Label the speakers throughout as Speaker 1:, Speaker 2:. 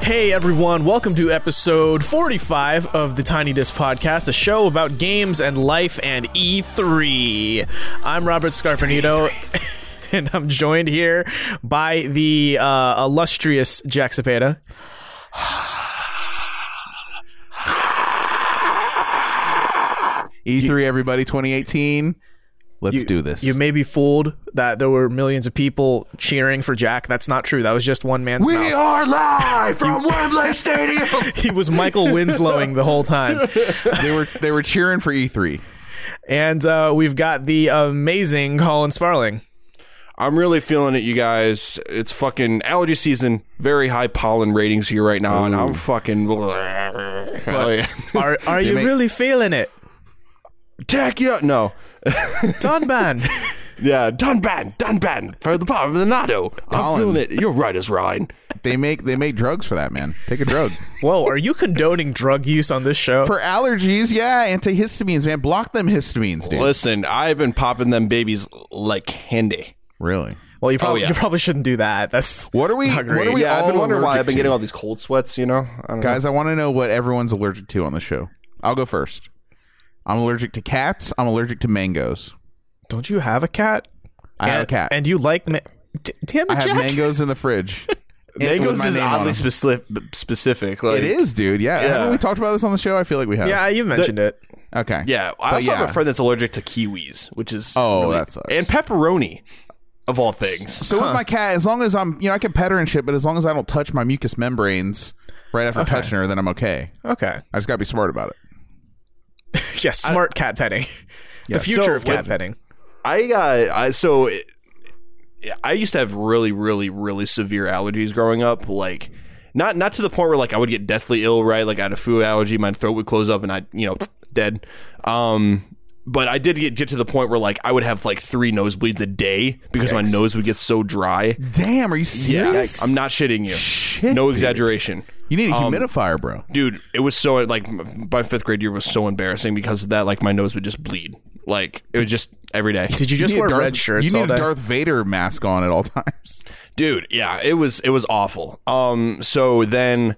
Speaker 1: Hey everyone, welcome to episode 45 of the Tiny Disc Podcast, a show about games and life and E3. I'm Robert Scarpanito.
Speaker 2: E
Speaker 1: And I'm joined here by the uh, illustrious Jack Cepeda.
Speaker 2: E3, E everybody, 2018. Let's
Speaker 1: You-
Speaker 2: do this.
Speaker 1: You may be fooled that there were millions of people cheering for Jack. That's not true. That was just one man's mouth.
Speaker 2: are live from Wembley Stadium.
Speaker 1: he was Michael Winslowing the whole time.
Speaker 2: they were they were cheering for E E3.
Speaker 1: And uh, we've got the amazing Colin Sparling.
Speaker 3: I'm really feeling it, you guys. It's fucking allergy season. Very high pollen ratings here right now, and I'm fucking. Oh, yeah.
Speaker 1: Are, are you
Speaker 2: make-
Speaker 1: really feeling it?
Speaker 3: Tack you up. No.
Speaker 1: Dunban.
Speaker 3: Yeah, Dunban, Dunban, for the pop of the Nado. I'm feeling it. You're right as Ryan.
Speaker 2: They make they make drugs for that man. Take a drug
Speaker 1: Whoa, are you condoning drug use on this show?
Speaker 2: for allergies. Yeah, antihistamines, man. Block them histamines, dude.
Speaker 3: Listen, I've been popping them babies like candy.
Speaker 2: Really?
Speaker 1: well, you probably
Speaker 3: yeah.
Speaker 1: you probably shouldn't do that. That's
Speaker 2: oh, What are we? What
Speaker 1: great.
Speaker 2: are we?
Speaker 3: Yeah, I've been
Speaker 2: all
Speaker 3: wondering why
Speaker 2: allergic
Speaker 3: I've been
Speaker 2: to?
Speaker 3: getting all these cold sweats, you know? I don't know.
Speaker 2: Guys, I want to know what everyone's allergic to on the show. I'll go first. I'm allergic to cats. I'm allergic to mangoes.
Speaker 1: don't you have a cat?
Speaker 2: I have a cat.
Speaker 1: and you like ma- D- damn it,
Speaker 2: I have
Speaker 1: Jack.
Speaker 2: mangoes in the fridge. With
Speaker 3: Mangoes
Speaker 2: my
Speaker 3: is
Speaker 2: name on
Speaker 3: oddly
Speaker 2: them.
Speaker 3: specific. specific like,
Speaker 2: It is, dude. Yeah. Haven't we talked about this on the show? I feel like we have.
Speaker 1: Yeah, you mentioned it.
Speaker 2: Okay.
Speaker 3: Yeah, I
Speaker 2: But
Speaker 3: also have
Speaker 2: Oh, yeah.
Speaker 3: a friend that's allergic to kiwis, which is
Speaker 2: Oh, that sucks.
Speaker 3: and pepperoni, of all things.
Speaker 2: So with my cat, as long as I'm, you know, I can pet her and shit, but as long as I don't touch my mucous membranes right after touching her, then I'm okay.
Speaker 1: Okay.
Speaker 2: I just gotta be smart about it.
Speaker 1: Yes, smart cat petting.
Speaker 2: Yeah.
Speaker 1: The future
Speaker 3: So
Speaker 1: of cat
Speaker 3: when-
Speaker 1: petting.
Speaker 3: I got I so it, I used to have really really really severe allergies growing up like not not to the point where like I would get deathly ill right like I had a food allergy my throat would close up and I you know dead um but I did get get to the point where like I would have like three nosebleeds a day because my nose would get so dry
Speaker 2: Damn, are you serious?
Speaker 3: I'm not shitting you
Speaker 2: Shit,
Speaker 3: no
Speaker 2: dude.
Speaker 3: exaggeration
Speaker 2: You need a humidifier, bro.
Speaker 3: dude it was so like m- my fifth grade year was so embarrassing because of that like my nose would just bleed like it was just every day
Speaker 1: Did you just
Speaker 2: need
Speaker 1: wear
Speaker 2: a Darth-
Speaker 1: red shirts
Speaker 2: You need
Speaker 1: all day?
Speaker 2: a Darth Vader mask on at all times.
Speaker 3: dude yeah it was it was awful um so then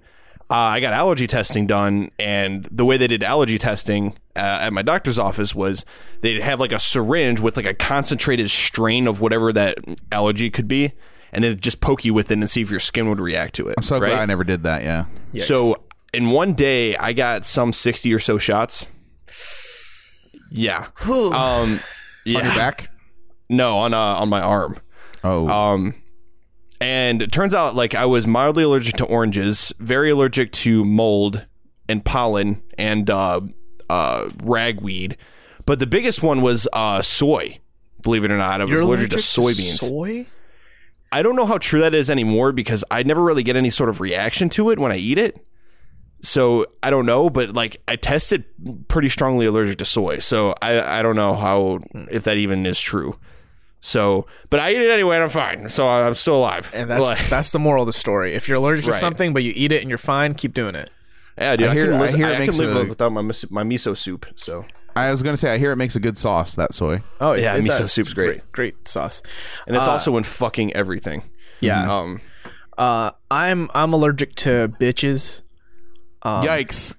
Speaker 3: uh, i got allergy testing done and the way they did allergy testing uh, at my doctor's office was they'd have like a syringe with like a concentrated strain of whatever that allergy could be and then just poke you with it and see if your skin would react to it
Speaker 2: So
Speaker 3: right?
Speaker 2: glad I never did that. Yeah.
Speaker 3: so in one day i got some 60 or so shots yeah um
Speaker 2: On your
Speaker 3: yeah
Speaker 2: back.
Speaker 3: no on uh, on my arm
Speaker 2: Oh,
Speaker 3: um, and it turns out like I was mildly allergic to oranges, very allergic to mold and pollen and uh, uh, ragweed, but the biggest one was uh, soy. Believe it or not, I was allergic, to soybeans.
Speaker 1: Soy?
Speaker 3: I don't know how true that is anymore because I never really get any sort of reaction to it when I eat it. So I don't know, but like I tested pretty strongly allergic to soy. So I, I don't know how if that even is true. So, but I eat it anyway, and I'm fine. So I'm still alive.
Speaker 1: And that's
Speaker 3: Like,
Speaker 1: that's the moral of the story. If you're allergic to
Speaker 3: Right.
Speaker 1: something but you eat it and you're fine, keep doing it.
Speaker 3: yeah, dude.
Speaker 2: I
Speaker 3: I,
Speaker 2: hear-
Speaker 3: can,
Speaker 2: I
Speaker 3: listen,
Speaker 2: hear it
Speaker 3: I, I
Speaker 2: makes
Speaker 3: can live
Speaker 2: a-
Speaker 3: without my mis- my miso soup. So
Speaker 2: I was gonna say I hear it makes a good sauce. That soy.
Speaker 1: Oh it-
Speaker 3: Yeah,
Speaker 1: it
Speaker 3: miso
Speaker 1: does.
Speaker 3: soup's
Speaker 1: It's
Speaker 3: great.
Speaker 1: great. Great sauce.
Speaker 3: and it's also in fucking everything.
Speaker 1: Yeah.
Speaker 3: Um.
Speaker 1: Uh, I'm I'm allergic to bitches.
Speaker 2: Yikes.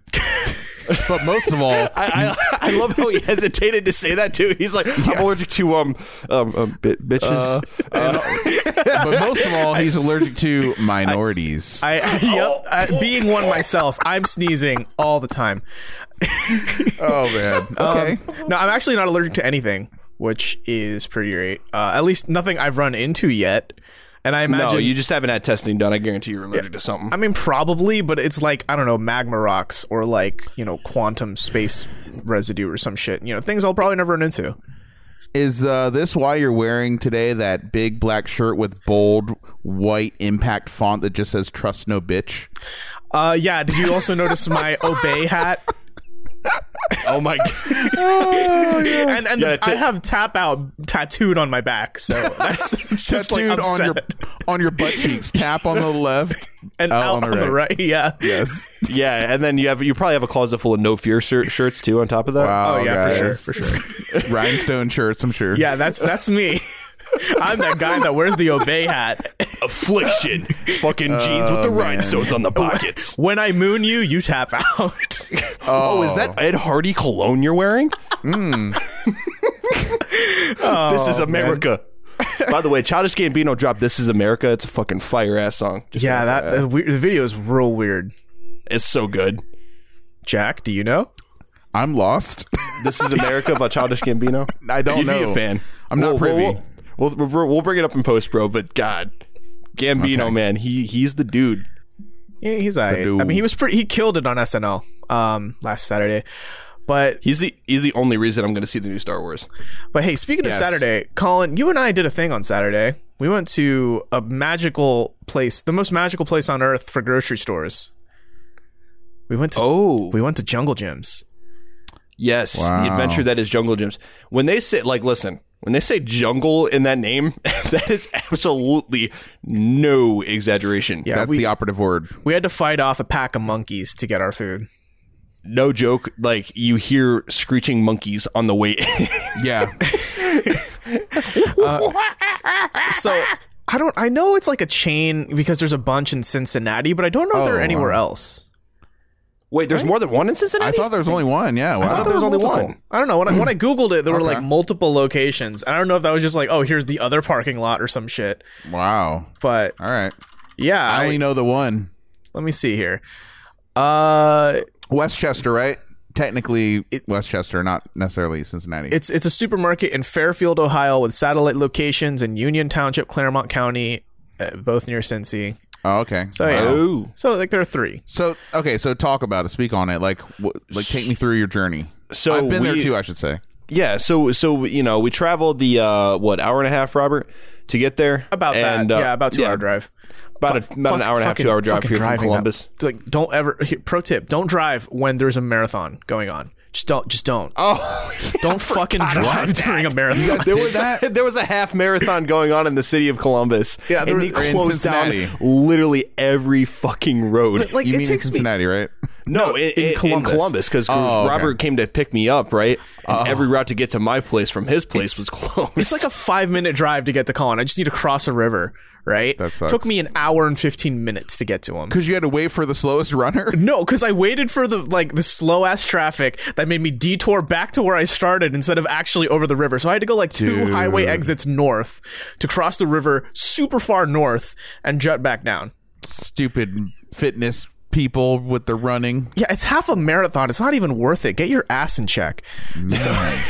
Speaker 2: but most of all,
Speaker 3: I, I, I love how he hesitated to say that too. He's like, I'm allergic to um um, um bi- bitches.
Speaker 2: but most of all, he's allergic to minorities.
Speaker 1: I, I yep. I, being one myself, I'm sneezing all the time.
Speaker 2: oh man. Okay.
Speaker 1: No, I'm actually not allergic to anything, which is pretty great. Uh, at least nothing I've run into yet. And I imagine,
Speaker 3: No, oh, you just haven't had testing done. I guarantee you're allergic to something.
Speaker 1: I mean, probably, but it's like I don't know, magma rocks or like you know, quantum space residue or some shit. You know, things I'll probably never run into.
Speaker 2: Is uh, this why you're wearing today that big black shirt with bold white impact font that just says "Trust no bitch"?
Speaker 1: Uh, yeah. Did you also notice my obey hat?
Speaker 3: oh my god!
Speaker 1: And and the-
Speaker 3: Yeah, ta-
Speaker 1: I have tap out tattooed on my back, so that's it's just like
Speaker 2: Tattooed on your
Speaker 1: upset.
Speaker 2: on your butt cheeks, tap on the left,
Speaker 1: and out, on, the, right. Yeah.
Speaker 2: Yes.
Speaker 3: yeah, and then you have you probably have a closet full of no fear shir- shirts too. On top of that,
Speaker 2: Wow,
Speaker 1: Oh yeah, for sure,
Speaker 2: guys.
Speaker 1: for sure.
Speaker 2: Rhinestone shirts, I'm sure.
Speaker 1: Yeah, that's that's me. I'm that guy that wears the obey hat.
Speaker 3: Affliction. Fucking jeans
Speaker 2: Oh,
Speaker 3: with the rhinestones on the pockets.
Speaker 1: When I moon you, you tap out.
Speaker 3: Oh, is that Ed Hardy cologne you're wearing?
Speaker 2: Hmm.
Speaker 3: this
Speaker 2: Oh,
Speaker 3: is America. By the way, Childish Gambino dropped "This Is America." It's a fucking fire ass song. Just
Speaker 1: yeah,
Speaker 3: like
Speaker 1: that the, we- the video is real weird.
Speaker 3: it's so good.
Speaker 1: Jack, do you know?
Speaker 2: I'm lost.
Speaker 3: This is America by Childish Gambino.
Speaker 2: I don't
Speaker 3: You'd
Speaker 2: know.
Speaker 3: Be a fan.
Speaker 2: I'm not privy.
Speaker 3: We'll, we'll, we'll- we'll bring it up in post, bro. But God, Gambino, man, he he's the dude.
Speaker 1: Yeah, he's all right. I
Speaker 2: dude.
Speaker 1: mean, he was pretty. He killed it on SNL um, last Saturday. But
Speaker 3: He's the he's the only reason I'm going to see the new Star Wars.
Speaker 1: but hey, speaking
Speaker 2: Yes.
Speaker 1: of Saturday, Colin, you and I did a thing on Saturday. We went to a magical place, the most magical place on earth for grocery stores. We went to
Speaker 3: Oh,
Speaker 1: we went to Jungle Gyms.
Speaker 3: yes, the
Speaker 2: Wow.
Speaker 3: adventure that is Jungle Gyms. When they say like, listen, when they say jungle in that name, that is absolutely no exaggeration.
Speaker 1: Yeah,
Speaker 2: That's
Speaker 1: we
Speaker 2: the operative word.
Speaker 1: we had to fight off a pack of monkeys to get our food.
Speaker 3: no joke. Like you hear screeching monkeys on the way.
Speaker 2: Yeah.
Speaker 1: So I don't. I know it's like a chain because there's a bunch in Cincinnati, but I don't know if they're
Speaker 2: Oh,
Speaker 1: anywhere
Speaker 2: wow.
Speaker 1: else.
Speaker 3: Wait, there's more than one in Cincinnati.
Speaker 2: I thought there was only one. Yeah. Wow.
Speaker 1: I thought there was only
Speaker 3: multiple.
Speaker 1: one. I don't know. When I, when I Googled it, there were like
Speaker 2: Okay.
Speaker 1: multiple locations. I don't know if that was just like, oh, here's the other parking lot or some shit.
Speaker 2: wow.
Speaker 1: But
Speaker 2: All right.
Speaker 1: yeah,
Speaker 2: I
Speaker 1: I,
Speaker 2: only know the one.
Speaker 1: let me see here. Uh,
Speaker 2: Westchester, right? Technically Westchester, not necessarily Cincinnati.
Speaker 1: it's it's a supermarket in Fairfield, Ohio, with satellite locations in Union Township, Claremont County, uh, both near Cincy.
Speaker 2: oh, okay.
Speaker 1: So yeah,
Speaker 3: Oh.
Speaker 1: so like there are three.
Speaker 2: So okay, so talk about it. Speak on it. Like, wh- like take me through your journey.
Speaker 3: So
Speaker 2: I've been there
Speaker 3: we-
Speaker 2: too. I should say.
Speaker 3: Yeah, so so you know we traveled the uh what hour and a half, Robert, to get there.
Speaker 1: About
Speaker 3: and,
Speaker 1: that,
Speaker 3: uh,
Speaker 1: yeah, about two hour drive.
Speaker 3: About, a, about an
Speaker 1: Fuck-
Speaker 3: hour and a half,
Speaker 1: fucking-
Speaker 3: two hour drive
Speaker 1: fucking
Speaker 3: here from
Speaker 1: driving that-
Speaker 3: Columbus.
Speaker 1: like, don't ever. here, pro tip: Don't drive when there's a marathon going on. Just don't. Just don't.
Speaker 3: Oh,
Speaker 1: don't fucking drive during a marathon.
Speaker 3: there
Speaker 2: Did
Speaker 3: was a,
Speaker 2: that?
Speaker 3: there was a half marathon going on in the city of Columbus.
Speaker 1: Yeah, there
Speaker 3: and
Speaker 1: was-
Speaker 3: they
Speaker 2: or in
Speaker 3: closed down
Speaker 2: Cincinnati.
Speaker 3: literally every fucking road.
Speaker 1: like
Speaker 2: You
Speaker 1: it
Speaker 2: mean in
Speaker 1: takes me
Speaker 2: Cincinnati, right?
Speaker 3: No, in, in, in Columbus, Oh.
Speaker 1: Columbus.
Speaker 3: because
Speaker 2: Oh, okay.
Speaker 3: Robert came to pick me up, right? And every route to get to my place from his place was closed.
Speaker 1: It's like a five minute drive to get to Colin. I just need to cross a river, right?
Speaker 2: That sucks.
Speaker 1: Took me an hour and fifteen minutes to get to him.
Speaker 2: Because you had to wait for the slowest runner.
Speaker 1: No, because I waited for the like the slow ass traffic that made me detour back to where I started instead of actually over the river. So I had to go like two highway exits north to cross the river super far north and jut back down.
Speaker 2: Stupid fitness people with the running.
Speaker 1: Yeah, it's half a marathon. It's not even worth it. Get your ass in check.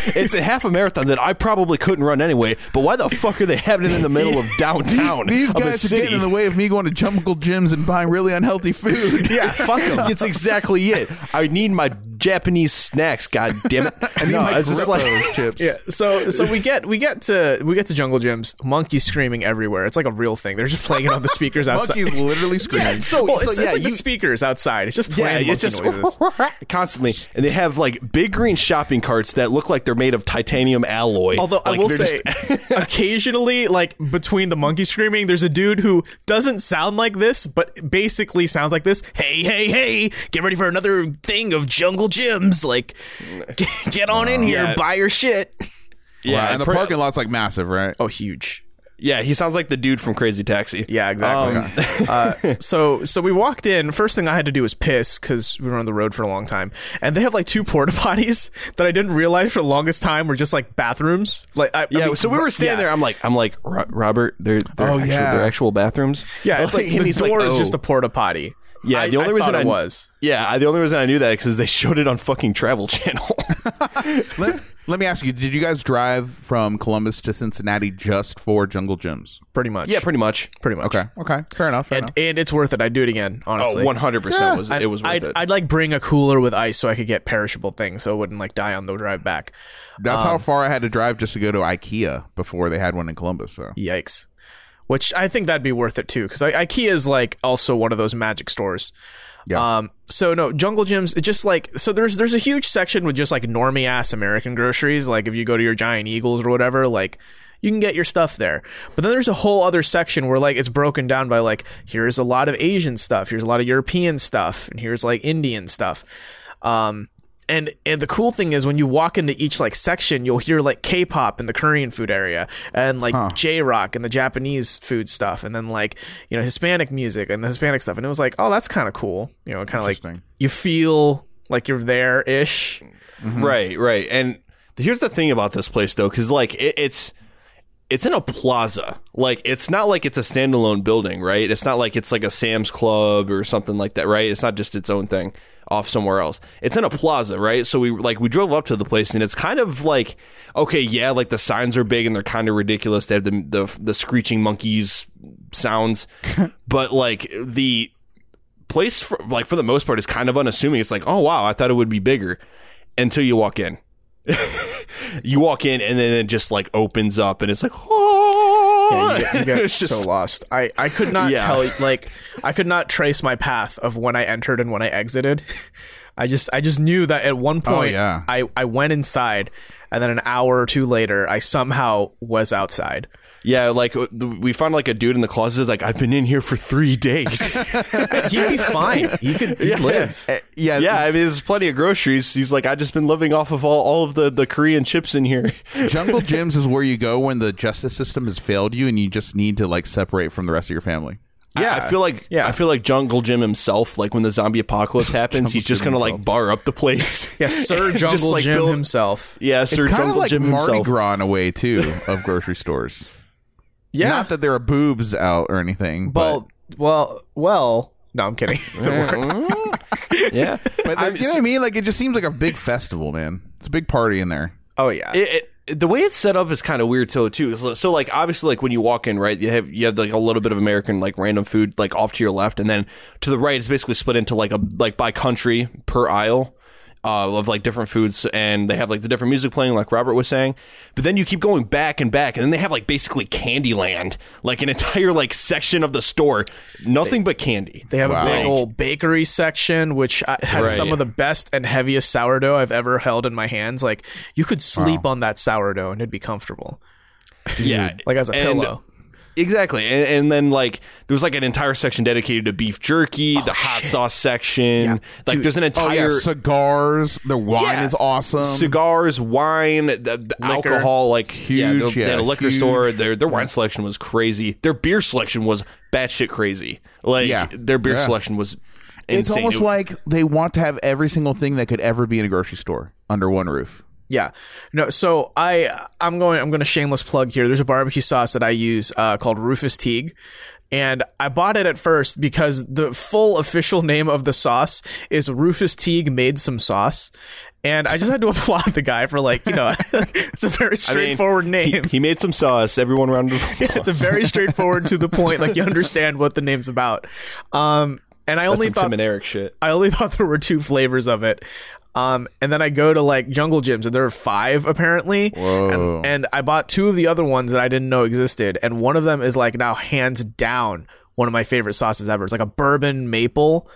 Speaker 3: it's a half a marathon that I probably couldn't run anyway. But why the fuck are they having it in the middle of downtown?
Speaker 2: These
Speaker 3: of a
Speaker 2: guys are
Speaker 3: city?
Speaker 2: getting in the way of me going to jungle gyms and buying really unhealthy food.
Speaker 3: Yeah, fuck them. It's exactly it. I need my Japanese snacks. God damn it! I need
Speaker 2: no,
Speaker 3: my
Speaker 2: it's just like chips.
Speaker 1: Yeah. So so we get we get to we get to jungle gyms. Monkeys screaming everywhere. It's like a real thing. They're just playing it on the speakers outside.
Speaker 2: Monkey's literally screaming.
Speaker 3: so,
Speaker 1: Well,
Speaker 3: so
Speaker 1: it's, it's
Speaker 3: yeah,
Speaker 1: like
Speaker 3: you,
Speaker 1: the speakers outside. It's just
Speaker 3: yeah,
Speaker 1: playing
Speaker 3: it's
Speaker 1: monkey
Speaker 3: just
Speaker 1: noises.
Speaker 3: constantly, and they have like big green shopping carts that look like they're made of titanium alloy.
Speaker 1: Although I
Speaker 3: Like,
Speaker 1: will
Speaker 3: they're
Speaker 1: say,
Speaker 3: just-
Speaker 1: occasionally, like between the monkey screaming, there's a dude who doesn't sound like this, but basically sounds like this. Hey, hey, hey! Get ready for another thing of jungle gyms. Like, get, get on in here,
Speaker 3: Yeah.
Speaker 1: buy your shit.
Speaker 3: yeah,
Speaker 2: Wow, and the
Speaker 3: pre-
Speaker 2: parking lot's like massive, right?
Speaker 1: Oh, huge.
Speaker 3: yeah, he sounds like the dude from Crazy Taxi.
Speaker 1: Yeah, exactly.
Speaker 3: Um,
Speaker 1: uh, so, so we walked in. First thing I had to do was piss because we were on the road for a long time, and they have like two porta potties that I didn't realize for the longest time were just like bathrooms. Like, I, I
Speaker 3: Yeah,
Speaker 1: mean,
Speaker 3: so we were standing
Speaker 1: yeah.
Speaker 3: there. I'm like, I'm like, "Ro- Robert, they're, they're,
Speaker 2: Oh,
Speaker 3: actual,
Speaker 2: yeah.
Speaker 3: they're actual bathrooms.
Speaker 1: Yeah, it's like
Speaker 3: and
Speaker 1: the
Speaker 3: he's
Speaker 1: door is
Speaker 3: "Oh."
Speaker 1: just a porta potty.
Speaker 3: Yeah,
Speaker 1: I-
Speaker 3: the only
Speaker 1: I
Speaker 3: reason
Speaker 1: thought
Speaker 3: I
Speaker 1: it was.
Speaker 3: Oh. Yeah, I- the only reason I knew that is because they showed it on fucking Travel Channel.
Speaker 2: let, let me ask you: Did you guys drive from Columbus to Cincinnati just for jungle gyms?
Speaker 1: Pretty much.
Speaker 3: yeah, pretty much.
Speaker 1: pretty much.
Speaker 2: Okay, okay, fair enough. Fair
Speaker 1: And,
Speaker 2: enough.
Speaker 1: and it's worth it. I'd do it again,
Speaker 3: Oh,
Speaker 1: honestly.
Speaker 3: 100 percent was it was worth
Speaker 1: I'd,
Speaker 3: it.
Speaker 1: I'd like bring a cooler with ice so I could get perishable things so it wouldn't like die on the drive back.
Speaker 2: That's
Speaker 3: Um,
Speaker 2: how far I had to drive just to go to IKEA before they had one in Columbus. So
Speaker 1: Yikes. Which I think that'd be worth it too, because IKEA is like also one of those magic stores.
Speaker 2: Yeah.
Speaker 1: Um. So no, Jungle Gyms. It just like so. There's there's a huge section with just like normie ass American groceries. Like if you go to your Giant Eagles or whatever, like you can get your stuff there. But then there's a whole other section where like it's broken down by like here's a lot of Asian stuff, here's a lot of European stuff, and here's like Indian stuff. Um. and and the cool thing is when you walk into each like section, you'll hear like K-pop in the Korean food area, and like J-rock and the Japanese food stuff, and then like you know Hispanic music and the Hispanic stuff, and it was like, oh, that's kind of cool. You know, kind of like
Speaker 2: Interesting.
Speaker 1: you feel like you're there ish.
Speaker 3: Right, right. And here's the thing about this place though, because like it, it's it's in a plaza. Like it's not like it's a standalone building, right? It's not like it's like a Sam's Club or something like that, right? It's not just its own thing off somewhere else. It's in a plaza, right? So we like we drove up to the place and it's kind of like okay, yeah, like the signs are big and they're kind of ridiculous. They have the the, the screeching monkeys sounds, but like the place for, like for the most part is kind of unassuming. It's like, "Oh wow, I thought it would be bigger." Until you walk in you walk in and then it just like opens up and it's like oh
Speaker 1: Yeah, you get, you get
Speaker 3: It's just-
Speaker 1: so lost. I, I could not
Speaker 3: Yeah.
Speaker 1: tell like I could not trace my path of when I entered and when I exited. I just I just knew that at
Speaker 3: Oh,
Speaker 1: one point
Speaker 2: yeah.
Speaker 1: I, I went inside and then an hour or two later I somehow was outside.
Speaker 3: yeah like uh, th- we found like a dude in the closet is like i've been in here for three days
Speaker 1: He'd be fine. He could he'd live.
Speaker 2: Eh, yeah,
Speaker 3: yeah i mean there's plenty of groceries he's like i've just been living off of all, all of the, the korean chips in here
Speaker 2: Jungle gyms is where you go when the justice system has failed you and you just need to like separate from the rest of your family.
Speaker 3: yeah i feel like
Speaker 1: yeah.
Speaker 3: i feel like jungle jim himself like when the zombie apocalypse happens he's just
Speaker 2: Jim
Speaker 3: gonna like
Speaker 2: himself.
Speaker 3: bar up the place
Speaker 1: Yes, Sir
Speaker 3: Just,
Speaker 1: Jungle
Speaker 3: like,
Speaker 1: Jim
Speaker 3: build-
Speaker 1: himself.
Speaker 3: yeah sir
Speaker 2: it's kind of
Speaker 3: jungle
Speaker 2: like
Speaker 3: jim
Speaker 2: Mardi
Speaker 3: himself
Speaker 2: Gras in a way too of grocery stores.
Speaker 1: Yeah.
Speaker 2: Not that there are boobs out or anything, but
Speaker 1: well well well no I'm kidding.
Speaker 3: yeah
Speaker 2: but there- you know what I mean. Like it just seems like a big festival, man. It's a big party in there.
Speaker 1: oh yeah.
Speaker 3: it, it, the way it's set up is kind of weird too. too. So, so like obviously like when you walk in right you have you have like a little bit of American like random food like off to your left and then to the right it's basically split into like a like by country per aisle. Uh, of like different foods, and they have like the different music playing, like Robert was saying. But then you keep going back and back, and then they have like basically Candyland, like an entire like section of the store, nothing but candy.
Speaker 1: They have
Speaker 2: Wow.
Speaker 1: a big old bakery section, which I, had
Speaker 3: Right.
Speaker 1: some of the best and heaviest sourdough I've ever held in my hands. Like you could sleep on that sourdough and it'd be comfortable,
Speaker 3: yeah,
Speaker 1: like as a
Speaker 3: And-
Speaker 1: pillow.
Speaker 3: Exactly, and, and then like there was like an entire section dedicated to beef jerky, the hot sauce section. Like there's an
Speaker 2: Oh yeah,
Speaker 3: entire
Speaker 2: cigars. The wine
Speaker 3: Yeah.
Speaker 2: is awesome.
Speaker 3: cigars, wine, the, the
Speaker 1: Liquor.
Speaker 3: alcohol, like yeah,
Speaker 2: Huge,
Speaker 3: they- they had a
Speaker 2: yeah,
Speaker 3: liquor
Speaker 2: huge.
Speaker 3: store. Their their wine selection was crazy. Their beer selection was batshit crazy. Like
Speaker 2: Yeah.
Speaker 3: their beer
Speaker 2: Yeah.
Speaker 3: selection was insane.
Speaker 2: it's almost
Speaker 3: It-
Speaker 2: like they want to have every single thing that could ever be in a grocery store under one roof.
Speaker 1: Yeah. No, so I I'm going I'm going to shameless plug here. There's a barbecue sauce that I use uh, called Rufus Teague. And I bought it at first because the full official name of the sauce is Rufus Teague made some sauce. And I just had to applaud the guy for like, you know, it's a very
Speaker 3: I mean,
Speaker 1: straightforward
Speaker 3: he-
Speaker 1: name.
Speaker 3: He, made some sauce. Everyone around.
Speaker 1: it's a very straightforward to the point like you understand what the name's about um and i only
Speaker 3: some
Speaker 1: thought
Speaker 3: Tim and Eric shit.
Speaker 1: i only thought there were two flavors of it um and then i go to like jungle gyms and there are five apparently
Speaker 2: Whoa.
Speaker 1: and, and i bought two of the other ones that i didn't know existed and one of them is like now hands down one of my favorite sauces ever it's like a bourbon maple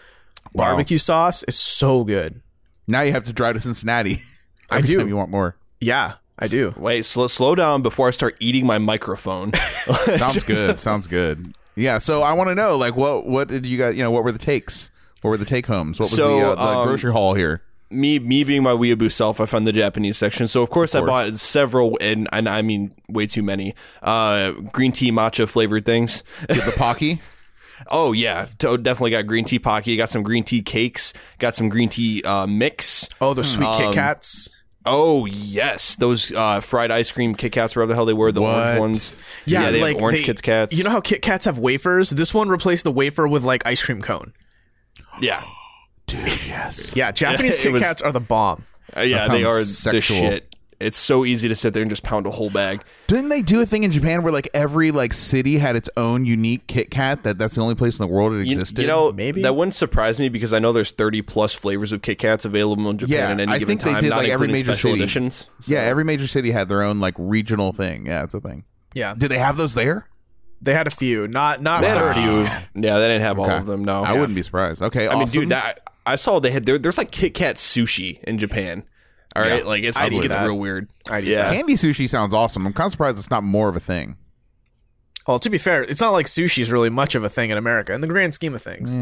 Speaker 1: barbecue sauce is so good
Speaker 2: Now you have to drive to Cincinnati.
Speaker 1: I
Speaker 2: Every
Speaker 1: do.
Speaker 2: time You want more?
Speaker 1: yeah i do
Speaker 3: Wait, slow, slow down before I start eating my microphone.
Speaker 2: Sounds good. Sounds good. Yeah. So I want to know, like, what what did you guys? You know, what were the takes? What were the take homes? What was
Speaker 3: So,
Speaker 2: the, uh, the
Speaker 3: um,
Speaker 2: grocery haul here?
Speaker 3: me me being my weeaboo self, I found the Japanese section. So of course, I bought several, and, and I mean way too many, uh, green tea matcha flavored things.
Speaker 2: Get the pocky.
Speaker 3: oh yeah, to- definitely got green tea pocky. Got some green tea cakes. Got some green tea uh, mix.
Speaker 1: oh the sweet
Speaker 3: Um,
Speaker 1: kit kats
Speaker 3: Oh yes, those uh, fried ice cream Kit Kats, whatever the hell they were, the
Speaker 2: What?
Speaker 3: orange ones.
Speaker 1: Yeah,
Speaker 3: they
Speaker 1: like
Speaker 3: have orange
Speaker 1: they-
Speaker 3: Kit Kats.
Speaker 1: You know how Kit Kats have wafers? This one replaced the wafer with like ice cream cone.
Speaker 3: yeah,
Speaker 1: Yeah, Japanese
Speaker 3: it
Speaker 1: Kit
Speaker 3: was-
Speaker 1: Kats are the bomb.
Speaker 3: Uh, yeah,
Speaker 2: That
Speaker 3: they
Speaker 2: sounds
Speaker 3: are the
Speaker 2: sexual.
Speaker 3: shit. It's so easy to sit there and just pound a whole bag.
Speaker 2: Didn't they do a thing in Japan where like every like city had its own unique Kit Kat? That that's the only place in the world it
Speaker 3: You-
Speaker 2: existed.
Speaker 3: You, know,
Speaker 1: Maybe.
Speaker 3: that wouldn't surprise me because I know there's 30 plus flavors of Kit Kats available in Japan
Speaker 2: Yeah,
Speaker 3: at any
Speaker 2: I
Speaker 3: given
Speaker 2: think they
Speaker 3: time.
Speaker 2: did,
Speaker 3: not
Speaker 2: like, every
Speaker 3: including
Speaker 2: major
Speaker 3: special
Speaker 2: city.
Speaker 3: editions.
Speaker 2: yeah, every major city had their own like regional thing. Yeah, it's a thing.
Speaker 1: Yeah.
Speaker 2: Did they have those there?
Speaker 1: They had a few, not not
Speaker 3: They had
Speaker 1: 30.
Speaker 3: a few. Yeah, they didn't have all
Speaker 2: Okay.
Speaker 3: of them. No,
Speaker 2: I wouldn't be surprised. Okay,
Speaker 3: Oh, I mean, dude, that I saw they had there, there's like Kit Kat sushi in Japan. All right, like it's, it
Speaker 1: do
Speaker 3: gets
Speaker 1: that.
Speaker 3: real weird.
Speaker 1: I do
Speaker 3: yeah,
Speaker 2: candy sushi sounds awesome. I'm kind of surprised it's not more of a thing. Mm.
Speaker 1: Well, to be fair, it's not like sushi is really much of a thing in America in the grand scheme of things.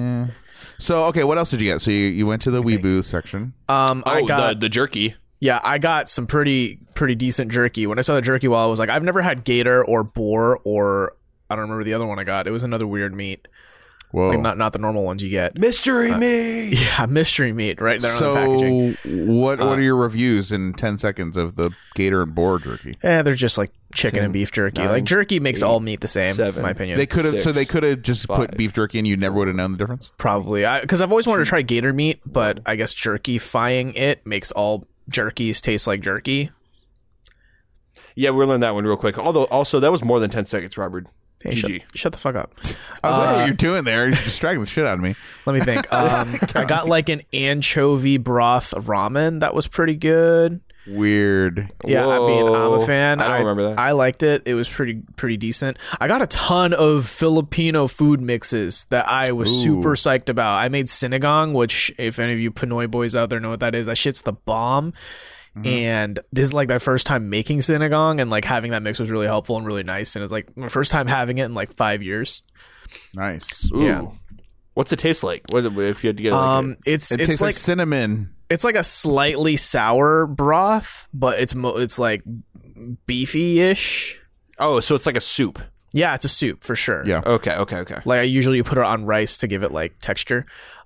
Speaker 2: So okay, what else did you get? So you, you went to the Weeboo section.
Speaker 1: Um, I
Speaker 3: Oh,
Speaker 1: got
Speaker 3: the, the jerky.
Speaker 1: yeah, I got some pretty pretty decent jerky. When I saw the jerky wall, I was like, I've never had gator or boar or I don't remember the other one I got. It was another weird meat,
Speaker 2: Whoa.
Speaker 3: Oh.
Speaker 1: like not not the normal ones you get.
Speaker 3: Mystery me.
Speaker 1: Yeah, mystery meat right there on the packaging. Uh,
Speaker 2: so what what are your reviews in 10 seconds of the gator and boar jerky?
Speaker 1: Eh, they're just like chicken and beef jerky. like
Speaker 3: nine,
Speaker 1: jerky makes all meat the same,
Speaker 3: seven.
Speaker 1: in my opinion.
Speaker 2: They could have so
Speaker 3: Six,
Speaker 2: they could have just put
Speaker 3: five,
Speaker 2: beef jerky and you never would have known the difference.
Speaker 1: probably because I've always wanted to try gator meat,
Speaker 2: Oh.
Speaker 1: but I guess jerky-fying it makes all jerkies taste like jerky.
Speaker 3: Yeah, we're learning that one real quick. Although, also that was more than ten seconds, Robert.
Speaker 1: Hey, shut,
Speaker 3: GG.
Speaker 1: shut the fuck up.
Speaker 2: I was like, Oh
Speaker 1: Uh,
Speaker 2: what are you doing there? You're distracting the shit out of me.
Speaker 1: Let me think. Um, I got like an anchovy broth ramen that was pretty good.
Speaker 2: Weird.
Speaker 1: Yeah, I mean, I'm
Speaker 3: Whoa.
Speaker 1: a fan.
Speaker 3: I don't remember that.
Speaker 1: I liked it. It was pretty pretty decent. I got a ton of Filipino food mixes that I was
Speaker 2: Ooh.
Speaker 1: super psyched about. I made sinigang, which if any of you Pinoy boys out there know what that is, that shit's the bomb.
Speaker 3: Mm-hmm.
Speaker 1: And this is like my first time making sinigang, and like having that mix was really helpful and really nice. And it's like my first time having it in like five years.
Speaker 2: Nice.
Speaker 3: Ooh.
Speaker 1: Yeah.
Speaker 3: What's it taste like? What if you had
Speaker 2: Uh,
Speaker 3: to get like,
Speaker 1: Um, it's
Speaker 2: It
Speaker 1: it's
Speaker 2: tastes like,
Speaker 1: like
Speaker 2: cinnamon.
Speaker 1: it's like a slightly sour broth, but it's mo- it's like beefy ish.
Speaker 3: a- oh, so it's like a soup.
Speaker 1: Yeah, it's a soup for sure.
Speaker 2: Yeah.
Speaker 3: Okay, okay, okay.
Speaker 1: Like I usually put it on rice to give it like texture.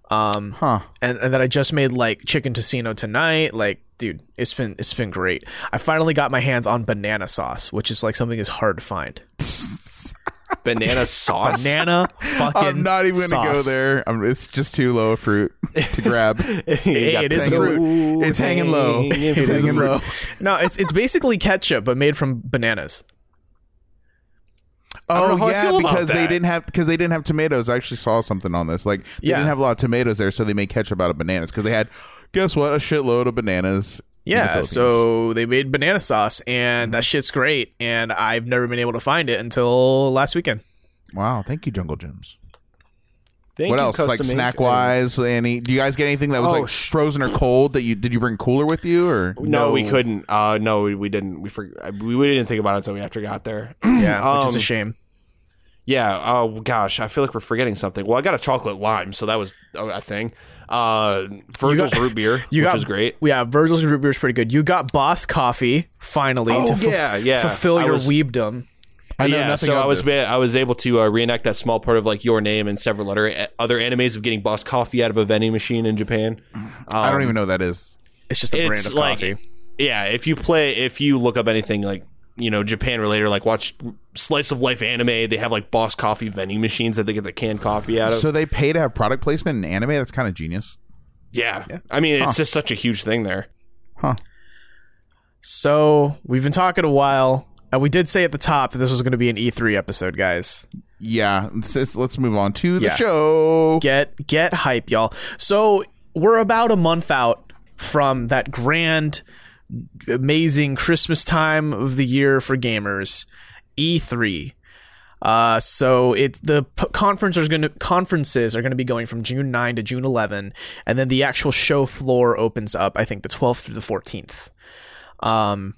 Speaker 1: Um,
Speaker 2: Huh.
Speaker 1: and, and then I just made like chicken tocino tonight. Like, dude, it's been it's been great. I finally got my hands on banana sauce, which is like something is hard to find.
Speaker 3: Banana sauce.
Speaker 1: Banana fucking.
Speaker 2: I'm not even going to go
Speaker 1: sauce.
Speaker 2: there. I'm, it's just too low a fruit to grab.
Speaker 1: Hey, it is
Speaker 2: It's
Speaker 1: fruit.
Speaker 2: fruit. It's hanging low.
Speaker 1: fruit.
Speaker 2: It's hanging low.
Speaker 1: No, it's it's basically ketchup, but made from bananas.
Speaker 3: don't know
Speaker 2: Oh
Speaker 3: how I
Speaker 2: yeah,
Speaker 3: feel about
Speaker 2: because they
Speaker 3: that.
Speaker 2: didn't have because they didn't have tomatoes. I actually saw something on this. Like they
Speaker 1: Yeah.
Speaker 2: didn't have a lot of tomatoes there, so they made ketchup out of bananas because they had guess what a shitload of bananas. in the
Speaker 1: Yeah,
Speaker 2: Philippines. Mm-hmm.
Speaker 1: so they made banana sauce, and that shit's great. And I've never been able to find it until last weekend.
Speaker 2: wow, thank you, Jungle Gyms.
Speaker 3: Thank
Speaker 2: what
Speaker 3: you,
Speaker 2: else? Like
Speaker 3: custom ink.
Speaker 2: snack wise, any? Do you guys get anything that was
Speaker 3: Oh,
Speaker 2: like
Speaker 3: sh-
Speaker 2: frozen or cold? That you did you bring cooler with you or?
Speaker 3: No, we couldn't. Uh, no, we, we didn't. We for, I- we we didn't think about it until we after we got there.
Speaker 1: Yeah, which is a
Speaker 3: Um,
Speaker 1: shame.
Speaker 3: yeah. Oh gosh, I feel like we're forgetting something. Well, I got a chocolate lime, so that was a a thing. Uh, Virgil's root beer,
Speaker 1: You
Speaker 3: which
Speaker 1: got,
Speaker 3: is great.
Speaker 1: Yeah, Virgil's root beer is pretty good. You got Boss Coffee finally
Speaker 3: Oh,
Speaker 1: to fu-
Speaker 3: yeah, yeah.
Speaker 1: fulfill
Speaker 3: I
Speaker 1: your
Speaker 3: was-
Speaker 1: weebdom.
Speaker 2: I know
Speaker 3: yeah,
Speaker 2: nothing.
Speaker 3: so
Speaker 2: of
Speaker 3: I was
Speaker 2: this.
Speaker 3: ba- I was able to uh, reenact that small part of like your name and several other eh, other animes of getting boss coffee out of a vending machine in Japan.
Speaker 2: I
Speaker 3: Um,
Speaker 2: don't even know what that is.
Speaker 1: It's just a brand
Speaker 3: It's
Speaker 1: of
Speaker 3: like-
Speaker 1: coffee.
Speaker 3: Yeah, if you play, if you look up anything like you know Japan related, like watch slice of life anime, they have like boss coffee vending machines that they get the canned coffee out of.
Speaker 2: So they pay to have product placement in anime. That's kind of genius.
Speaker 3: yeah. I mean it's just such a huge thing there.
Speaker 2: Huh.
Speaker 1: So we've been talking a while, and we did say at the top that this was going to be an E3 episode, guys.
Speaker 2: Yeah. Let's, let's- let's move on to the
Speaker 1: Yeah.
Speaker 2: show.
Speaker 1: Get get hype, y'all. So we're about a month out from that grand, amazing Christmas time of the year for gamers, E3. Uh, so it's the p- conference is going to conferences are going to be going from June 9 to June 11, and then the actual show floor opens up. I think the 12th through the 14th. Um,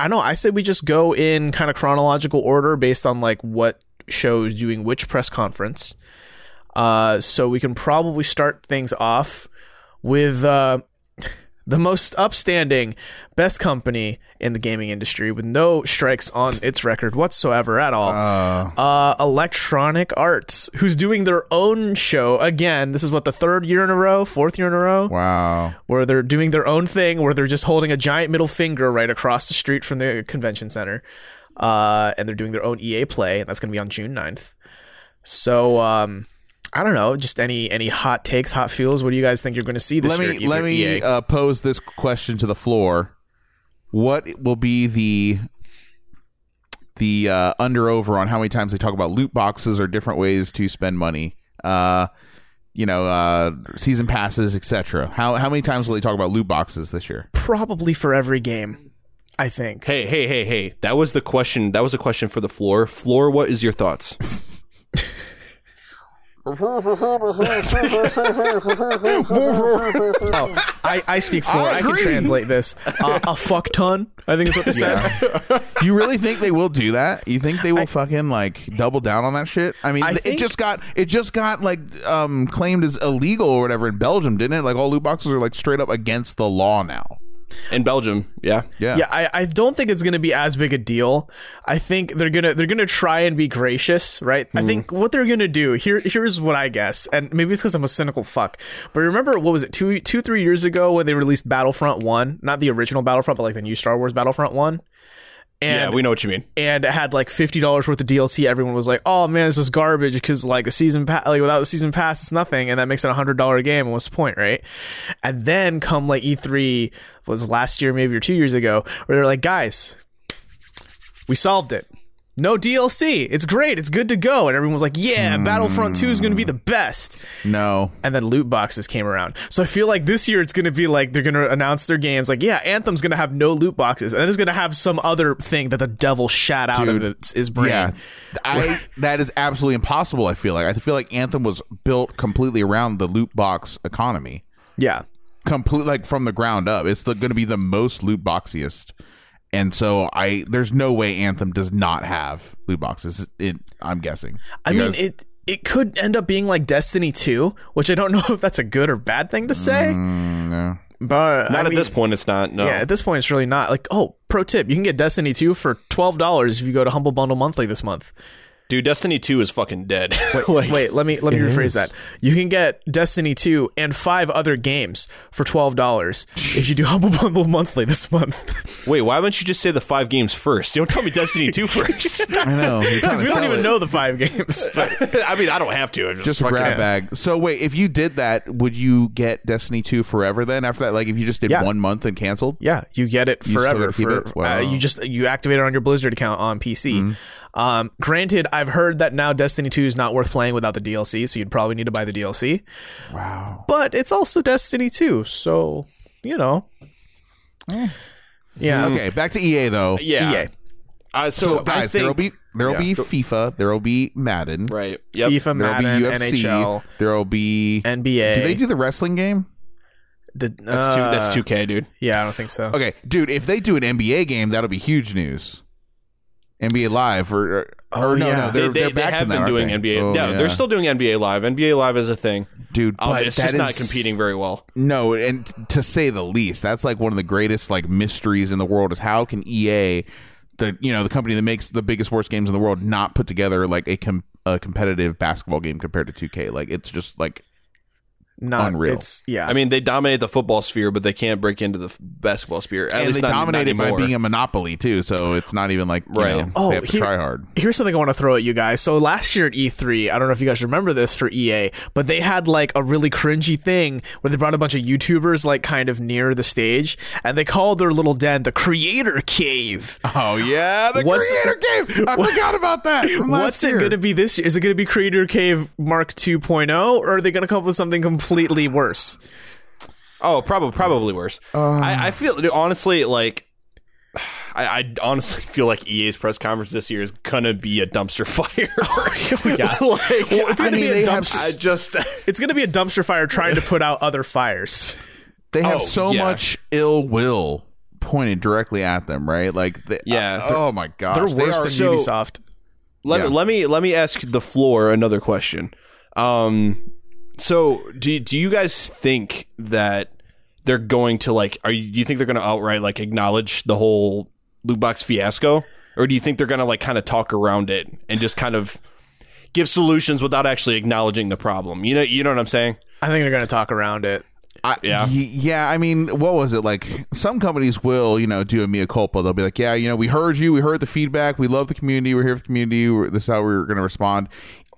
Speaker 1: I know. I said we just go in kind of chronological order based on like what shows doing which press conference. Uh, so we can probably start things off with uh, the most upstanding, best company in the gaming industry with no strikes on its record whatsoever at all
Speaker 2: Uh,
Speaker 1: uh, Electronic Arts, who's doing their own show again. This is what the third year in a row, fourth year in a row,
Speaker 2: wow.
Speaker 1: where they're doing their own thing, where they're just holding a giant middle finger right across the street from the convention center, uh, and they're doing their own EA play, and that's going to be on June 9th. So, um, I don't know, just any any hot takes, hot feels. What do you guys think you're going to see this
Speaker 2: let
Speaker 1: year?
Speaker 2: me
Speaker 1: either E
Speaker 2: let me
Speaker 1: EA?
Speaker 2: uh, pose this question to the floor. What will be the the uh, under over on how many times they talk about loot boxes or different ways to spend money? Uh, you know, uh, season passes, etc. How how many times will they talk about loot boxes this year?
Speaker 1: probably for every game, I think.
Speaker 3: Hey, hey, hey, hey. That was the question. That was a question for the floor. Floor, what is your thoughts?
Speaker 1: Oh, I, I speak fluent. I, can
Speaker 2: agree.
Speaker 1: translate this. Uh, a fuck ton, I think is what they said.
Speaker 2: you really think they will do that? You think they will fucking like double down on that shit? I mean,
Speaker 1: I
Speaker 2: th-
Speaker 1: think-
Speaker 2: it just got it just got like um claimed as illegal or whatever in Belgium, didn't it? Like all loot boxes are like straight up against the law now.
Speaker 3: in Belgium. Yeah,
Speaker 2: Yeah.
Speaker 1: Yeah, I, I don't think it's gonna be as big a deal. I think they're gonna they're gonna try and be gracious, right? I think
Speaker 3: Mm-hmm.
Speaker 1: what they're gonna do here here's what I guess, and maybe it's because I'm a cynical fuck. But remember what was it two two three years ago when they released Battlefront One, not the original Battlefront, but like the new Star Wars Battlefront One.
Speaker 3: yeah,
Speaker 1: And
Speaker 3: we know what you mean.
Speaker 1: and it had like fifty dollars worth of DLC. Everyone was like, "Oh man, this is garbage," because like the season pa- like without the season pass, it's nothing, and that makes it a hundred dollar game. And what's the point, right? And then come like E three was last year, maybe or two years ago, where they're like, "Guys, we solved it." No DLC. It's great. It's good to go. And everyone was like, yeah, Battlefront 2 is going to be the best
Speaker 2: No.
Speaker 1: and then loot boxes came around. So I feel like this year it's going to be like they're going to announce their games. Like, yeah, Anthem's going to have no loot boxes, and then it's going to have some other thing that the devil shat out of its, his brain.
Speaker 2: Yeah. I that is absolutely impossible, I feel like. I feel like Anthem was built completely around the loot box economy.
Speaker 1: Yeah.
Speaker 2: complete like from the ground up. It's going to be the most loot boxiest, and so I there's no way Anthem does not have loot boxes. It, I'm guessing.
Speaker 1: I mean, it it could end up being like Destiny 2, which I don't know if that's a good or bad thing to say. But
Speaker 3: Mm, Not
Speaker 1: I
Speaker 3: at
Speaker 1: mean,
Speaker 3: this point. It's not. No.
Speaker 1: Yeah, at this point, it's really not. Like, oh, pro tip: you can get Destiny 2 for twelve dollars if you go to Humble Bundle monthly this month.
Speaker 3: Dude, Destiny Two is fucking dead.
Speaker 1: Wait, let me let me rephrase that. You can get Destiny 2 and five other games for twelve dollars if you do Humble Bundle monthly this month.
Speaker 3: Wait, why wouldn't you just say the five games first? Don't tell me Destiny Two first.
Speaker 2: I know
Speaker 1: Because we don't even know the five games. But
Speaker 3: I mean, I don't have to. I'm just,
Speaker 2: Just a
Speaker 3: fucking-
Speaker 2: grab bag. So wait, if you did that, would you get Destiny two forever? Then after that, like if you just did
Speaker 1: Yeah.
Speaker 2: one month and canceled,
Speaker 1: yeah, you get it
Speaker 2: still
Speaker 1: forever.
Speaker 2: gotta keep
Speaker 1: for,
Speaker 2: it? Wow. Mm-hmm.
Speaker 1: uh, you just you activate it on your Blizzard account on PC. Um, granted, I've heard that now Destiny 2 is not worth playing without the DLC, so you'd probably need to buy the DLC.
Speaker 2: wow,
Speaker 1: But it's also Destiny 2, so you know.
Speaker 2: Eh.
Speaker 1: Yeah. E
Speaker 2: okay. Back to EA though.
Speaker 3: Yeah.
Speaker 1: EA.
Speaker 3: Uh, so,
Speaker 2: E So
Speaker 3: I
Speaker 2: guys,
Speaker 3: think,
Speaker 2: there'll be there'll
Speaker 3: yeah.
Speaker 2: be FIFA, there'll be Madden,
Speaker 3: right.
Speaker 2: E
Speaker 3: Yep.
Speaker 1: FIFA,
Speaker 2: there'll
Speaker 1: Madden,
Speaker 2: be UFC,
Speaker 1: NHL,
Speaker 2: there'll be.
Speaker 1: NBA.
Speaker 2: do they do the wrestling game?
Speaker 1: The-
Speaker 3: That's two.
Speaker 1: uh,
Speaker 3: That's two K, dude.
Speaker 1: Yeah, I don't think so.
Speaker 2: Okay, dude, if they do an NBA game, that'll be huge news. NBA Live or, or
Speaker 1: Oh,
Speaker 2: no,
Speaker 1: yeah.
Speaker 2: no, they're,
Speaker 3: they, they,
Speaker 2: are
Speaker 3: they
Speaker 2: back
Speaker 3: have
Speaker 2: to that,
Speaker 3: been
Speaker 2: aren't
Speaker 3: doing
Speaker 2: they?
Speaker 3: NBA.
Speaker 2: Oh,
Speaker 3: yeah, they're still doing NBA Live. NBA Live is a thing.
Speaker 2: dude.
Speaker 3: Um,
Speaker 2: but
Speaker 3: it's
Speaker 2: that
Speaker 3: just not
Speaker 2: is-
Speaker 3: competing very well.
Speaker 2: No, and t- to say the least, that's like one of the greatest like mysteries in the world is how can EA, the you know the company that makes the biggest sports games in the world, not put together like a com- a competitive basketball game compared to 2K? Like it's just like
Speaker 1: Not
Speaker 2: Unreal.
Speaker 1: It's yeah.
Speaker 3: I mean, they dominate the football sphere, but they can't break into the f- basketball sphere. At
Speaker 2: and
Speaker 3: least
Speaker 2: they
Speaker 3: not,
Speaker 2: dominated
Speaker 3: not
Speaker 2: by
Speaker 3: anymore.
Speaker 2: being a monopoly too. So it's not even like you
Speaker 3: Right.
Speaker 2: know,
Speaker 1: Oh,
Speaker 2: they have to
Speaker 1: here-
Speaker 2: try hard.
Speaker 1: Here's something I want to throw at you guys. So last year at E3, I don't know if you guys remember this for EA, but they had like a really cringy thing where they brought a bunch of YouTubers like kind of near the stage, and they called their little den the Creator Cave.
Speaker 2: Oh yeah, the
Speaker 1: What's-
Speaker 2: creator game. I forgot about that. from last
Speaker 1: What's
Speaker 2: year.
Speaker 1: it going to be this year? Is it going to be Creator Cave Mark 2.0, or are they going to come up with something completely worse?
Speaker 3: Oh, probably probably worse. I, I feel dude, honestly like. I, I honestly feel like EA's press conference this year is gonna be a dumpster fire.
Speaker 1: Oh, yeah.
Speaker 3: like,
Speaker 1: Well, it's
Speaker 2: I
Speaker 1: going to
Speaker 2: mean,
Speaker 1: be a
Speaker 2: they have
Speaker 1: dumpster.
Speaker 3: I just
Speaker 1: it's going to be a dumpster fire trying to put out other fires.
Speaker 2: They have
Speaker 3: Oh,
Speaker 2: so
Speaker 3: yeah.
Speaker 2: much ill will pointed directly at them, right? Like, they,
Speaker 3: Yeah.
Speaker 2: uh, oh my gosh,
Speaker 1: They're
Speaker 2: They
Speaker 1: worse
Speaker 2: are-
Speaker 1: than
Speaker 3: so-
Speaker 1: Ubisoft.
Speaker 3: let,
Speaker 2: Yeah.
Speaker 3: let me let me ask the floor another question. Um, so do do you guys think that they're going to like? Are you, do you think they're going to outright like acknowledge the whole loot box fiasco, or do you think they're going to like kind of talk around it and just kind of give solutions without actually acknowledging the problem? You know, you know what I'm saying?
Speaker 1: I think they're going to talk around it.
Speaker 2: I,
Speaker 3: Yeah.
Speaker 2: yeah, yeah. I mean, what was it like? Some companies will, you know, do a mea culpa. They'll be like, yeah, you know, we heard you, we heard the feedback, we love the community, we're here for the community. We're, this is how we're going to respond.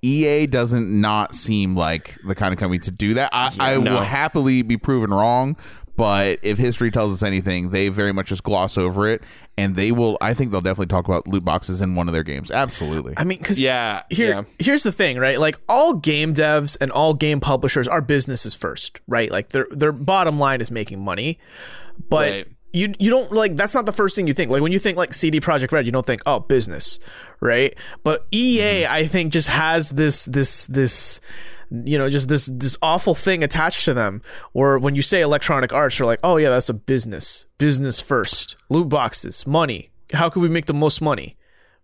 Speaker 2: EA doesn't not seem like the kind of company to do that. I, I
Speaker 3: no.
Speaker 2: will happily be proven wrong, but if history tells us anything, they very much just gloss over it, and they will. I think they'll definitely talk about loot boxes in one of their games. Absolutely.
Speaker 1: I mean, because
Speaker 3: Yeah,
Speaker 1: here
Speaker 3: yeah.
Speaker 1: here's the thing, right? Like all game devs and all game publishers are businesses first, right? Like their their bottom line is making money, but
Speaker 3: Right.
Speaker 1: you you don't like that's not the first thing you think. Like when you think like CD Project Red, you don't think oh business, right? But EA I think just has this this this you know just this this awful thing attached to them where when you say Electronic Arts you're like, "Oh yeah, that's a business. Business first. Loot boxes, money. How can we make the most money?"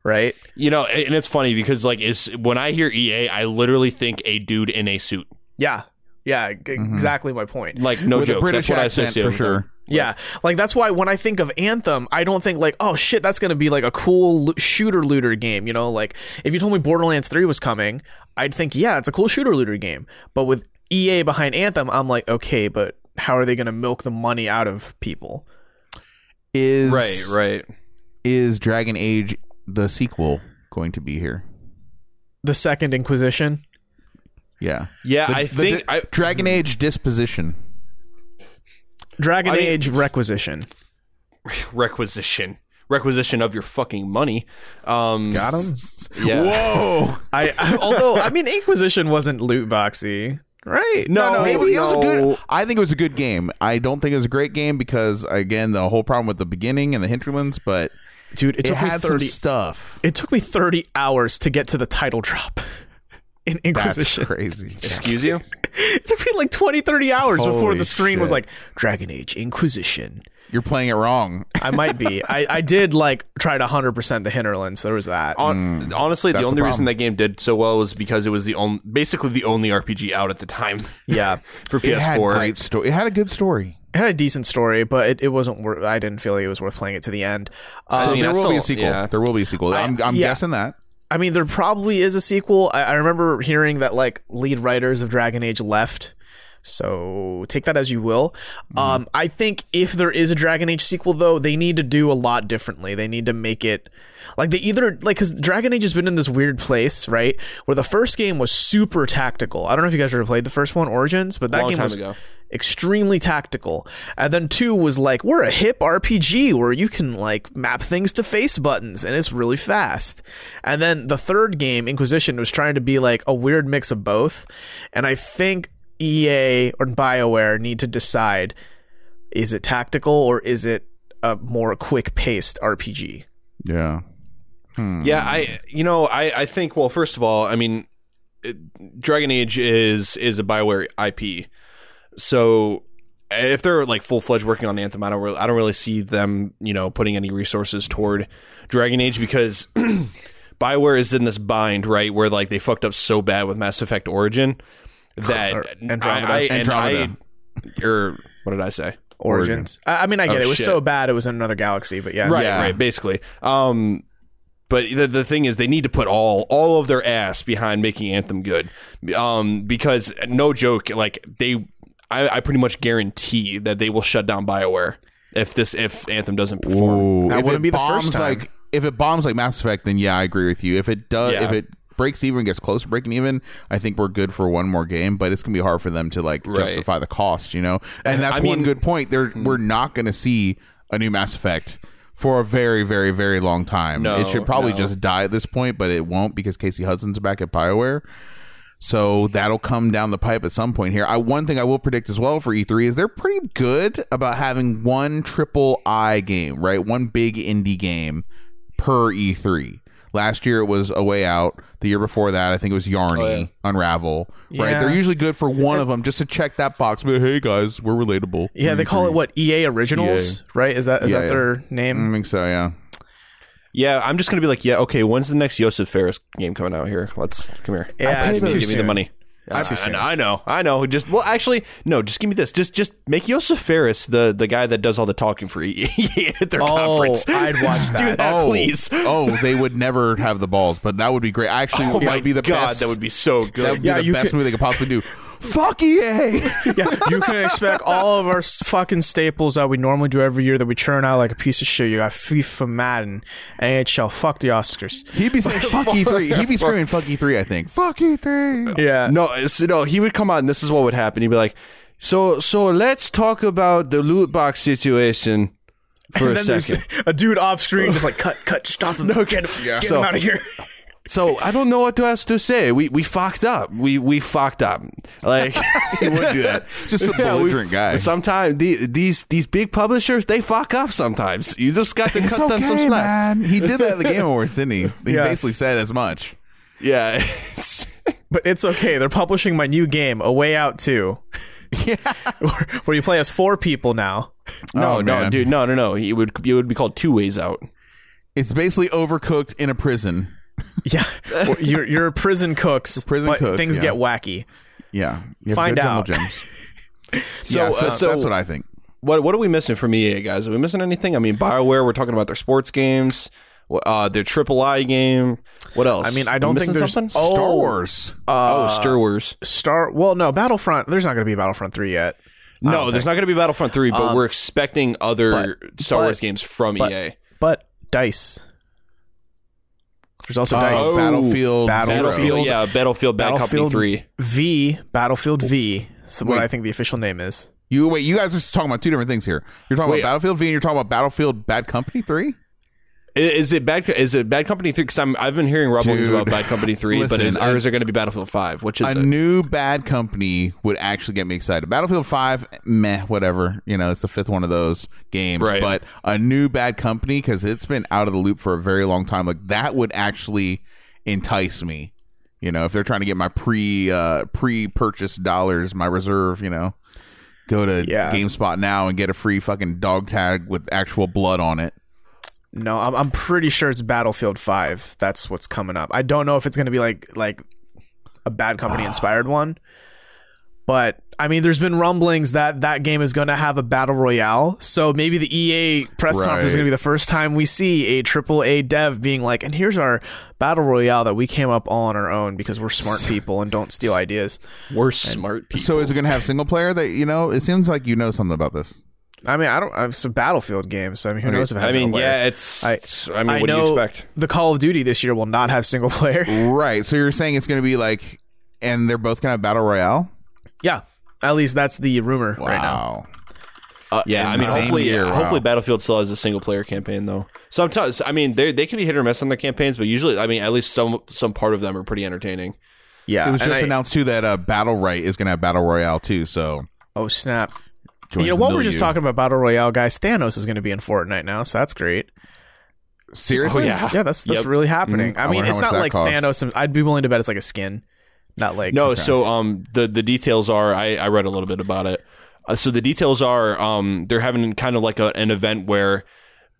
Speaker 1: Right?
Speaker 3: You know, and it's funny because like it's when I hear EA, I literally think a dude in a suit.
Speaker 1: Yeah. Yeah, g- exactly my point.
Speaker 3: Like no
Speaker 2: with
Speaker 3: joke,
Speaker 2: a British
Speaker 3: that's what I
Speaker 2: accent
Speaker 3: associate
Speaker 2: for
Speaker 3: with them.
Speaker 2: sure.
Speaker 1: Yeah, like that's why when I think of Anthem, I don't think like, oh shit, that's gonna be like a cool lo- shooter looter game. You know, like if you told me Borderlands Three was coming, I'd think yeah, it's a cool shooter looter game. But with EA behind Anthem, I'm like, okay, but how are they gonna milk the money out of people?
Speaker 2: Is
Speaker 3: Right, right.
Speaker 2: Is Dragon Age the sequel going to be here?
Speaker 1: The Second Inquisition.
Speaker 2: Yeah,
Speaker 3: Yeah,
Speaker 2: The-
Speaker 3: I
Speaker 2: the
Speaker 3: think
Speaker 2: di-
Speaker 3: I,
Speaker 2: Dragon Age disposition.
Speaker 1: Dragon
Speaker 3: I mean-
Speaker 1: Age Requisition.
Speaker 3: requisition, requisition of your fucking money. Um,
Speaker 2: Got him.
Speaker 3: Yeah.
Speaker 2: Whoa.
Speaker 1: I, I although I mean Inquisition wasn't loot boxy, right?
Speaker 2: No, no, it, was- it was a
Speaker 3: no.
Speaker 2: good. I think it was a good game. I don't think it was a great game because again, the whole problem with the beginning and the hinterlands, but
Speaker 1: dude, it,
Speaker 2: it,
Speaker 1: took
Speaker 2: had
Speaker 1: me
Speaker 2: some
Speaker 1: thirty.
Speaker 2: stuff.
Speaker 1: it took me thirty hours to get to the title drop in
Speaker 2: That's
Speaker 1: Inquisition.
Speaker 2: crazy.
Speaker 3: Excuse you.
Speaker 1: It took me like 20, 30 hours before
Speaker 2: Holy
Speaker 1: the screen was
Speaker 2: shit.
Speaker 1: like Dragon Age Inquisition.
Speaker 2: You're playing it wrong.
Speaker 1: I might be. I, I did like try to 100% the hinterlands. There was
Speaker 2: Oh.
Speaker 1: that.
Speaker 3: On, honestly, the
Speaker 2: Mm. that's the
Speaker 3: only
Speaker 2: problem.
Speaker 3: reason that game did so well was because it was the only, basically the only RPG out at the time
Speaker 1: Yeah.
Speaker 3: for
Speaker 2: It had
Speaker 3: PS4.
Speaker 2: great story. It had a good story.
Speaker 1: It had a decent story, but it, it wasn't worth I didn't feel like it was worth playing it to the end. Uh,
Speaker 2: So
Speaker 3: mean,
Speaker 2: there
Speaker 3: I
Speaker 2: will be a
Speaker 3: still-
Speaker 2: sequel.
Speaker 3: yeah.
Speaker 2: There will be a sequel. I, am I'm
Speaker 1: yeah.
Speaker 2: guessing that.
Speaker 1: I mean, there probably is a sequel. I, I remember hearing that like lead writers of Dragon Age left. So take that as you will.
Speaker 3: Hmm.
Speaker 1: Um, I think if there is a Dragon Age sequel, though, they need to do a lot differently. They need to make it like they either like because Dragon Age has been in this weird place, right? Where the first game was super tactical. I don't know if you guys ever played the first one, Origins, but that
Speaker 3: Long
Speaker 1: game
Speaker 3: time
Speaker 1: was
Speaker 3: ago.
Speaker 1: extremely tactical. And then two was like, we're a hip RPG where you can like map things to face buttons and it's really fast. And then the third game, Inquisition, was trying to be like a weird mix of both. And I think EA or BioWare need to decide is it tactical or is it a more quick paced RPG?
Speaker 2: Yeah.
Speaker 3: Yeah, I you know I I think well first of all I mean, it, Dragon Age is is a Bioware IP, so eh, if they're like full fledged working on Anthem, I don't really, I don't really see them you know putting any resources toward Dragon Age because Bioware is in this bind right where like they fucked up so bad with Mass Effect Origin that
Speaker 1: Or Andromeda.
Speaker 3: I, I,
Speaker 2: Andromeda.
Speaker 3: and I or what did I say?
Speaker 1: Origins. I, I mean, I get
Speaker 3: Oh,
Speaker 1: it. It was
Speaker 3: shit.
Speaker 1: so bad it was in another galaxy, but yeah.
Speaker 3: right
Speaker 2: Yeah.
Speaker 3: right basically um but the, the thing is they need to put all all of their ass behind making anthem good um because no joke like they i, I pretty much guarantee that they will shut down bioware if this if anthem doesn't perform
Speaker 2: Ooh,
Speaker 1: That
Speaker 2: if
Speaker 1: wouldn't
Speaker 2: it
Speaker 1: be the
Speaker 2: bombs
Speaker 1: first time.
Speaker 2: Like, if it bombs like Mass Effect, then yeah, I agree with you. If it does,
Speaker 3: Yeah.
Speaker 2: if it breaks even, gets close to breaking even, I think we're good for one more game. But it's gonna be hard for them to like justify the cost, you know. And that's
Speaker 3: I
Speaker 2: one
Speaker 3: mean-
Speaker 2: good point. There,
Speaker 1: hmm.
Speaker 2: we're not gonna see a new Mass Effect for a very, very, very long time.
Speaker 3: No,
Speaker 2: it should probably
Speaker 3: no.
Speaker 2: just die at this point, but it won't because Casey Hudson's back at Bioware. So that'll come down the pipe at some point here. I one thing I will predict as well for E3 is they're pretty good about having one triple I game, right? One big indie game per E3. Last year it was A Way Out. The year before that, I think it was Yarny,
Speaker 3: Oh, yeah.
Speaker 2: Unravel, right?
Speaker 1: Yeah.
Speaker 2: They're usually good for one of them just to check that box. But hey guys, we're relatable.
Speaker 1: Yeah, they call it what EA Originals, right? Is that is
Speaker 2: E Yeah,
Speaker 1: that
Speaker 2: yeah.
Speaker 1: their name?
Speaker 2: I think so, yeah.
Speaker 3: yeah i'm just gonna be like yeah okay when's the next yosef ferris game coming out here let's come here
Speaker 1: Yeah,
Speaker 3: Give
Speaker 1: it's
Speaker 3: me-
Speaker 1: too
Speaker 3: give me the
Speaker 1: soon.
Speaker 3: money
Speaker 1: It's too soon.
Speaker 3: I, I know, I know. Just well, actually, no. Just give me this. Just, just make Yosef Ferris the the guy that does all the talking for EA at their conference.
Speaker 1: Oh, I'd watch
Speaker 3: Just do
Speaker 1: that.
Speaker 3: that, Uh, please.
Speaker 2: oh, they would never have the balls, but that would be great. Actually,
Speaker 3: Oh
Speaker 2: that
Speaker 3: my
Speaker 2: would be the
Speaker 3: god,
Speaker 2: best.
Speaker 3: that would be so
Speaker 2: That would
Speaker 3: good.
Speaker 2: be
Speaker 1: Yeah,
Speaker 2: the
Speaker 1: you
Speaker 2: best
Speaker 1: could-
Speaker 2: movie they could possibly do. Fuck E EA.
Speaker 1: yeah, you can expect all of our s- fucking staples that we normally do every year that we churn out like a piece of shit. You got FIFA, Madden, NHL. Fuck the Oscars.
Speaker 2: He'd be saying fuck E3. He'd be screaming fuck E3. I think fuck E E3.
Speaker 1: Yeah,
Speaker 3: No, it's- no, he would come on. This is what would happen. He'd be like, "So, so let's talk about the loot box situation for a
Speaker 1: And then there's
Speaker 3: second.
Speaker 1: a dude off screen just like cut, cut, stop him, no, get, him, get
Speaker 3: So-
Speaker 1: him out of here.
Speaker 3: So I don't know what else to say. We we fucked up. We we fucked up. Like
Speaker 2: He would do that. Just a
Speaker 3: we-
Speaker 2: belligerent guy.
Speaker 3: Sometimes the, these these big publishers they fuck up. Sometimes you just got to
Speaker 2: It's
Speaker 3: cut them some
Speaker 2: okay,
Speaker 3: slack.
Speaker 2: man. He did that at the Game Awards, didn't he? He
Speaker 1: Yeah.
Speaker 2: basically said as much.
Speaker 3: Yeah.
Speaker 1: But it's okay. They're publishing my new game, A Way Out 2. where, where you play as four people now.
Speaker 3: no,
Speaker 2: Oh,
Speaker 3: no,
Speaker 2: man.
Speaker 3: dude, no, no, no. It would it would be called two ways out.
Speaker 2: It's basically overcooked in a prison.
Speaker 1: Yeah. Well, you're, you're prison cooks.
Speaker 2: prison
Speaker 1: but
Speaker 2: cooks,
Speaker 1: Things
Speaker 2: yeah.
Speaker 1: get wacky.
Speaker 2: Yeah, you have to
Speaker 1: Find
Speaker 2: go to Jungle
Speaker 1: out.
Speaker 2: Gyms.
Speaker 3: So,
Speaker 2: yeah, so,
Speaker 3: uh, so
Speaker 2: that's what I think.
Speaker 3: what what are we missing from EA guys? Are we missing anything? I mean, Bioware. We're talking about their sports games, wh- uh, their triple I game. What else?
Speaker 1: I mean, I don't
Speaker 3: We
Speaker 1: think
Speaker 3: missing
Speaker 1: there's-
Speaker 3: something.
Speaker 1: Oh, uh,
Speaker 2: Star Wars.
Speaker 3: oh, Star Wars.
Speaker 1: Star. Well, no, Battlefront. There's not going to be Battlefront 3 yet.
Speaker 3: No, there's not going to be Battlefront three, but we're expecting other Star
Speaker 1: Uh, but-
Speaker 3: Wars games from E EA.
Speaker 1: But Dice. There's also Dice.
Speaker 2: Oh, Battlefield.
Speaker 1: Battlefield.
Speaker 2: Zero.
Speaker 3: Battlefield, yeah, Battlefield Bad
Speaker 1: Battlefield
Speaker 3: Company three.
Speaker 1: V. Battlefield V. Is what
Speaker 2: Wait.
Speaker 1: I think the official name is.
Speaker 2: You wait. You guys are just talking about two different things here. You're talking
Speaker 3: Wait.
Speaker 2: about Battlefield V, and you're talking about Battlefield Bad Company Three.
Speaker 3: I- Is it bad? Is it Bad Company three? Because I've been hearing rumblings
Speaker 2: Dude.
Speaker 3: about Bad Company three, but
Speaker 2: Listen,
Speaker 3: is,
Speaker 2: I-
Speaker 3: or is there going to be Battlefield five? Which is
Speaker 2: A
Speaker 3: it?
Speaker 2: new Bad Company would actually get me excited. Battlefield Five, meh, whatever. You know, it's the fifth one of those games.
Speaker 3: Right.
Speaker 2: But a new Bad Company because it's been out of the loop for a very long time. Like that would actually entice me. You know, if they're trying to get my pre uh, pre purchase dollars, my reserve. You know, go to
Speaker 1: Yeah.
Speaker 2: GameSpot now and get a free fucking dog tag with actual blood on it.
Speaker 1: No, I'm, I'm pretty sure it's Battlefield 5. That's what's coming up. I don't know if it's going to be like like a bad company inspired one. But I mean, there's been rumblings that that game is going to have a battle royale. So maybe the EA press conference is
Speaker 2: Right.
Speaker 1: going to be the first time we see a triple A dev being like, "And here's our battle royale that we came up all on our own because we're smart people and don't steal ideas."
Speaker 3: We're smart people.
Speaker 2: So is it going to have single player? That you know, it seems like you know something about this.
Speaker 1: I mean, I don't. uh, It's a Battlefield game, so I mean, who knows if it
Speaker 3: I
Speaker 1: has
Speaker 3: mean,
Speaker 1: single player.
Speaker 3: yeah, it's.
Speaker 1: I-
Speaker 3: it's- I mean,
Speaker 1: I
Speaker 3: what do
Speaker 1: know
Speaker 3: you expect?
Speaker 1: the Call of Duty this year will not have single player.
Speaker 2: Right. So you're saying it's going to be like, and they're both going to have battle royale.
Speaker 1: Yeah. At least that's the rumor right now.
Speaker 3: Yeah,
Speaker 2: in
Speaker 3: I
Speaker 2: the
Speaker 3: mean,
Speaker 2: same
Speaker 3: hopefully,
Speaker 2: year, wow.
Speaker 3: hopefully, Battlefield still has a single player campaign though. Sometimes, I mean, they they can be hit or miss on their campaigns, but usually, I mean, at least some some part of them are pretty entertaining.
Speaker 1: Yeah.
Speaker 2: It was
Speaker 1: Uh, and
Speaker 2: just
Speaker 1: I-
Speaker 2: announced too that uh, Battle Right is going to have battle royale too. So
Speaker 1: Oh snap!
Speaker 2: join
Speaker 1: you know,
Speaker 2: the
Speaker 1: while we're just
Speaker 2: milieu.
Speaker 1: talking about battle royale, guys, Thanos is going to be in Fortnite now, so that's great.
Speaker 2: seriously,
Speaker 3: yeah.
Speaker 1: Oh, Yeah, that's that's
Speaker 3: Yep.
Speaker 1: really happening.
Speaker 2: Mm-hmm. I
Speaker 1: I mean,
Speaker 2: wonder how
Speaker 1: it's
Speaker 2: much
Speaker 1: not
Speaker 2: that
Speaker 1: like
Speaker 2: costs.
Speaker 1: Thanos. and- I'd be willing to bet it's like a skin, not like
Speaker 3: No, so um, the the details are. I I read a little bit about it. Uh, so the details are um, they're having kind of like a, an event where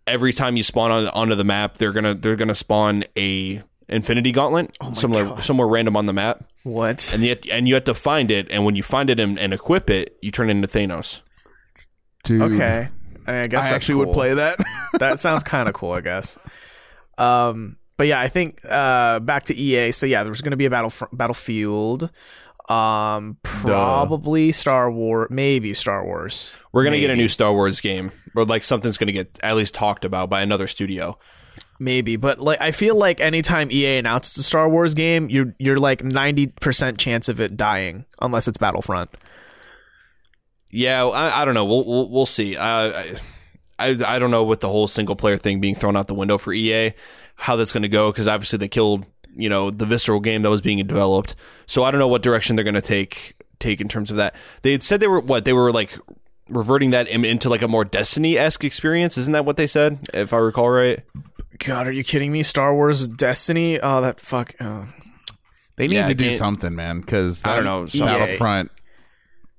Speaker 3: every time you spawn on, onto the map, they're gonna they're gonna spawn a Infinity Gauntlet somewhere somewhere random on the map,
Speaker 1: what?
Speaker 3: and yet and you have to find it, and when you find it and, and equip it, you turn into Thanos.
Speaker 2: dude.
Speaker 1: Okay, I, mean, I guess
Speaker 2: I
Speaker 1: that's
Speaker 2: actually would
Speaker 1: cool.
Speaker 2: play that.
Speaker 1: that sounds kind of cool, I guess. Um, but yeah, I think uh, back to EA. So yeah, there's going to be a battle battlefield. Um, probably Star War, maybe Star Wars.
Speaker 3: We're gonna get a new Star Wars game, or like something's gonna get at least talked about by another studio.
Speaker 1: Maybe, but like I feel like anytime EA announces a Star Wars game, you're you're like ninety percent chance of it dying unless it's Battlefront.
Speaker 3: Yeah, I, I don't know. We'll we'll, we'll see. Uh, I, I I don't know with the whole single player thing being thrown out the window for EA, how that's gonna go because obviously they killed you know the visceral game that was being developed. So I don't know what direction they're gonna take take in terms of that. They had said they were what they were like reverting that im- into like a more Destiny esque experience. Isn't that what they said? If I recall right.
Speaker 1: God, are you kidding me? Star Wars Destiny? Oh, that fuck. Oh.
Speaker 2: They need
Speaker 3: Yeah,
Speaker 2: to do
Speaker 3: it-
Speaker 2: something, man. Because
Speaker 3: I don't know,
Speaker 2: E
Speaker 3: some-
Speaker 2: Battlefront.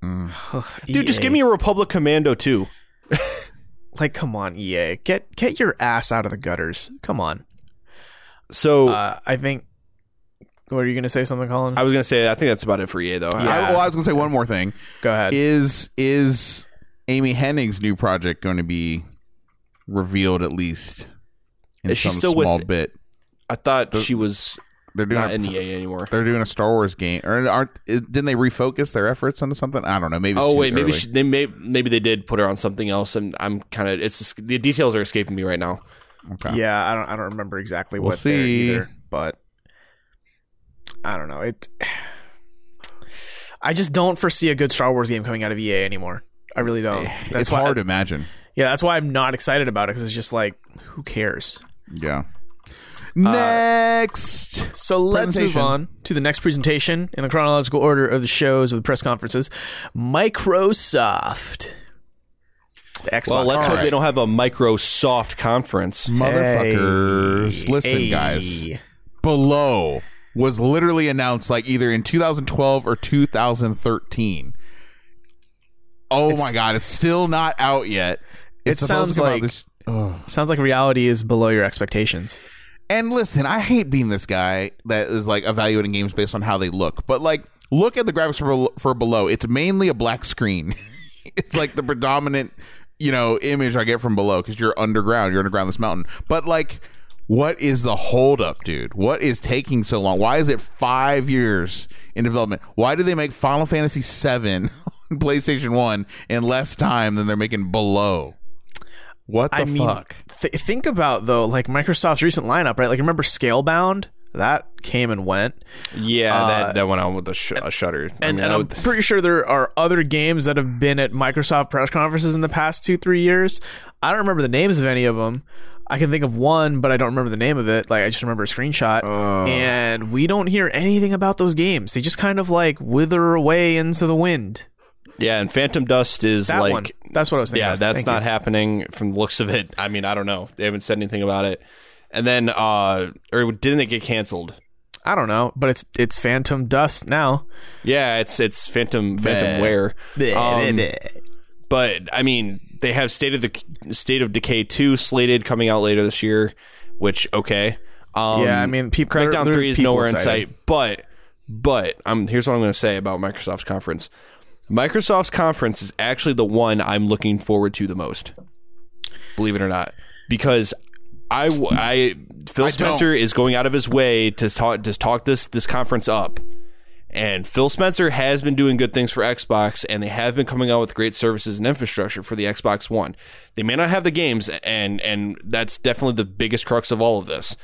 Speaker 2: Mm.
Speaker 3: Dude, just
Speaker 1: E
Speaker 3: give me a Republic Commando too.
Speaker 1: like, come on, EA, get get your ass out of the gutters. Come on.
Speaker 3: So
Speaker 1: Uh, I think. What are you gonna say? Something, Colin?
Speaker 3: I was gonna say I think that's about it for EA though. I-
Speaker 2: I, well, I was going to say one more thing.
Speaker 1: Go ahead.
Speaker 2: Is is Amy Hennig's new project going to be revealed at least in
Speaker 3: Is she
Speaker 2: some
Speaker 3: still with-
Speaker 2: small bit?
Speaker 3: I thought she was
Speaker 2: They're doing
Speaker 3: Uh, not
Speaker 2: a
Speaker 3: in EA anymore.
Speaker 2: they're doing a Star Wars game, or aren't? it- Didn't they refocus their efforts onto something? I don't know. Maybe. It's
Speaker 3: Oh
Speaker 2: too
Speaker 3: wait, maybe
Speaker 2: early.
Speaker 3: she, they may, maybe they did put her on something else, and I'm kind of it's the details are escaping me right now.
Speaker 2: Okay.
Speaker 1: Yeah, I don't I don't remember exactly
Speaker 2: We'll
Speaker 1: what there
Speaker 2: see.
Speaker 1: either, but I don't know. It I just don't foresee a good Star Wars game coming out of EA anymore. I really don't. That's
Speaker 2: Eh, it's
Speaker 1: why,
Speaker 2: hard to imagine.
Speaker 1: Yeah, that's why I'm not excited about it cuz it's just like who cares?
Speaker 2: Yeah. Next.
Speaker 1: So let's move
Speaker 2: Presentation.
Speaker 1: on to the next presentation in the chronological order of the shows of the press conferences. Microsoft. The Xbox.
Speaker 3: Well, let's hope
Speaker 2: right.
Speaker 3: they don't have a Microsoft conference.
Speaker 2: Motherfuckers.
Speaker 1: Hey.
Speaker 2: Listen,
Speaker 1: Hey.
Speaker 2: guys. Below was literally announced like either in 2012 or 2013. Oh my god, it's still not out yet. It's
Speaker 1: It
Speaker 2: supposed
Speaker 1: sounds
Speaker 2: to come out
Speaker 1: like-
Speaker 2: this-
Speaker 1: Sounds like reality is below your expectations.
Speaker 2: And listen, I hate being this guy that is like evaluating games based on how they look, but like look at the graphics for, bel- for below. It's mainly a black screen. it's like the predominant, you know, image I get from below because you're underground. You're underground this mountain. But like, what is the holdup, dude? What is taking so long? Why is it five years in development? Why do they make Final Fantasy VII on PlayStation One in less time than they're making below? What the
Speaker 1: I mean,
Speaker 2: fuck?
Speaker 1: th- think about though, like Microsoft's recent lineup, right? Like remember Scalebound? That came and went,
Speaker 3: Yeah, that, that went on with a, sh- a shutter. I
Speaker 1: and,
Speaker 3: mean,
Speaker 1: and
Speaker 3: I
Speaker 1: I'm
Speaker 3: would-
Speaker 1: pretty sure there are other games that have been at Microsoft press conferences in the past two, three years. I don't remember the names of any of them. I can think of one, but I don't remember the name of it. Like I just remember a screenshot,
Speaker 3: Oh.
Speaker 1: and we don't hear anything about those games. They just kind of like wither away into the wind.
Speaker 3: yeah, and Phantom Dust is
Speaker 1: That
Speaker 3: like
Speaker 1: one, that's what I was thinking.
Speaker 3: yeah,
Speaker 1: of.
Speaker 3: that's
Speaker 1: Thank
Speaker 3: not
Speaker 1: you.
Speaker 3: happening from the looks of it. I mean, I don't know. They haven't said anything about it. And then, uh, or didn't it get canceled?
Speaker 1: I don't know, but it's it's Phantom Dust now.
Speaker 3: Yeah, it's it's Phantom Phantom Wear. Um, but I mean, they have State of the State of Decay two slated coming out later this year, which okay. Um,
Speaker 1: Yeah, I mean, peop- there-
Speaker 3: Crackdown
Speaker 1: there are
Speaker 3: three is
Speaker 1: people
Speaker 3: nowhere in
Speaker 1: excited.
Speaker 3: sight. But but um, here's what I'm going to say about Microsoft's conference. Microsoft's conference is actually the one I'm looking forward to the most. Believe it or not, because I w- I Phil Spencer is going out of his way to talk to talk this this conference up. And Phil Spencer has been doing good things for Xbox, and they have been coming out with great services and infrastructure for the Xbox One. They may not have the games, and and that's definitely the biggest crux of all of this.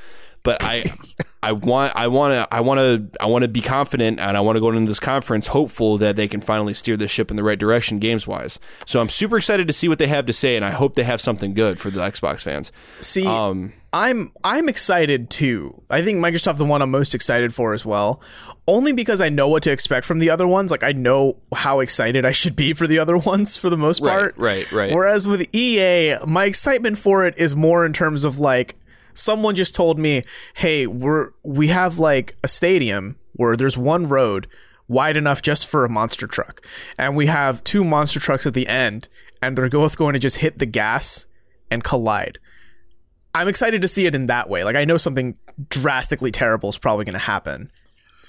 Speaker 3: But I, I want, I want to, I want to, I want to be confident, and I want to go into this conference hopeful that they can finally steer this ship in the right direction games wise. So I'm super excited to see what they have to say, and I hope they have something good for the Xbox fans.
Speaker 1: See,
Speaker 3: Um,
Speaker 1: I'm I'm excited too. I think Microsoft the one I'm most excited for as well, only because I know what to expect from the other ones. Like I know how excited I should be for the other ones for the most part.
Speaker 3: right, right.
Speaker 1: Whereas with EA, my excitement for it is more in terms of like someone just told me, "Hey, we're we have like a stadium where there's one road wide enough just for a monster truck, and we have two monster trucks at the end, and they're both going to just hit the gas and collide." I'm excited to see it in that way. Like I know something drastically terrible is probably going to happen.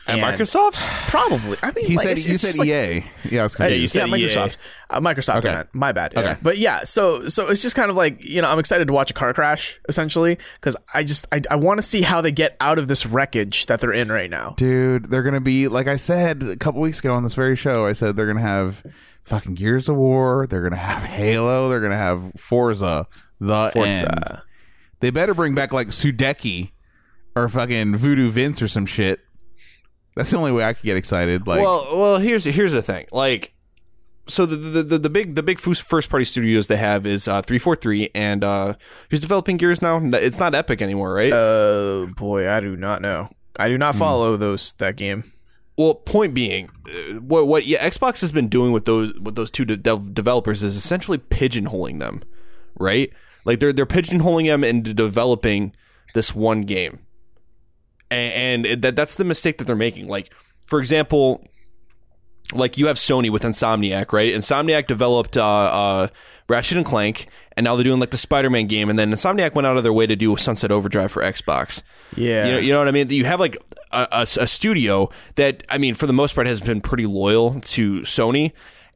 Speaker 3: And
Speaker 1: And-
Speaker 3: Microsoft's
Speaker 1: Probably. I mean,
Speaker 2: He
Speaker 1: like,
Speaker 2: said
Speaker 1: it's-
Speaker 2: you
Speaker 1: it's
Speaker 2: said
Speaker 1: just like-
Speaker 2: EA. Yeah, I was confused.
Speaker 3: you said E EA.
Speaker 1: yeah, Microsoft. Uh, Microsoft I meant. My bad. But yeah, so so it's just kind of like, you know, I'm excited to watch a car crash essentially cuz I just I, I want to see how they get out of this wreckage that they're in right now.
Speaker 2: Dude, they're gonna be like I said a couple weeks ago on this very show. I said they're gonna have fucking Gears of War. They're gonna have Halo. They're gonna have Forza. The Forza. End. They better bring back like Sudeki or fucking Voodoo Vince or some shit. That's the only way I could get excited. Like,
Speaker 3: well, well, here's here's the thing. Like, so the the, the, the big the big first party studios they have is uh, three four three, and uh, who's developing Gears now? N- It's not Epic anymore, right?
Speaker 1: Uh boy, I do not know. I do
Speaker 3: Hmm.
Speaker 1: not follow those that game.
Speaker 3: well, point being, uh, what what yeah, Xbox has been doing with those with those two de- dev- developers is essentially pigeonholing them, right? Like they're they're pigeonholing them into developing this one game, and, and it- that that's the mistake that they're making. Like for example, like you have Sony with Insomniac, right? Insomniac developed uh, uh, Ratchet and Clank, and now they're doing like the Spider-Man game, and then Insomniac went out of their way to do Sunset Overdrive for Xbox.
Speaker 1: Yeah.
Speaker 3: You know, you know what I mean? You have like a, a, a studio that, I mean, for the most part, has been pretty loyal to Sony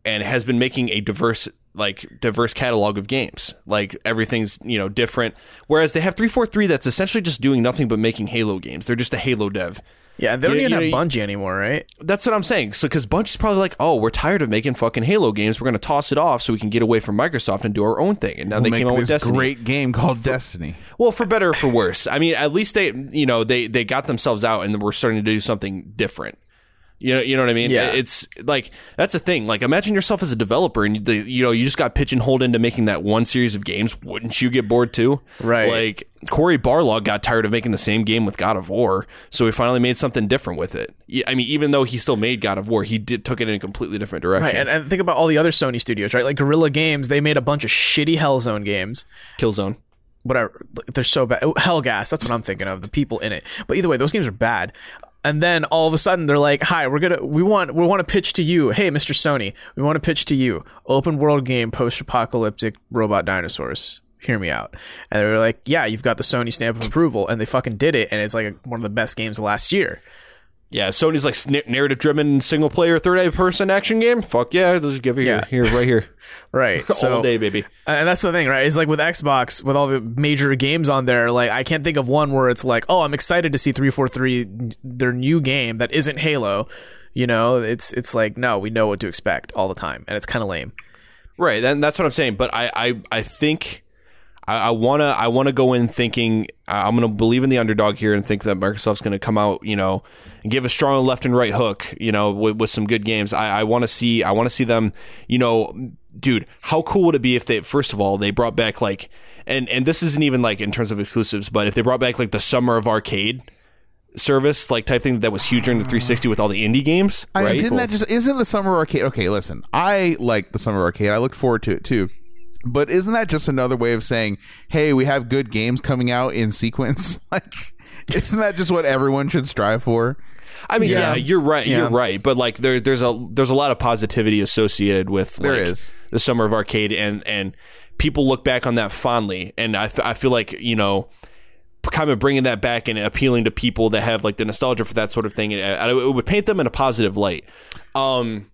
Speaker 3: and has been making a diverse like diverse catalog of games like everything's you know different whereas they have 343 that's essentially just doing nothing but making halo games they're just a halo dev
Speaker 1: yeah, they don't
Speaker 3: you-
Speaker 1: even
Speaker 3: you
Speaker 1: have
Speaker 3: know,
Speaker 1: Bungie anymore, right?
Speaker 3: that's what i'm saying so because bunch is probably like oh we're tired of making fucking halo games we're going to toss it off so we can get away from microsoft and do our own thing and now they
Speaker 2: make
Speaker 3: came out with
Speaker 2: this
Speaker 3: destiny
Speaker 2: great game called Destiny.
Speaker 3: well, for better or for worse. I mean, at least they, you know, they they got themselves out and we're starting to do something different. You know, you know what I mean?
Speaker 1: Yeah.
Speaker 3: It's like that's the thing. Like, imagine yourself as a developer, and the, you know you just got pigeonholed into making that one series of games. Wouldn't you get bored too?
Speaker 1: Right.
Speaker 3: Like Corey Barlog got tired of making the same game with God of War, so he finally made something different with it. Yeah, I mean, even though he still made God of War, he did took it in a completely different direction.
Speaker 1: Right, and, and think about all the other Sony studios, right? Like Guerrilla Games, they made a bunch of shitty Hellzone games.
Speaker 3: Killzone.
Speaker 1: Whatever, they're so bad. Oh, Hellgas, that's what I'm thinking of. The people in it, but either way, those games are bad. And then all of a sudden, they're like, "Hi, we're gonna, we want, we want to pitch to you. Hey, Mr. Sony, we want to pitch to you. Open world game, post-apocalyptic robot dinosaurs. Hear me out." And they were like, "Yeah, you've got the Sony stamp of approval," and they fucking did it, and it's like one of the best games of last year.
Speaker 3: Yeah, Sony's like sn- narrative-driven single-player third-person action game. Fuck yeah, let's just give it
Speaker 1: Yeah.
Speaker 3: here, here, right here,
Speaker 1: Right, so
Speaker 3: all day, baby.
Speaker 1: Uh, And that's the thing, right? It's like with Xbox, with all the major games on there, like I can't think of one where it's like, oh, I'm excited to see 343 n- their new game that isn't Halo. You know, it's it's like no, we know what to expect all the time, and it's kind of lame.
Speaker 3: Right, and that's what I'm saying. But I, I, I think I, I wanna, I wanna go in thinking I- I'm gonna believe in the underdog here and think that Microsoft's gonna come out, you know, and give a strong left and right hook, you know, with, with some good games. I, I want to see, I want to see them, you know, dude. How cool would it be if they, first of all, they brought back like, and and this isn't even like in terms of exclusives, but if they brought back like the summer of arcade service, like type thing that was huge during the 360 with all the indie games,
Speaker 2: I mean,
Speaker 3: right?
Speaker 2: didn't that just isn't the summer arcade? Okay, listen, I like the summer arcade. I looked forward to it too. But isn't that just another way of saying, hey, we have good games coming out in sequence? Like, isn't that just what everyone should strive for?
Speaker 3: I mean,
Speaker 1: Yeah.
Speaker 3: yeah, you're right.
Speaker 1: Yeah.
Speaker 3: You're right. But like, there, there's a there's a lot of positivity associated with
Speaker 2: There
Speaker 3: like,
Speaker 2: is.
Speaker 3: the summer of arcade, and and people look back on that fondly. And I, f- I feel like you know, kind of bringing that back and appealing to people that have like the nostalgia for that sort of thing, and it, it would paint them in a positive light. Um,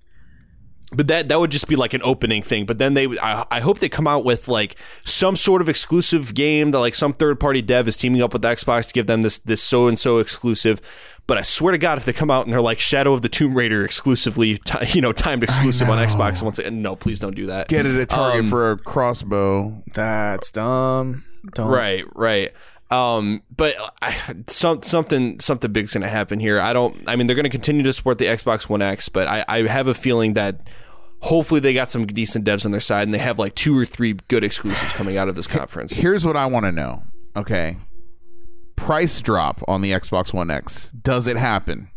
Speaker 3: but that that would just be like an opening thing. But then they, I, I hope they come out with like some sort of exclusive game that like some third party dev is teaming up with Xbox to give them this this so and so exclusive. But I swear to God, if they come out and they're like Shadow of the Tomb Raider exclusively, ti you know, timed exclusive on Xbox once again, no, please don't do that.
Speaker 2: Get it at Target for a crossbow.
Speaker 1: That's dumb. Dumb.
Speaker 3: Right, right. Um, but I, some something something big's gonna happen here. I don't. I mean, they're gonna continue to support the Xbox One X, but I, I have a feeling that hopefully they got some decent devs on their side and they have like two or three good exclusives coming out of this conference.
Speaker 2: Here's what I want to know. Okay. Price drop on the Xbox One X. Does it happen?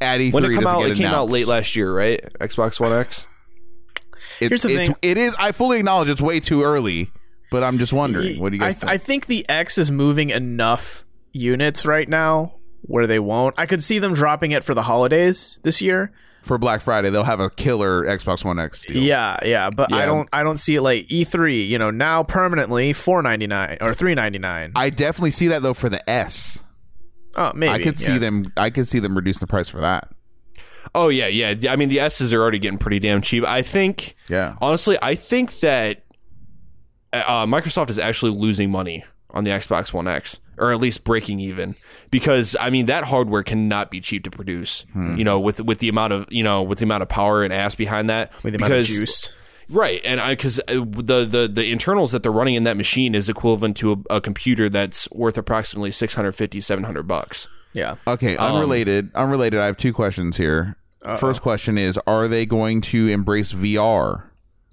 Speaker 2: At E3,
Speaker 3: When it
Speaker 2: does
Speaker 3: come out,
Speaker 2: get
Speaker 3: it came out
Speaker 2: announced?
Speaker 3: late last year, right? Xbox One X.
Speaker 2: It-
Speaker 1: Here's the
Speaker 2: it's,
Speaker 1: thing.
Speaker 2: It is. I fully acknowledge it's way too early, but I'm just wondering. What do you guys
Speaker 1: I,
Speaker 2: think?
Speaker 1: I think the X is moving enough units right now where they won't. I could see them dropping it for the holidays this year.
Speaker 2: for Black Friday, they'll have a killer Xbox One X deal.
Speaker 1: Yeah, yeah, but I
Speaker 3: Yeah.
Speaker 1: don't I don't see it like E3, you know, now permanently 499 or 399.
Speaker 2: I definitely see that though for the S.
Speaker 1: Oh, maybe.
Speaker 2: I could see
Speaker 1: yeah.
Speaker 2: them. I could see them reduce the price for that.
Speaker 3: Oh yeah, yeah. I mean, the S's are already getting pretty damn cheap. I think.
Speaker 2: Yeah.
Speaker 3: Honestly, I think that uh, Microsoft is actually losing money on the Xbox One X, or at least breaking even, because I mean that hardware cannot be cheap to produce.
Speaker 2: Hmm.
Speaker 3: You know, with with the amount of you know with the amount of power and ass behind that,
Speaker 1: with the amount
Speaker 3: because
Speaker 1: of juice.
Speaker 3: right, and I because the the the internals that they're running in that machine is equivalent to a, a computer that's worth approximately 650 700 bucks.
Speaker 1: Yeah.
Speaker 2: Okay.
Speaker 3: Um,
Speaker 2: Unrelated. unrelated. I have two questions here. First question is: Are they going to embrace VR?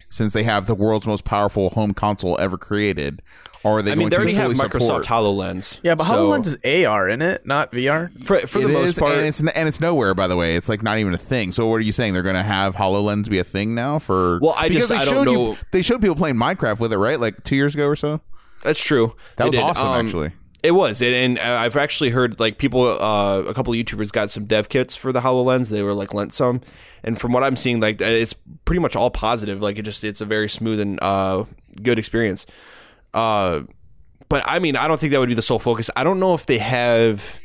Speaker 2: Since they have the world's most powerful home console ever created, are they
Speaker 3: I mean,
Speaker 2: going
Speaker 3: they already
Speaker 2: to
Speaker 3: have
Speaker 2: fully
Speaker 3: Microsoft
Speaker 2: support?
Speaker 3: HoloLens.
Speaker 1: Yeah, but
Speaker 3: so-
Speaker 1: HoloLens is AR in it, not VR.
Speaker 3: for, for the
Speaker 2: It
Speaker 3: most
Speaker 2: is,
Speaker 3: part,
Speaker 2: and it's and it's nowhere. By the way, it's like not even a thing. So what are you saying? They're going to have Hololens be a thing now for?
Speaker 3: Well, I
Speaker 2: because
Speaker 3: just- I
Speaker 2: they showed
Speaker 3: don't know-
Speaker 2: You, they showed people playing Minecraft with it, right? Like two years ago or so.
Speaker 3: that's true.
Speaker 2: That
Speaker 3: They
Speaker 2: was
Speaker 3: did.
Speaker 2: awesome,
Speaker 3: Um,
Speaker 2: actually.
Speaker 3: It was, and, and I've actually heard like people, uh, a couple of YouTubers got some dev kits for the Hololens. They were like lent some, and from what I'm seeing, like uh, it's pretty much all positive. Like it just, it's a very smooth and uh, good experience. Uh, but I mean, I don't think that would be the sole focus. I don't know if they have.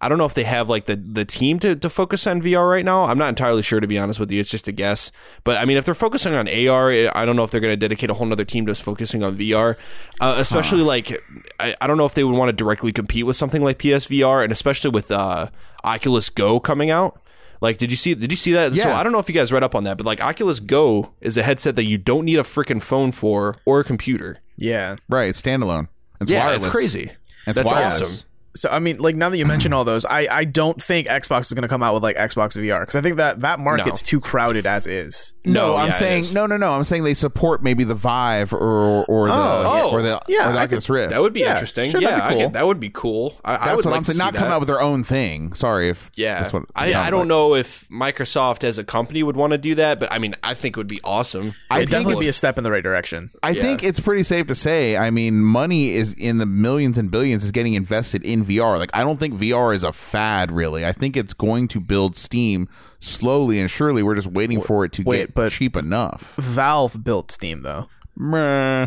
Speaker 3: I don't know if they have like the, the team to, to focus on VR right now. I'm not entirely sure to be honest with you. It's just a guess. But I mean, if they're focusing on AR, I- I don't know if they're going to dedicate a whole other team to focusing on VR. Uh, especially like, I, I don't know if they would want to directly compete with something like PSVR, and especially with uh, Oculus Go coming out. Like, did you see? Did you see that? So
Speaker 2: Yeah.
Speaker 3: I don't know if you guys read up on that, but like Oculus Go is a headset that you don't need a freaking phone for or a computer.
Speaker 1: Yeah.
Speaker 2: Right, it's standalone. It's
Speaker 3: yeah,
Speaker 2: wireless.
Speaker 3: it's crazy.
Speaker 2: It's
Speaker 3: That's
Speaker 2: wireless.
Speaker 3: awesome.
Speaker 1: so I mean, like now that you mention all those, I I don't think Xbox is going to come out with like Xbox VR because I think that that market's too crowded as is.
Speaker 2: No,
Speaker 3: No,
Speaker 2: I'm
Speaker 3: yeah, it
Speaker 2: saying
Speaker 3: is.
Speaker 2: no, no, no. I'm saying they support maybe the Vive or or the
Speaker 3: Oh,
Speaker 2: or the,
Speaker 1: yeah,
Speaker 2: or the
Speaker 1: I
Speaker 2: Oculus Rift.
Speaker 3: That would be
Speaker 1: Yeah,
Speaker 3: interesting.
Speaker 1: sure,
Speaker 3: yeah,
Speaker 1: that'd be
Speaker 3: I
Speaker 1: cool.
Speaker 3: get- that would be cool. I, I
Speaker 2: that's
Speaker 3: would
Speaker 2: what
Speaker 3: like
Speaker 2: I'm
Speaker 3: to
Speaker 2: saying.
Speaker 3: see
Speaker 2: Not come
Speaker 3: that.
Speaker 2: out with their own thing. Sorry if
Speaker 3: Yeah,
Speaker 2: that's what it
Speaker 3: I, I
Speaker 2: sounded
Speaker 3: don't
Speaker 2: like.
Speaker 3: know if Microsoft as a company would want to do that, but I mean, I think it would be awesome.
Speaker 2: I
Speaker 1: It'd
Speaker 2: think
Speaker 1: definitely
Speaker 2: it's-
Speaker 1: be a step in the right direction.
Speaker 2: I think it's pretty safe to say. I mean, money is in the millions and billions is getting invested in VR. Like, I don't think VR is a fad, really. I think it's going to build steam slowly and surely. We're just waiting for it to
Speaker 1: wait,
Speaker 2: get
Speaker 1: but-
Speaker 2: cheap enough.
Speaker 1: Valve built Steam though.
Speaker 2: Meh.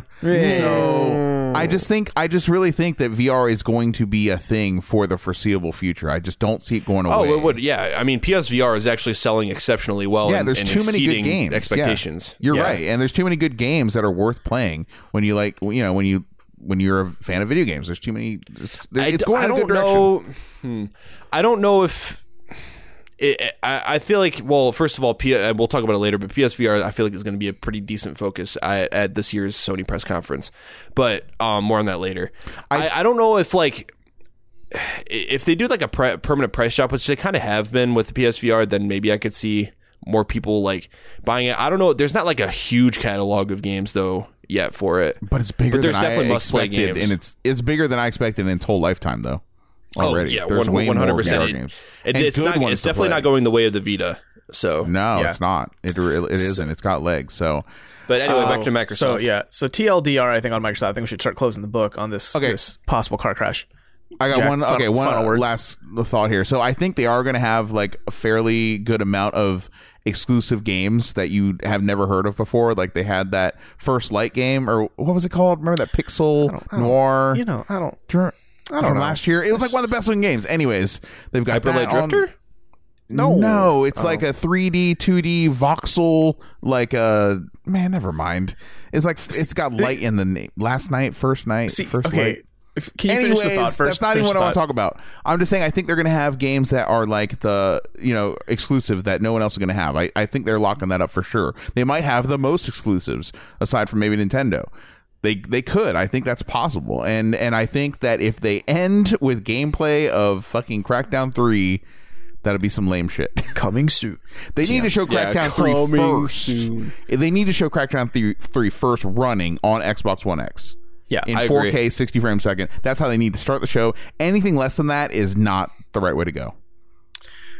Speaker 2: So I just think I just really think that VR is going to be a thing for the foreseeable future. I just don't see it going away.
Speaker 3: Oh, it would. Yeah, I mean, PSVR is actually selling exceptionally well.
Speaker 2: Yeah,
Speaker 3: and,
Speaker 2: there's
Speaker 3: and
Speaker 2: too many good
Speaker 3: exceeding
Speaker 2: games. Yeah.
Speaker 3: Expectations.
Speaker 2: You're
Speaker 3: Yeah.
Speaker 2: right, and there's too many good games that are worth playing. When you like, you know, when you when you're a fan of video games, there's too many. It's, it's
Speaker 3: d-
Speaker 2: going in a good direction.
Speaker 3: Know, hmm. I don't know if. It, I, I feel like well, first of all, P, uh, we'll talk about it later. But PSVR, I feel like is going to be a pretty decent focus at, at this year's Sony press conference. But um, more on that later. I, I, don't know if like i- if they do like a pre- permanent price drop, which they kind of have been with the PSVR, then maybe I could see more people like buying it. I don't know. There's not like a huge catalog of games though yet for it.
Speaker 2: But it's bigger
Speaker 3: But there's
Speaker 2: than
Speaker 3: definitely
Speaker 2: I
Speaker 3: must-play
Speaker 2: expected,
Speaker 3: games.
Speaker 2: and it's it's bigger than I expected in its whole lifetime, though. Already,
Speaker 3: Oh, yeah,
Speaker 2: there's way
Speaker 3: one
Speaker 2: more
Speaker 3: hundred percent.
Speaker 2: VR games.
Speaker 3: It,
Speaker 2: And
Speaker 3: it's
Speaker 2: good
Speaker 3: not.
Speaker 2: ones
Speaker 3: It's
Speaker 2: to
Speaker 3: definitely
Speaker 2: play.
Speaker 3: not going the way of the Vita. So,
Speaker 2: No,
Speaker 1: Yeah.
Speaker 2: it's not. It really it isn't. It's got legs. So
Speaker 3: but anyway, back to
Speaker 1: So-
Speaker 3: Microsoft.
Speaker 1: So yeah, so TLDR, I think on Microsoft, I think we should start closing the book on this
Speaker 2: Okay.
Speaker 1: this possible car crash.
Speaker 2: I got
Speaker 1: Jack,
Speaker 2: one.
Speaker 1: final-
Speaker 2: Okay, one
Speaker 1: final words.
Speaker 2: last thought here. So I think they are going to have like a fairly good amount of exclusive games that you have never heard of before. Like they had that first light game, or what was it called? Remember that Pixel
Speaker 1: I don't-
Speaker 2: Noir?
Speaker 1: You know, I don't.
Speaker 2: Dr-
Speaker 1: don't
Speaker 2: from
Speaker 1: know.
Speaker 2: last year. It was like one of the best looking games. Anyways, they've got
Speaker 3: Hyper Light
Speaker 2: that on-
Speaker 3: Drifter?
Speaker 2: no, no,
Speaker 1: Oh.
Speaker 2: it's like a 3D, 2D voxel. Like a man, never mind. It's like it's got light in the name. Last night, first night,
Speaker 1: See,
Speaker 2: first
Speaker 1: okay.
Speaker 2: light.
Speaker 1: If, can you
Speaker 2: Anyways,
Speaker 1: finish the thought first?
Speaker 2: that's not even what I want
Speaker 1: want
Speaker 2: to talk about. I'm just saying I think they're going to have games that are like the you know exclusive that no one else is going to have. I, I think they're locking that up for sure. They might have the most exclusives aside from maybe Nintendo. They they could. I think that's possible. And and I think that if they end with gameplay of fucking Crackdown three, that'll be some lame shit.
Speaker 1: Coming soon.
Speaker 2: They need to show
Speaker 3: Yeah,
Speaker 2: Crackdown 3
Speaker 3: coming
Speaker 2: first.
Speaker 3: soon.
Speaker 2: They need to show Crackdown 3, 3 first running on Xbox One X.
Speaker 1: Yeah,
Speaker 2: In
Speaker 3: I agree.
Speaker 2: 4K, 60 frames a second. That's how they need to start the show. Anything less than that is not the right way to go.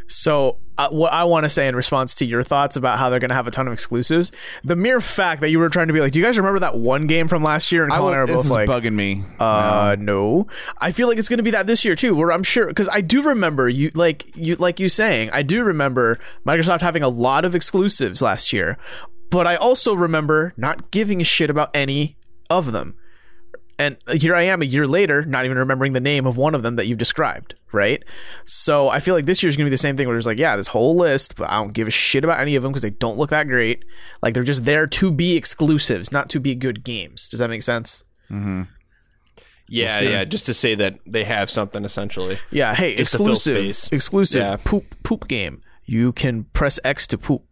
Speaker 1: So, uh, what I want to say in response to your thoughts about how they're going to have a ton of exclusives, the mere fact that you were trying to be like, do you guys remember that one game from last year? And
Speaker 2: I
Speaker 1: Colin
Speaker 2: will,
Speaker 1: and I were
Speaker 2: this
Speaker 1: both
Speaker 2: is
Speaker 1: like,
Speaker 2: bugging me.
Speaker 1: uh, no. I feel like it's going to be that this year too, where I'm sure because I do remember you like you like you saying I do remember Microsoft having a lot of exclusives last year, but I also remember not giving a shit about any of them. And here I am a year later, not even remembering the name of one of them that you've described, right? So I feel like this year's gonna be the same thing where it's like, yeah, this whole list, but I don't give a shit about any of them because they don't look that great. Like they're just there to be exclusives, not to be good games. Does that make sense?
Speaker 3: yeah, yeah. Just to say that they have something essentially.
Speaker 1: Yeah, hey,
Speaker 3: Just to fill
Speaker 1: exclusive,
Speaker 3: space.
Speaker 1: exclusive
Speaker 3: Yeah.
Speaker 1: poop poop game. You can press X to poop.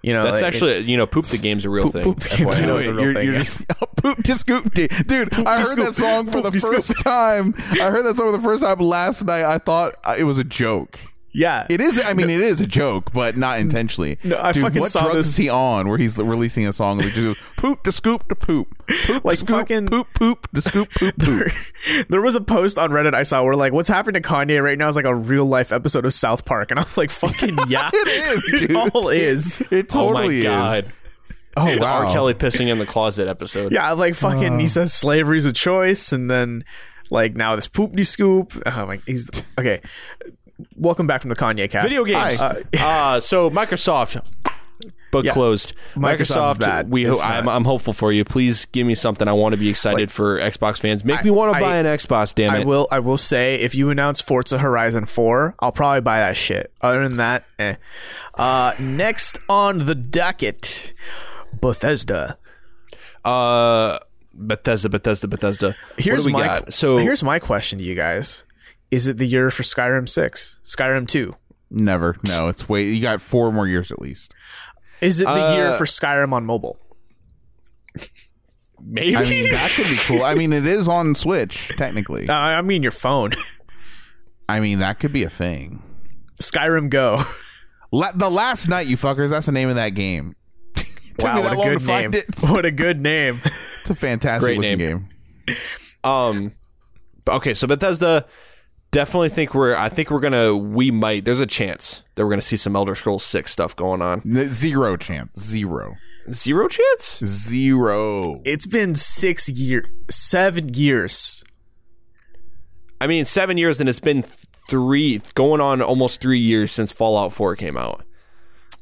Speaker 1: You know,
Speaker 3: That's
Speaker 1: like,
Speaker 3: actually you know, poop the game's a real thing.
Speaker 1: poop the game's
Speaker 3: FYI.
Speaker 1: I know a real- it's
Speaker 2: Dude,
Speaker 1: real
Speaker 2: you're,
Speaker 1: thing,
Speaker 2: you're
Speaker 1: yeah.
Speaker 2: just poop to scoop, dude. Dude, I heard
Speaker 1: scoop.
Speaker 2: that song for
Speaker 1: Poop
Speaker 2: the
Speaker 1: to scoop.
Speaker 2: first time. I heard that song for the first time last night. I thought uh, it was a joke.
Speaker 1: yeah.
Speaker 2: It is. I mean, it is a joke, but not intentionally.
Speaker 1: No, I
Speaker 2: Dude,
Speaker 1: fucking
Speaker 2: what
Speaker 1: saw
Speaker 2: drugs
Speaker 1: this-
Speaker 2: is he on? Where he's releasing a song that just goes, poop to scoop to poop, poop
Speaker 1: Like
Speaker 2: to scoop,
Speaker 1: fucking-
Speaker 2: poop poop to scoop poop poop.
Speaker 1: there was a post on Reddit I saw where like what's happened to Kanye right now is like a real life episode of South Park, and I'm like, fucking yeah,
Speaker 2: It is,
Speaker 1: It
Speaker 2: dude.
Speaker 1: all is.
Speaker 2: It
Speaker 3: Oh my
Speaker 2: totally is.
Speaker 3: god.
Speaker 2: Oh
Speaker 3: The
Speaker 2: wow,
Speaker 3: R. Kelly pissing in the closet episode.
Speaker 1: Yeah, like fucking
Speaker 3: Uh.
Speaker 1: he says slavery's a choice, and then like now this poop de scoop. Oh my, he's okay. Welcome back from the Kanye cast.
Speaker 3: Video games.
Speaker 1: Hi.
Speaker 3: Uh, so Microsoft. Book closed.
Speaker 1: Microsoft's
Speaker 3: Microsoft,
Speaker 1: bad.
Speaker 3: we. Ho-
Speaker 1: It's not.
Speaker 3: I'm, I'm hopeful for you. Please give me something. I want to be excited for Xbox fans. Make me want to
Speaker 1: I-
Speaker 3: buy an Xbox. Damn
Speaker 1: I
Speaker 3: it.
Speaker 1: will. I will say, if you announce Forza Horizon Four, I'll probably buy that shit. Other than that, eh. Uh, next on the docket, Bethesda.
Speaker 3: Uh, Bethesda, Bethesda, Bethesda.
Speaker 1: Here's
Speaker 3: what do we
Speaker 1: my
Speaker 3: got. So
Speaker 1: here's my question to you guys: Is it the year for Skyrim Six, Skyrim Two?
Speaker 2: never. No, it's wait. You got four more years at least.
Speaker 1: Is it the year
Speaker 3: Uh,
Speaker 1: for Skyrim on mobile?
Speaker 3: Maybe.
Speaker 2: I mean, that could be cool. I mean, it is on Switch technically.
Speaker 1: Uh, I mean your phone.
Speaker 2: I mean, that could be a thing.
Speaker 1: Skyrim Go.
Speaker 2: La- the last night, you fuckers. That's the name of that game. Took me that
Speaker 1: what a
Speaker 2: long
Speaker 1: good
Speaker 2: to
Speaker 1: name.
Speaker 2: find it.
Speaker 1: What a good name.
Speaker 2: It's a fantastic
Speaker 3: Great
Speaker 2: looking
Speaker 3: name.
Speaker 2: game.
Speaker 3: Um, but okay, so Bethesda definitely think we're. I think we're gonna. We might. There's a chance that we're gonna see some Elder Scrolls Six stuff going on.
Speaker 2: N- Zero chance. Zero.
Speaker 3: Zero chance.
Speaker 2: Zero.
Speaker 1: It's been six years, seven years.
Speaker 3: I mean, seven years, and it's been th- three, going on almost three years since Fallout Four came out.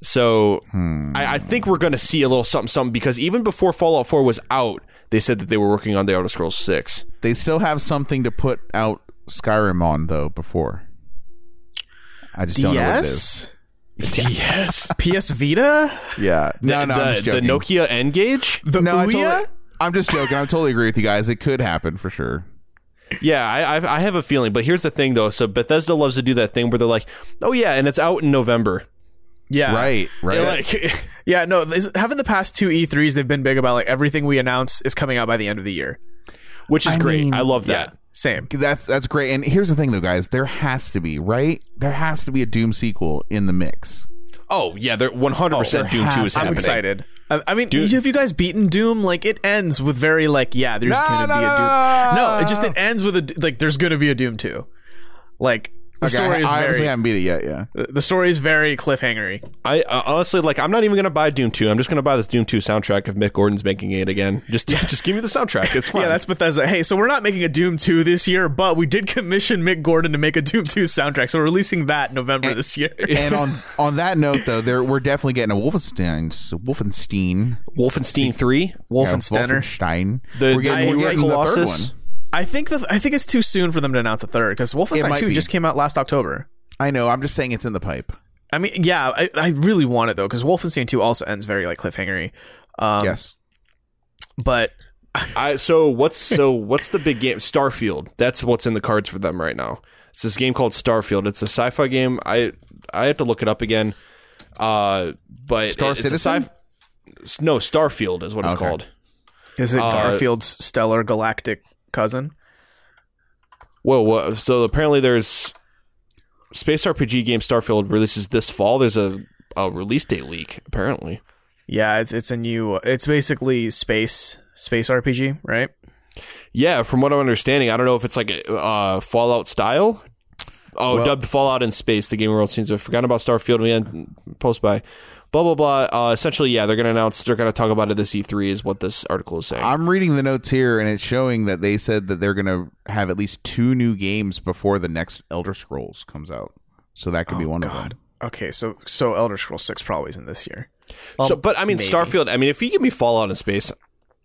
Speaker 3: So I, I think we're gonna see a little something, something because even before Fallout Four was out, they said that they were working on the Elder Scrolls Six.
Speaker 2: They still have something to put out Skyrim on though. Before. I just don't know what it is.
Speaker 1: DS,
Speaker 3: Yes.
Speaker 1: PS Vita,
Speaker 2: Yeah. No, no,
Speaker 3: the,
Speaker 2: I'm just
Speaker 3: the
Speaker 2: joking.
Speaker 3: Nokia N Gauge.
Speaker 1: the
Speaker 2: no, I
Speaker 1: Ouya?
Speaker 2: totally, I'm just joking. I totally agree with you guys. It could happen for sure.
Speaker 3: Yeah, I, I I have a feeling. But here's the thing, though. So Bethesda loves to do that thing where they're like, "Oh yeah," and it's out in November.
Speaker 1: yeah,
Speaker 2: right. Right.
Speaker 3: They're like,
Speaker 1: yeah. No, this, haven't the past two E3s they've been big about like everything we announce is coming out by the end of the year.
Speaker 3: which is
Speaker 2: I
Speaker 3: great.
Speaker 2: mean,
Speaker 3: I love that.
Speaker 1: Same.
Speaker 2: that's that's great. And here's the thing though, guys. There has to be right. There has to be a Doom sequel in the mix.
Speaker 3: Oh yeah, they're 100 percent
Speaker 2: Oh,
Speaker 3: Doom
Speaker 2: there
Speaker 3: Two
Speaker 2: has-
Speaker 3: is
Speaker 2: I'm
Speaker 1: I'm
Speaker 3: happening.
Speaker 1: excited. I, I mean,
Speaker 3: Dude.
Speaker 1: have you guys beaten Doom? Like it ends with very like, yeah, there's gonna be a Doom. No, it just it ends with a like. There's gonna be a Doom two. Like the
Speaker 2: Okay,
Speaker 1: story
Speaker 2: I,
Speaker 1: is
Speaker 2: I obviously
Speaker 1: very
Speaker 2: haven't beat it yet. Yeah.
Speaker 1: the story is very cliffhangery.
Speaker 3: I uh, honestly like. I'm not even gonna buy Doom Two. I'm just gonna buy this Doom Two soundtrack if Mick Gordon's making it again. Just just give me the soundtrack. It's fine.
Speaker 1: Yeah, that's Bethesda. Hey, so we're not making a Doom 2 this year, but we did commission Mick Gordon to make a Doom 2 soundtrack, so we're releasing that November this year.
Speaker 2: and on on that note though, there we're definitely getting a Wolfenstein Wolfenstein
Speaker 3: Wolfenstein Three.
Speaker 2: yeah,
Speaker 1: Wolfensteiner.
Speaker 2: Wolfenstein.
Speaker 3: The-
Speaker 2: we're getting,
Speaker 3: the-
Speaker 2: we're
Speaker 3: yeah,
Speaker 2: getting the third one.
Speaker 3: Colossus.
Speaker 1: I think the, I think it's too soon for them to announce a third because
Speaker 2: It
Speaker 1: Wolfenstein
Speaker 2: might
Speaker 1: 2
Speaker 2: be.
Speaker 1: just came out last October.
Speaker 2: I know. I'm just saying it's in the pipe.
Speaker 1: I mean, yeah, I, I really want it though because Wolfenstein 2 also ends very like cliffhangery. Um,
Speaker 2: yes.
Speaker 1: but
Speaker 3: I, so what's so what's the big game? Starfield. That's what's in the cards for them right now. It's this game called Starfield. It's a sci-fi game. I I have to look it up again. Uh, but
Speaker 2: Star
Speaker 3: it's
Speaker 2: Citizen?
Speaker 3: A sci- no, Starfield is what it's
Speaker 2: Okay.
Speaker 3: called.
Speaker 1: is it
Speaker 3: Uh,
Speaker 1: Garfield's stellar galactic cousin?
Speaker 3: Whoa, whoa! So apparently there's space RPG game Starfield releases this fall. There's a, a release date leak apparently.
Speaker 1: Yeah, it's it's a new. It's basically space space RPG, right?
Speaker 3: Yeah, from what I'm understanding, I don't know if it's like uh, Fallout style. Oh,
Speaker 2: Well-
Speaker 3: dubbed Fallout in space. The game world seems to have forgotten about Starfield. We end post by blah blah blah. Uh, essentially, yeah, they're gonna announce. They're gonna talk about it this E3 is what this article is saying.
Speaker 2: I'm reading the notes here, and it's showing that they said that they're going to have at least two new games before the next Elder Scrolls comes out. So that could
Speaker 1: Oh,
Speaker 2: be one of them.
Speaker 1: Okay, so so Elder Scrolls Six probably isn't this year.
Speaker 3: so, but I
Speaker 1: Um,
Speaker 3: mean,
Speaker 1: maybe.
Speaker 3: Starfield. I mean, if you give me Fallout in space,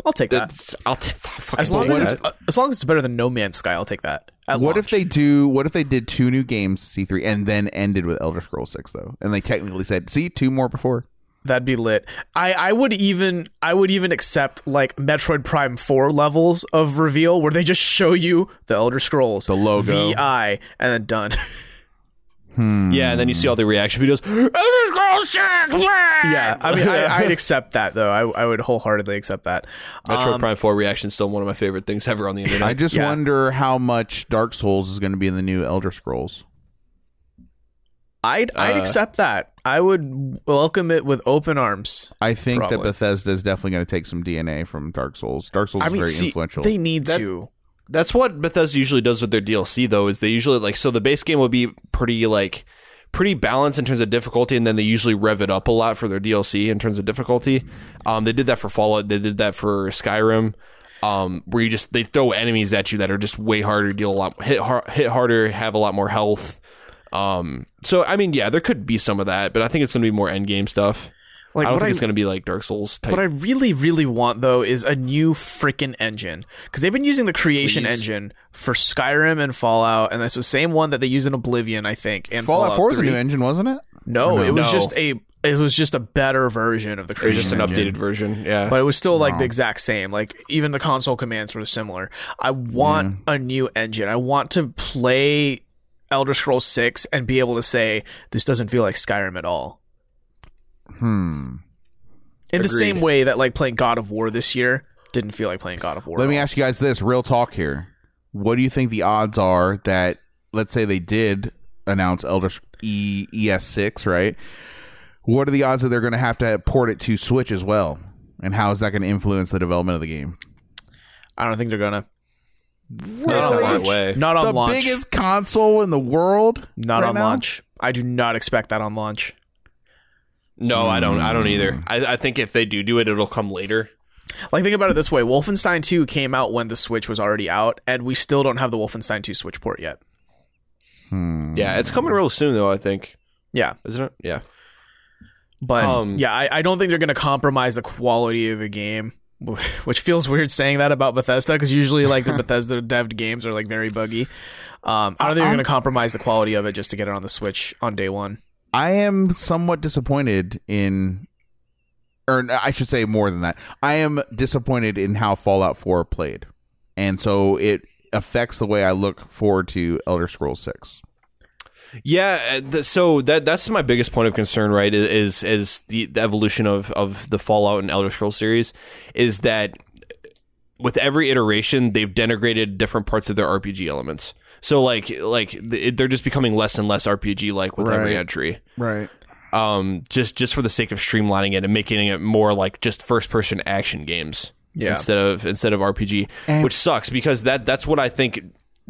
Speaker 1: I'll take that.
Speaker 3: that's- I'll t- fucking
Speaker 1: As long
Speaker 3: take
Speaker 1: as
Speaker 3: that.
Speaker 1: it's uh, as long as it's better than No Man's Sky, I'll take that. At
Speaker 2: What
Speaker 1: launch.
Speaker 2: if they do? What if they did two new games, C three, and then ended with Elder Scrolls six though? And they technically said, "See, two more before."
Speaker 1: That'd be lit. I I would even I would even accept like Metroid Prime Four levels of reveal where they just show you the Elder Scrolls, the
Speaker 2: logo.
Speaker 1: VI, and then done.
Speaker 3: yeah, and then you see all the reaction videos. Elder Scrolls Six.
Speaker 1: yeah,
Speaker 3: Yeah,
Speaker 1: I mean I, I'd accept that though. I I would wholeheartedly accept that. um,
Speaker 3: Metroid Prime Four reaction still one of my favorite things ever on the internet.
Speaker 2: I just
Speaker 1: Yeah.
Speaker 2: wonder how much Dark Souls is going to be in the new Elder Scrolls.
Speaker 1: I'd I'd
Speaker 3: Uh,
Speaker 1: accept that. I would welcome it with open arms.
Speaker 2: I think that
Speaker 1: Probably.
Speaker 2: Bethesda is definitely going to take some DNA from Dark Souls. Dark Souls
Speaker 1: I
Speaker 2: is
Speaker 1: mean,
Speaker 2: very
Speaker 1: see,
Speaker 2: influential.
Speaker 1: they need
Speaker 3: That-
Speaker 1: to.
Speaker 3: That's what Bethesda usually does with their DLC though, is they usually like so the base game will be pretty like pretty balanced in terms of difficulty, and then they usually rev it up a lot for their DLC in terms of difficulty. Um, they did that for Fallout, they did that for Skyrim, um, where you just they throw enemies at you that are just way harder, deal a lot hit har- hit harder, have a lot more health. Um, so I mean, yeah, there could be some of that, but I think it's gonna be more end game stuff.
Speaker 1: Like
Speaker 3: I don't
Speaker 1: what
Speaker 3: think
Speaker 1: I
Speaker 3: it's gonna be like Dark Souls type.
Speaker 1: What I really, really want though is a new freaking engine because they've been using the creation
Speaker 3: Please.
Speaker 1: engine for Skyrim and Fallout, and that's the same one that they use in Oblivion, I think. And Fallout,
Speaker 2: Fallout, 4 is a
Speaker 1: 3.
Speaker 2: new engine, wasn't it?
Speaker 1: No, it was
Speaker 3: No.
Speaker 1: just a it was just a better version of the
Speaker 3: It's
Speaker 1: creation.
Speaker 3: just an
Speaker 1: engine.
Speaker 3: updated version, yeah.
Speaker 1: but it was still like the exact same. Like even the console commands were similar. I want a new engine. I want to play Elder Scrolls Six and be able to say this doesn't feel like Skyrim at all.
Speaker 2: Hmm.
Speaker 1: In the
Speaker 3: Agreed.
Speaker 1: same way that like playing God of War this year didn't feel like playing God of War.
Speaker 2: Let
Speaker 1: at
Speaker 2: me
Speaker 1: all.
Speaker 2: ask you guys this real talk here. What do you think the odds are that, let's say they did announce Elder Sc- e- ES6, right? What are the odds that they're going to have to port it to Switch as well? And how is that going to influence the development of the game?
Speaker 1: I don't think they're gonna.
Speaker 3: That's not right way.
Speaker 1: Not on
Speaker 2: The
Speaker 1: launch.
Speaker 2: biggest console in the world?
Speaker 1: not
Speaker 2: right
Speaker 1: on
Speaker 2: now?
Speaker 1: launch. I do not expect that on launch.
Speaker 3: No, I don't. I don't either. I, I think if they do do it, it'll come later.
Speaker 1: Like think about it this way: Wolfenstein 2 came out when the Switch was already out, and we still don't have the Wolfenstein 2 Switch port yet.
Speaker 2: Hmm.
Speaker 3: Yeah, it's coming real soon though. I think,
Speaker 1: Yeah,
Speaker 3: isn't it? Mm. Yeah.
Speaker 1: but
Speaker 3: Um,
Speaker 1: yeah, I, I don't think they're gonna compromise the quality of a game, which feels weird saying that about Bethesda because usually like the Bethesda devved games are like very buggy. Um, I don't think they're
Speaker 2: I'm-
Speaker 1: gonna compromise the quality of it just to get it on the Switch on day one.
Speaker 2: I am somewhat disappointed in, or I should say more than that. I am disappointed in how Fallout 4 played. And so it affects the way I look forward to Elder Scrolls 6.
Speaker 3: Yeah, uh, th- so that that's my biggest point of concern, right? i- Is is the, the evolution of of the Fallout and Elder Scrolls series is that with every iteration they've denigrated different parts of their RPG elements. So like like th- they're just becoming less and less RPG like with every
Speaker 2: Right.
Speaker 3: entry.
Speaker 2: Right.
Speaker 3: Um, just just for the sake of streamlining it and making it more like just first person action games
Speaker 1: Yeah.
Speaker 3: instead of instead of RPG,
Speaker 2: And-
Speaker 3: which sucks because that that's what I think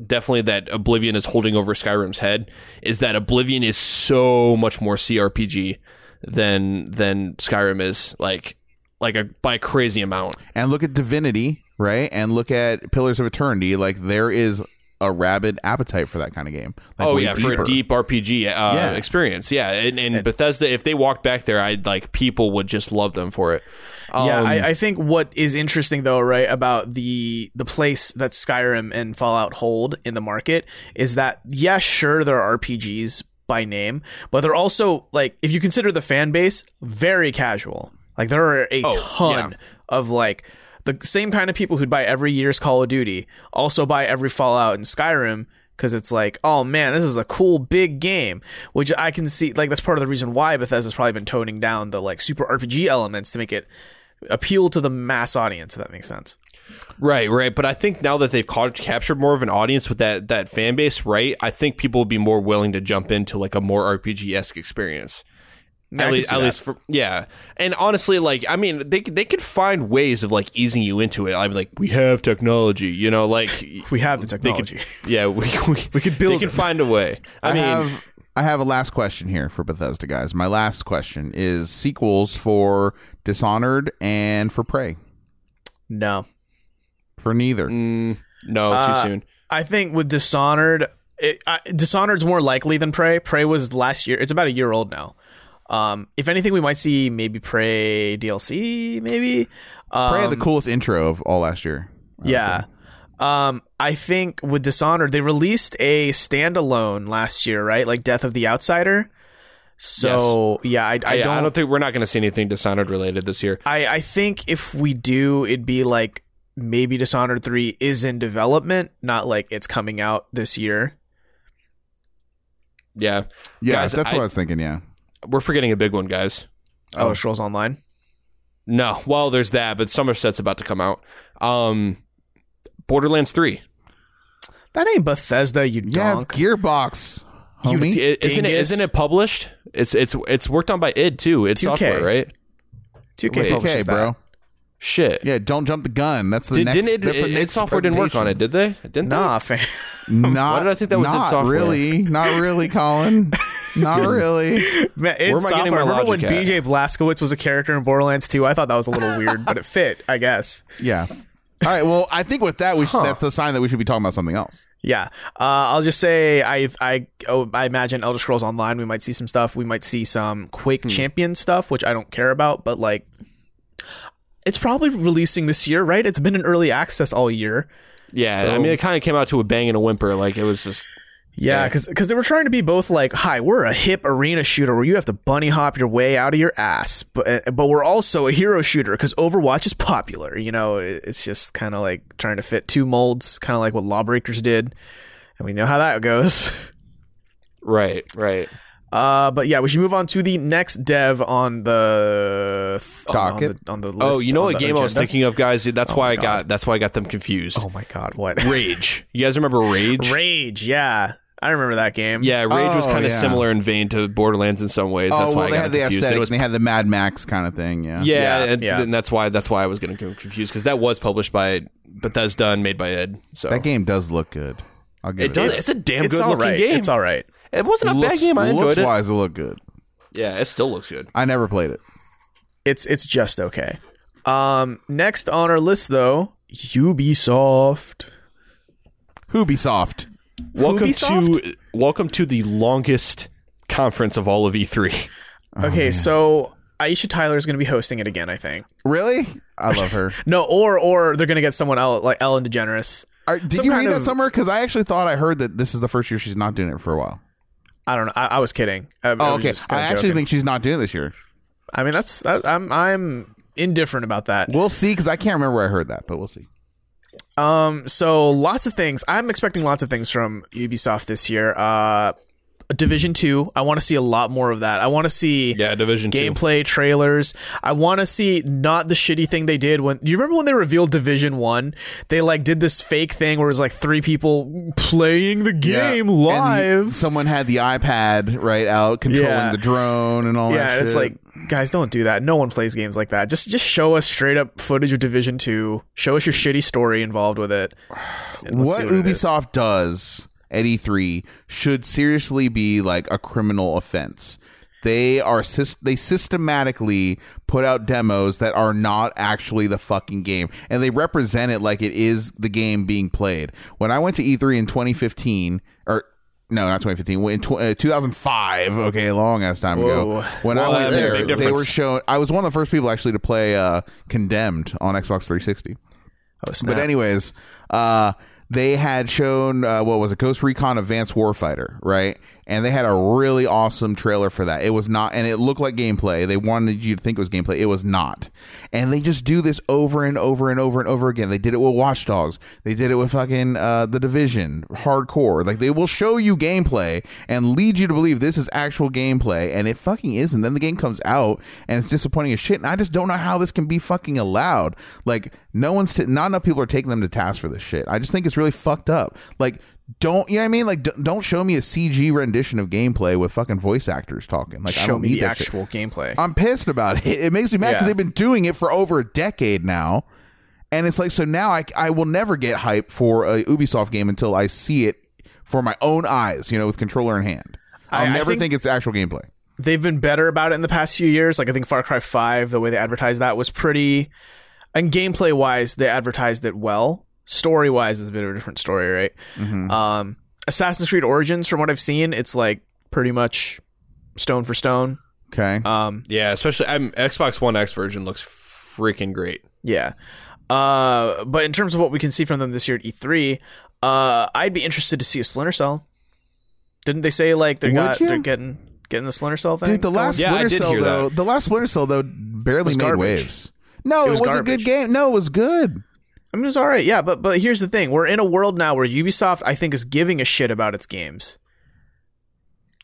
Speaker 3: definitely that Oblivion is holding over Skyrim's head is that Oblivion is so much more CRPG than than Skyrim is like like a by a crazy amount.
Speaker 2: And look at Divinity, right? And look at Pillars of Eternity. Like there is a rabid appetite for that kind of game. Like
Speaker 3: oh
Speaker 2: way
Speaker 3: yeah, for
Speaker 2: deeper.
Speaker 3: a deep RPG uh,
Speaker 2: Yeah.
Speaker 3: experience. Yeah, and, and, Bethesda if they walked back there, I'd like people would just love them for it.
Speaker 1: yeah,
Speaker 3: Um,
Speaker 1: I, I think what is interesting though, right, about the the place that Skyrim and Fallout hold in the market is that yeah, sure, there are RPGs by name, but they're also like if you consider the fan base, very casual. Like there are a ton of like the same kind of people who'd buy every year's Call of Duty also buy every Fallout and Skyrim because it's like, oh man, this is a cool big game, which I can see. Like that's part of the reason why Bethesda's probably been toning down the like super RPG elements to make it appeal to the mass audience. If that makes sense.
Speaker 3: Right, right. But I think now that they've caught, captured more of an audience with that that fan base, right? I think people will be more willing to jump into like a more RPG esque experience.
Speaker 1: I
Speaker 3: at
Speaker 1: can
Speaker 3: least,
Speaker 1: see
Speaker 3: at
Speaker 1: that.
Speaker 3: least for yeah. And honestly, like I mean, they they could find ways of like easing you into it. I'm like, we have technology, you know, like
Speaker 1: We have the
Speaker 3: they could,
Speaker 1: technology.
Speaker 3: yeah, we we, we
Speaker 1: could build
Speaker 3: They can
Speaker 1: it.
Speaker 3: find a way. I,
Speaker 2: I,
Speaker 3: mean,
Speaker 2: have I have a last question here for Bethesda guys. My last question is sequels for Dishonored and for Prey.
Speaker 1: no,
Speaker 2: For neither.
Speaker 3: mm, no,
Speaker 1: Uh,
Speaker 3: too soon.
Speaker 1: I think with Dishonored, it, I, Dishonored's more likely than Prey. Prey was last year. It's about a year old now. Um, if anything, we might see maybe Prey DLC, maybe. Um,
Speaker 2: Prey had the coolest intro of all last year. I would
Speaker 1: Yeah.
Speaker 2: say.
Speaker 1: Um, I think with Dishonored, they released a standalone last year, right? Like Death of the Outsider. So yeah, I, I
Speaker 3: I, I,
Speaker 1: don't.
Speaker 3: don't, think we're not going to see anything Dishonored related this year.
Speaker 1: I, I think if we do, it'd be like maybe Dishonored three is in development, not like it's coming out this year.
Speaker 3: Yeah,
Speaker 2: Yeah,
Speaker 3: Guys,
Speaker 2: that's
Speaker 3: I-
Speaker 2: what I was thinking, yeah.
Speaker 3: we're forgetting a big one, guys.
Speaker 1: Oh,
Speaker 2: Oh.
Speaker 1: Scrolls Online.
Speaker 3: No, well, there's that, but Somerset's about to come out. Um, Borderlands Three.
Speaker 1: That ain't Bethesda, you
Speaker 2: Yeah,
Speaker 1: donk.
Speaker 2: it's Gearbox. Homie.
Speaker 3: See, it- isn't it?
Speaker 1: dingus.
Speaker 3: Isn't it published? It's it's it's worked on by id too. It's
Speaker 1: 2K.
Speaker 3: software, right?
Speaker 1: 2K
Speaker 3: Wait,
Speaker 1: publishes
Speaker 2: okay,
Speaker 1: that.
Speaker 2: bro.
Speaker 3: Shit.
Speaker 2: Yeah, don't jump the gun. That's the
Speaker 3: Did,
Speaker 2: next.
Speaker 3: not it?
Speaker 2: that's the
Speaker 3: id
Speaker 2: next
Speaker 3: software didn't work on it, did they? Didn't
Speaker 1: Nah, fam.
Speaker 2: presentation. Not,
Speaker 3: did I think that was id
Speaker 2: not
Speaker 3: software?
Speaker 2: Really, not really, Colin. not really.
Speaker 1: Man, it's
Speaker 3: am I
Speaker 1: software.
Speaker 3: getting my
Speaker 1: Remember when
Speaker 3: logic
Speaker 1: BJ
Speaker 3: at?
Speaker 1: Blazkowicz was a character in Borderlands 2? I thought that was a little weird, but it fit, I guess.
Speaker 2: Yeah. All right. Well, I think with that, we should, that's a sign that we should be talking about something else.
Speaker 1: Yeah, uh, I'll just say I I oh, I imagine Elder Scrolls Online we might see some stuff. We might see some Quake Champion stuff, which I don't care about, but like, it's probably releasing this year, right? It's been in early access all year.
Speaker 3: they? Yeah.
Speaker 1: So-
Speaker 3: I mean, it kind of came out to a bang and a whimper. Like it was just.
Speaker 1: Yeah,
Speaker 3: Yeah.
Speaker 1: because they were trying to be both like, "Hi, we're a hip arena shooter where you have to bunny hop your way out of your ass," but but we're also a hero shooter because Overwatch is popular. You know, It- it's just kind of like trying to fit two molds, kind of like what Lawbreakers did, and we know how that goes.
Speaker 3: Right. Right.
Speaker 1: Uh, but yeah, we should move on to the next dev on the th- on- on,
Speaker 2: Docket.
Speaker 1: the, on the list.
Speaker 3: Oh, you know
Speaker 1: on the
Speaker 3: what game I was
Speaker 1: agenda?
Speaker 3: thinking of, guys? That's why
Speaker 1: my
Speaker 3: I
Speaker 1: God.
Speaker 3: got. That's why I got them confused.
Speaker 1: Oh my god, what?
Speaker 3: Rage. You guys remember Rage?
Speaker 1: Rage, yeah. I remember that game.
Speaker 3: Yeah, Rage was
Speaker 2: Oh,
Speaker 3: kind of
Speaker 2: yeah.
Speaker 3: similar in vein to Borderlands in some ways. That's
Speaker 2: oh well,
Speaker 3: why I
Speaker 2: they
Speaker 3: got
Speaker 2: had
Speaker 3: it
Speaker 2: the
Speaker 3: confused. And
Speaker 2: aesthetic.
Speaker 3: it
Speaker 2: and
Speaker 3: was
Speaker 2: they had the Mad Max kind of thing. Yeah.
Speaker 3: Yeah,
Speaker 1: Yeah,
Speaker 3: and,
Speaker 1: yeah.
Speaker 3: and that's why that's why I was going to get confused because that was published by Bethesda and made by Ed. So
Speaker 2: That game does look good. I'll give
Speaker 3: it
Speaker 2: it.
Speaker 3: does.
Speaker 2: that.
Speaker 3: It's a damn
Speaker 1: it's
Speaker 3: good
Speaker 1: all
Speaker 3: looking
Speaker 1: right.
Speaker 3: game.
Speaker 1: It's all right.
Speaker 3: it wasn't a bad
Speaker 2: Looks,
Speaker 3: game. I enjoyed
Speaker 2: looks
Speaker 3: it.
Speaker 2: wise, it looked good.
Speaker 3: Yeah, it still looks good.
Speaker 2: I never played it.
Speaker 1: It's it's just okay. Um, next on our list though, Ubisoft.
Speaker 2: Ubisoft.
Speaker 3: Welcome
Speaker 1: Ubisoft?
Speaker 3: to welcome to the longest conference of all of E E3.
Speaker 2: Oh,
Speaker 1: Okay, so Aisha Tyler is going to be hosting it again, I think.
Speaker 2: Really? I love her.
Speaker 1: No, or or they're going to get someone else like Ellen DeGeneres.
Speaker 2: Are, did
Speaker 1: Some
Speaker 2: you
Speaker 1: kind
Speaker 2: read
Speaker 1: of-
Speaker 2: that somewhere? Because I actually thought I heard that this is the first year she's not doing it for a while.
Speaker 1: I don't know. I, I was kidding. I, I
Speaker 2: Oh,
Speaker 1: was
Speaker 2: okay.
Speaker 1: just
Speaker 2: I
Speaker 1: kinda
Speaker 2: actually
Speaker 1: joking.
Speaker 2: think she's not doing it this year.
Speaker 1: I mean, that's I, I'm I'm indifferent about that.
Speaker 2: We'll see, because I can't remember where I heard that, but we'll see.
Speaker 1: Um, so lots of things. I'm expecting lots of things from Ubisoft this year. Uh, Division Two. I want to see a lot more of that. I want to see
Speaker 3: Yeah, Division
Speaker 1: gameplay trailers. I want to see not the shitty thing they did when. Do you remember when they revealed Division One? They like did this fake thing where it was like three people playing the game
Speaker 2: And the-
Speaker 1: live.
Speaker 2: someone had the iPad right out, controlling
Speaker 1: Yeah.
Speaker 2: the drone and all that.
Speaker 1: yeah, and it's
Speaker 2: shit.
Speaker 1: like guys, don't do that. No one plays games like that. Just just show us straight up footage of Division Two. Show us your shitty story involved with it. and let's
Speaker 2: what,
Speaker 1: see it is.
Speaker 2: Ubisoft does at E3 should seriously be like a criminal offense. They are sys- they systematically put out demos that are not actually the fucking game, and they represent it like it is the game being played. When I went to E3 in 2015, or no, not 2015, when- in tw- uh, 2005, okay, long ass time
Speaker 1: Whoa.
Speaker 2: ago. When
Speaker 3: Well,
Speaker 2: I went
Speaker 3: that made a
Speaker 2: there,
Speaker 3: big
Speaker 2: they
Speaker 3: difference.
Speaker 2: were shown. I was one of the first people actually to play uh, Condemned on Xbox 360.
Speaker 1: Oh, snap.
Speaker 2: But anyways, uh, they had shown uh, what was it, Ghost Recon Advanced Warfighter, right? And they had a really awesome trailer for that. It was not, and it looked like gameplay. They wanted you to think it was gameplay. It was not. And they just do this over and over and over and over again. They did it with Watch Dogs. They did it with fucking uh, The Division, Hardcore. Like they will show you gameplay and lead you to believe this is actual gameplay, and it fucking isn't. Then the game comes out and it's disappointing as shit. And I just don't know how this can be fucking allowed. Like no one's, t- not enough people are taking them to task for this shit. I just think it's really fucked up. Like don't you know what I mean? Like d- don't show me a CG rendition of gameplay with fucking voice actors talking. Like I
Speaker 1: show
Speaker 2: don't
Speaker 1: me
Speaker 2: need
Speaker 1: the
Speaker 2: that shit.
Speaker 1: actual Uh, gameplay.
Speaker 2: I'm pissed about it. It makes me mad because
Speaker 1: Yeah.
Speaker 2: they've been doing it for over a decade now. And it's like, so now I, I will never get hype for a Ubisoft game until I see it for my own eyes, you know, with controller in hand.
Speaker 1: I-
Speaker 2: I'll
Speaker 1: I
Speaker 2: never
Speaker 1: think-
Speaker 2: think, it's actual gameplay.
Speaker 1: They've been better about it in the past few years. Like I think Far Cry Five, the way they advertised that was pretty, and gameplay wise, they advertised it well. Story wise, is a bit of a different story, right?
Speaker 2: Mm-hmm.
Speaker 1: Um, Assassin's Creed Origins, from what I've seen, it's like pretty much stone for stone.
Speaker 2: Okay.
Speaker 1: Um,
Speaker 3: Two. Yeah, especially I'm, Xbox One X version looks freaking great.
Speaker 1: Yeah. Uh, but in terms of what we can see from them this year at E3, uh, I'd be interested to see a Splinter Cell. Didn't they say like they
Speaker 2: Would
Speaker 1: got
Speaker 2: you?
Speaker 1: they're getting getting the Splinter Cell thing?
Speaker 2: Dude, the last
Speaker 3: Yeah, I
Speaker 2: Splinter
Speaker 3: did
Speaker 2: Cell
Speaker 3: hear
Speaker 2: though, the last Splinter Cell though barely
Speaker 1: was
Speaker 2: made
Speaker 1: garbage.
Speaker 2: waves. No,
Speaker 1: It
Speaker 2: it,
Speaker 1: was
Speaker 2: was, a
Speaker 1: garbage.
Speaker 2: good game. No, it was good.
Speaker 1: I mean, it's all right, yeah, but but here's the thing: we're in a world now where Ubisoft, I think, is giving a shit about its games.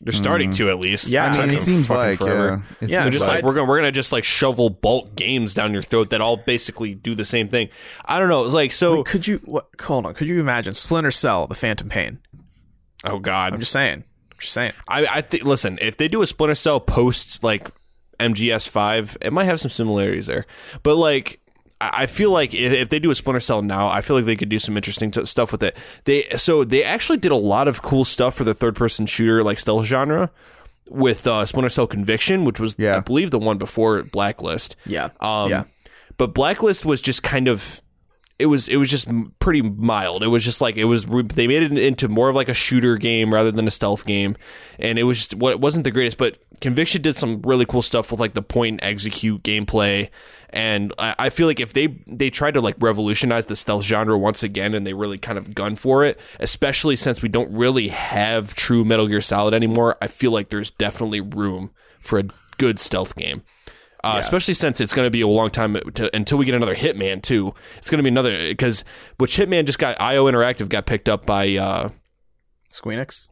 Speaker 3: They're starting to at least.
Speaker 1: Yeah, I
Speaker 2: Mm-hmm. I
Speaker 1: mean,
Speaker 2: mean,
Speaker 1: took
Speaker 2: it seems like yeah, It
Speaker 1: Yeah,
Speaker 2: seems
Speaker 3: They're just
Speaker 1: Right.
Speaker 3: like we're gonna we're gonna just like shovel bulk games down your throat that all basically do the same thing. I don't know. It's like so.
Speaker 1: Like, could you what? Hold on, could you imagine Splinter Cell, the Phantom Pain?
Speaker 3: oh God,
Speaker 1: I'm just saying, I'm just saying.
Speaker 3: I, I think listen, if they do a Splinter Cell post like MGS five, it might have some similarities there. But like, I, I feel like if, if they do a Splinter Cell now, I feel like they could do some interesting t- stuff with it. They so they actually did a lot of cool stuff for the third person shooter like stealth genre with uh, Splinter Cell Conviction, which was I
Speaker 2: Yeah.
Speaker 3: believe the one before Blacklist.
Speaker 1: Yeah,
Speaker 3: Um,
Speaker 1: yeah.
Speaker 3: But Blacklist was just kind of. It was it was just m- pretty mild. It was just like it was. re- They made it into more of like a shooter game rather than a stealth game, and it was just what it wasn't the greatest. But Conviction did some really cool stuff with like the point and execute gameplay, and I, I feel like if they they tried to like revolutionize the stealth genre once again, and they really kind of gun for it, especially since we don't really have true Metal Gear Solid anymore. I feel like there's definitely room for a good stealth game uh, especially since it's going to be a long time to, until we get another Hitman too. It's going to be another because which Hitman just got IO Interactive got picked up by uh,
Speaker 1: Squeenix.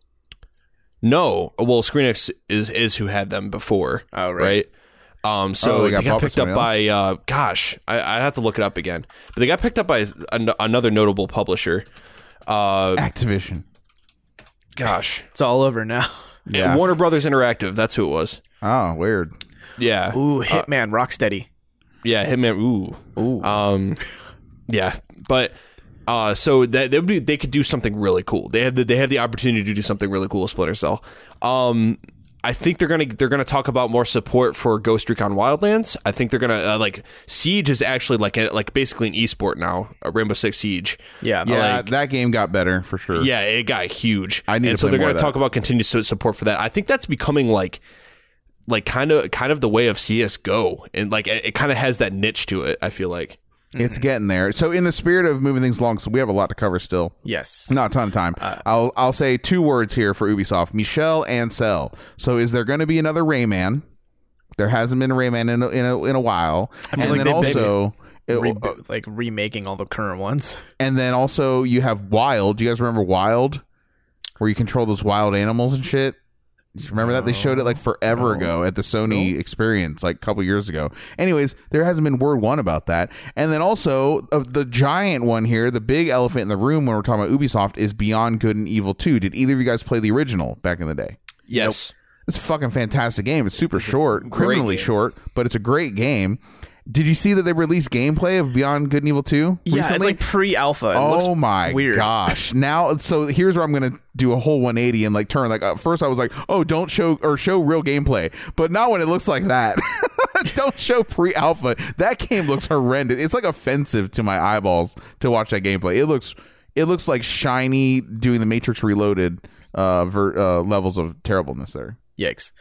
Speaker 3: No, well, ScreenX is is who had them before,
Speaker 1: Oh, right.
Speaker 3: right? Um, so
Speaker 2: Oh,
Speaker 3: they got,
Speaker 2: bought by
Speaker 3: picked up
Speaker 2: somebody
Speaker 3: by uh, gosh, I, I have to look it up again, but they got picked up by s- an- another notable publisher. Uh,
Speaker 2: Activision.
Speaker 3: gosh,
Speaker 1: It's all over now.
Speaker 2: Yeah.
Speaker 3: Warner Brothers Interactive. That's who it was.
Speaker 2: Oh, weird.
Speaker 3: Yeah,
Speaker 1: Ooh,
Speaker 2: Uh,
Speaker 1: Hitman, Rocksteady.
Speaker 3: yeah, Hitman. Ooh, ooh. Um, yeah, but uh, so that they would be, they could do something really cool. They have the, they have the opportunity to do something really cool with Splinter Cell. Um, I think they're gonna they're gonna talk about more support for Ghost Recon Wildlands. I think they're gonna uh, like Siege is actually like a, like basically an esport now, a Rainbow Six Siege.
Speaker 1: Yeah.
Speaker 2: Yeah,
Speaker 1: like-
Speaker 2: that game got better for sure.
Speaker 3: Yeah, it got huge.
Speaker 2: I need
Speaker 3: and
Speaker 2: to
Speaker 3: so
Speaker 2: play
Speaker 3: they're
Speaker 2: more
Speaker 3: gonna
Speaker 2: of that.
Speaker 3: talk about continued su- support for that. I think that's becoming like like kind of kind of the way of CS:GO and like it, it kind of has that niche to it, I feel like.
Speaker 2: It's getting there. So, in the spirit of moving things along, so we have a lot to cover still.
Speaker 1: yes. Uh,
Speaker 2: Not a ton of time. I'll I'll say two words here for Ubisoft: Michelle Ancel. So, is there going to be another Rayman? There hasn't been a Rayman in a, in a, in a while, and
Speaker 1: like
Speaker 2: then
Speaker 1: they
Speaker 2: also. It,
Speaker 1: Re- like remaking all the current ones.
Speaker 2: and then also you have Wild. Do you guys remember Wild, where you control those wild animals and shit? Do you remember that they showed it like forever ago at the Sony experience, like a couple years ago. Anyways, there hasn't been word one about that. And then also of the giant one here, the big elephant in the room when we're talking about Ubisoft is Beyond Good and Evil Two. Did either of you guys play the original back in the day?
Speaker 3: Yes.
Speaker 2: It's a fucking fantastic game. It's super short, criminally
Speaker 3: game.
Speaker 2: short, but it's a great game. Did you see that they released gameplay of Beyond Good and Evil Two?
Speaker 1: Yeah,
Speaker 2: recently?
Speaker 1: it's like pre-alpha. It
Speaker 2: oh
Speaker 1: looks
Speaker 2: my
Speaker 1: weird.
Speaker 2: gosh! Now, so here's where I'm gonna do a whole 180 and like turn. Like at first, I was like, "Oh, don't show or show real gameplay," but not when it looks like that. don't show pre-alpha. That game looks horrendous. It's like offensive to my eyeballs to watch that gameplay. It looks it looks like shiny doing the Matrix Reloaded uh, ver- uh levels of terribleness there.
Speaker 1: Yikes.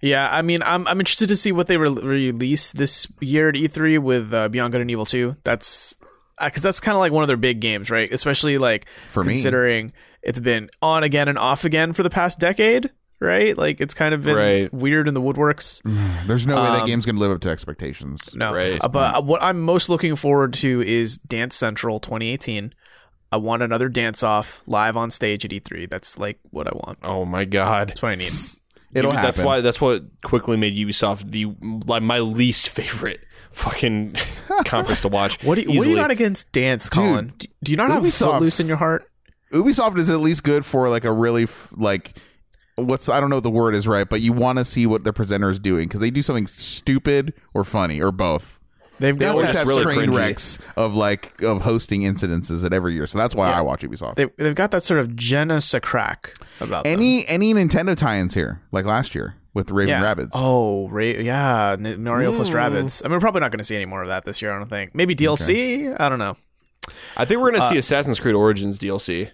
Speaker 1: Yeah, I mean, I'm I'm interested to see what they re- release this year at E3 with uh, Beyond Good and Evil 2. That's because that's kind of like one of their big games, right? Especially like
Speaker 2: For me.
Speaker 1: considering it's been on again and off again for the past decade, right? Like it's kind of been
Speaker 3: Right.
Speaker 1: weird in the woodworks.
Speaker 2: There's no way that game's gonna live up to expectations.
Speaker 1: Um, No,
Speaker 3: Right.
Speaker 1: Uh, but uh, what I'm most looking forward to is Dance Central 2018. I want another dance off live on stage at E3. That's like what I want.
Speaker 3: Oh my god.
Speaker 1: That's what I need.
Speaker 2: It'll
Speaker 3: Ubi-
Speaker 2: happen.
Speaker 3: That's why. That's what quickly made Ubisoft the like, my least favorite fucking conference to watch.
Speaker 1: What do you, what are you
Speaker 3: easily.
Speaker 1: not against dance, Colin? Do, do you not have
Speaker 2: Ubisoft-
Speaker 1: Footloose in your heart?
Speaker 2: Ubisoft is at least good for like a really f- like what's I don't know what the word is right, but you want to see what the presenter is doing because they do something stupid or funny or both.
Speaker 1: They've
Speaker 2: They
Speaker 1: got
Speaker 2: always
Speaker 1: that,
Speaker 2: have
Speaker 3: really
Speaker 2: train
Speaker 3: cringy.
Speaker 2: wrecks of like of hosting incidences at every year, so that's why I watch Ubisoft.
Speaker 1: they, they've got that sort of je ne sais crack about them.
Speaker 2: any any Nintendo tie-ins here, like last year with Raven
Speaker 1: yeah.
Speaker 2: Rabbids.
Speaker 1: Oh, ra- yeah, N- Mario
Speaker 2: Mm.
Speaker 1: plus Rabbids. I mean, we're probably not going to see any more of that this year. I don't think. Maybe DLC. I don't know.
Speaker 3: I think we're gonna see Assassin's Creed Origins DLC.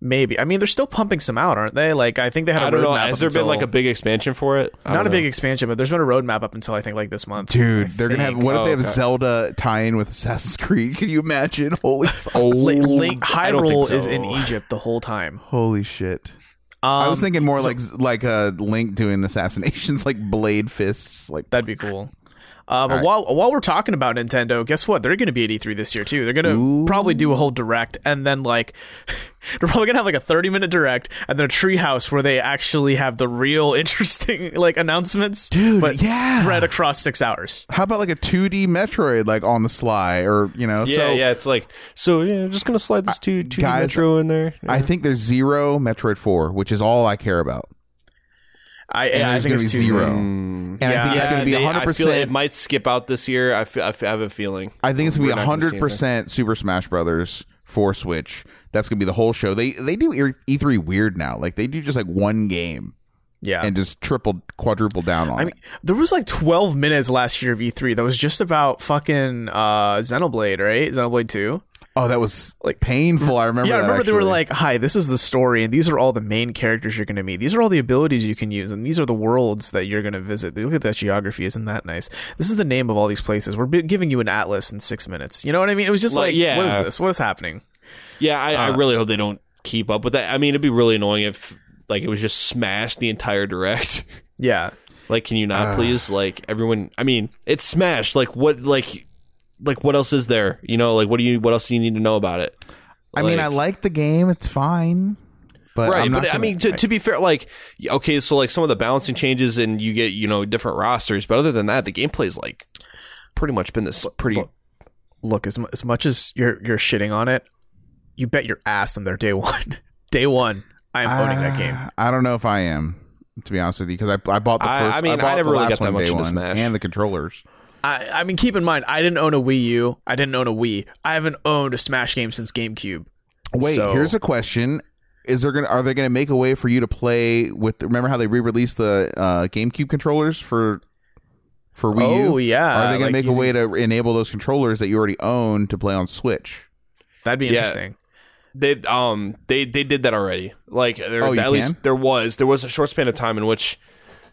Speaker 1: Maybe. I mean, they're still pumping some out, aren't they? Like, I think they had. a
Speaker 3: I don't know.
Speaker 1: roadmap
Speaker 3: Has
Speaker 1: up
Speaker 3: there been
Speaker 1: until-
Speaker 3: like a big expansion for it? I
Speaker 1: not a
Speaker 3: don't
Speaker 1: big expansion, but there's been a roadmap up until I think like this month.
Speaker 2: Dude, they're gonna have. What if
Speaker 3: Oh,
Speaker 2: they have
Speaker 3: okay.
Speaker 2: Zelda tie-in with Assassin's Creed? Can you imagine? Holy, fuck.
Speaker 3: know.
Speaker 1: Li-
Speaker 3: Oh,
Speaker 1: Link
Speaker 3: I don't think
Speaker 1: Hyrule is in
Speaker 3: so.
Speaker 1: Egypt the whole time.
Speaker 2: holy shit!
Speaker 1: Um,
Speaker 2: I was thinking more like like a Link doing assassinations, like blade fists, like
Speaker 1: that'd be cool. Uh, but while while we're talking about Nintendo, guess what? They're going to be at E3 this year too. They're going to probably do a whole direct, and then like they're probably going to have like a thirty minute direct, and then a treehouse where they actually have the real interesting like announcements,
Speaker 2: Dude,
Speaker 1: but
Speaker 2: yeah.
Speaker 1: spread across six hours.
Speaker 2: How about like a 2D Metroid, like on the sly, or you know?
Speaker 3: Yeah,
Speaker 2: so
Speaker 3: yeah. It's like so. Yeah, I'm just gonna slide this two two
Speaker 2: guys,
Speaker 3: Metro in there.
Speaker 2: I think there's zero Metroid Four, which is all I care about,
Speaker 1: I
Speaker 2: And
Speaker 1: I
Speaker 2: there's
Speaker 1: think
Speaker 2: gonna
Speaker 1: it's Hmm.
Speaker 2: be
Speaker 1: too
Speaker 2: zero.
Speaker 1: late.
Speaker 2: and I think it's going to be
Speaker 3: they-
Speaker 2: 100.
Speaker 3: I feel it
Speaker 2: percent
Speaker 3: might skip out this year. I fe- I fe- I have a feeling.
Speaker 2: I think it's going
Speaker 3: We're
Speaker 2: to be
Speaker 3: not gonna see
Speaker 2: 100 percent Super Smash Brothers for Switch. That's going to be the whole show. They they do E- E3 weird now. Like they do just like one game
Speaker 1: Yeah,
Speaker 2: and just triple quadruple down on.
Speaker 1: I
Speaker 2: it.
Speaker 1: mean, there was like 12 minutes last year of E3 that was just about fucking uh, Xenoblade, right? Xenoblade 2.
Speaker 2: oh, that was
Speaker 1: like-
Speaker 2: like painful. I remember.
Speaker 1: yeah, I
Speaker 2: that,
Speaker 1: remember they were
Speaker 2: actually.
Speaker 1: like, hi, this is the story, and these are all the main characters you're going to meet. These are all the abilities you can use, and these are the worlds that you're going to visit. Look at that geography. Isn't that nice? This is the name of all these places. We're bi- giving you an atlas in six minutes. You know what I mean? It was just
Speaker 3: Like,
Speaker 1: like, what is
Speaker 3: yeah.
Speaker 1: this? What is happening?
Speaker 3: Yeah, I, I really hope they don't keep up with that. I mean, it'd be really annoying if like it was just smashed the entire direct.
Speaker 1: Yeah.
Speaker 3: like, can you
Speaker 2: Ah.
Speaker 3: not please? Like everyone, I mean, it's smashed. Like what? Like like what else is there? You know, like what do you? What else do you need to know about it?
Speaker 2: I mean, I like the game. It's fine. But
Speaker 3: right,
Speaker 2: I'm not
Speaker 3: but I
Speaker 2: gonna-
Speaker 3: mean, to, to be fair, like y- okay, so like some of the balancing changes, and you get you know different rosters, but other than that, the gameplay's like pretty much been this pretty.
Speaker 1: Look. Look, as, mu- as much as you're you're shitting on it, you bet your ass on their day one. day one, I am owning that game.
Speaker 2: Uh, I don't know if I am, to be honest with you, because I, I bought the
Speaker 3: I-
Speaker 2: first.
Speaker 3: I mean, I
Speaker 2: bought
Speaker 3: never
Speaker 2: the
Speaker 3: really
Speaker 2: last
Speaker 3: got that
Speaker 2: one
Speaker 3: much
Speaker 2: day
Speaker 3: into
Speaker 2: one,
Speaker 3: Smash.
Speaker 2: and the controllers.
Speaker 1: I, I mean, keep in mind, I didn't own a Wii U. I didn't own a Wii. I haven't owned a Smash game since GameCube.
Speaker 2: Wait,
Speaker 1: So-
Speaker 2: here's a question: Is there gonna are they gonna make a way for you to play with? Remember how they re-released the uh, GameCube controllers for for Wii U?
Speaker 1: oh yeah.
Speaker 2: are they gonna
Speaker 1: like
Speaker 2: make a
Speaker 1: using-
Speaker 2: way to enable those controllers that you already own to play on Switch?
Speaker 1: That'd be
Speaker 3: Yeah.
Speaker 1: interesting.
Speaker 3: They um they they did that already. Like there
Speaker 2: Oh,
Speaker 3: at
Speaker 2: you can?
Speaker 3: least there was there was a short span of time in which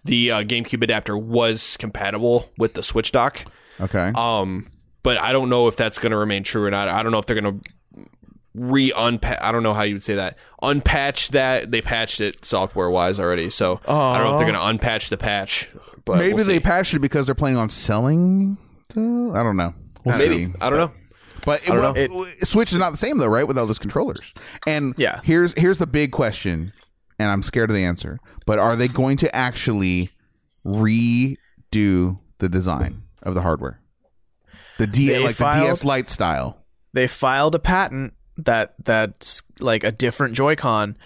Speaker 3: the uh, GameCube adapter was compatible with the Switch dock.
Speaker 2: Okay.
Speaker 3: Um, but I don't know if that's going to remain true or not. I don't know if they're going to re unpatch. I don't know how you would say that. Unpatch that they patched it software wise already. So I don't know if they're going to unpatch the patch. But
Speaker 2: Maybe
Speaker 3: we'll
Speaker 2: they
Speaker 3: see.
Speaker 2: patched it because they're planning on selling. the- I don't know. We'll
Speaker 3: maybe
Speaker 2: see.
Speaker 3: I don't know.
Speaker 2: But it, well, it- Switch is not the same though, right? Without those controllers. And
Speaker 1: Yeah.
Speaker 2: here's here's the big question, and I'm scared of the answer. But are they going to actually redo the design of the hardware? The D
Speaker 1: They
Speaker 2: like the
Speaker 1: filed-
Speaker 2: DS Lite style.
Speaker 1: They filed a patent that that's like a different Joy-Con.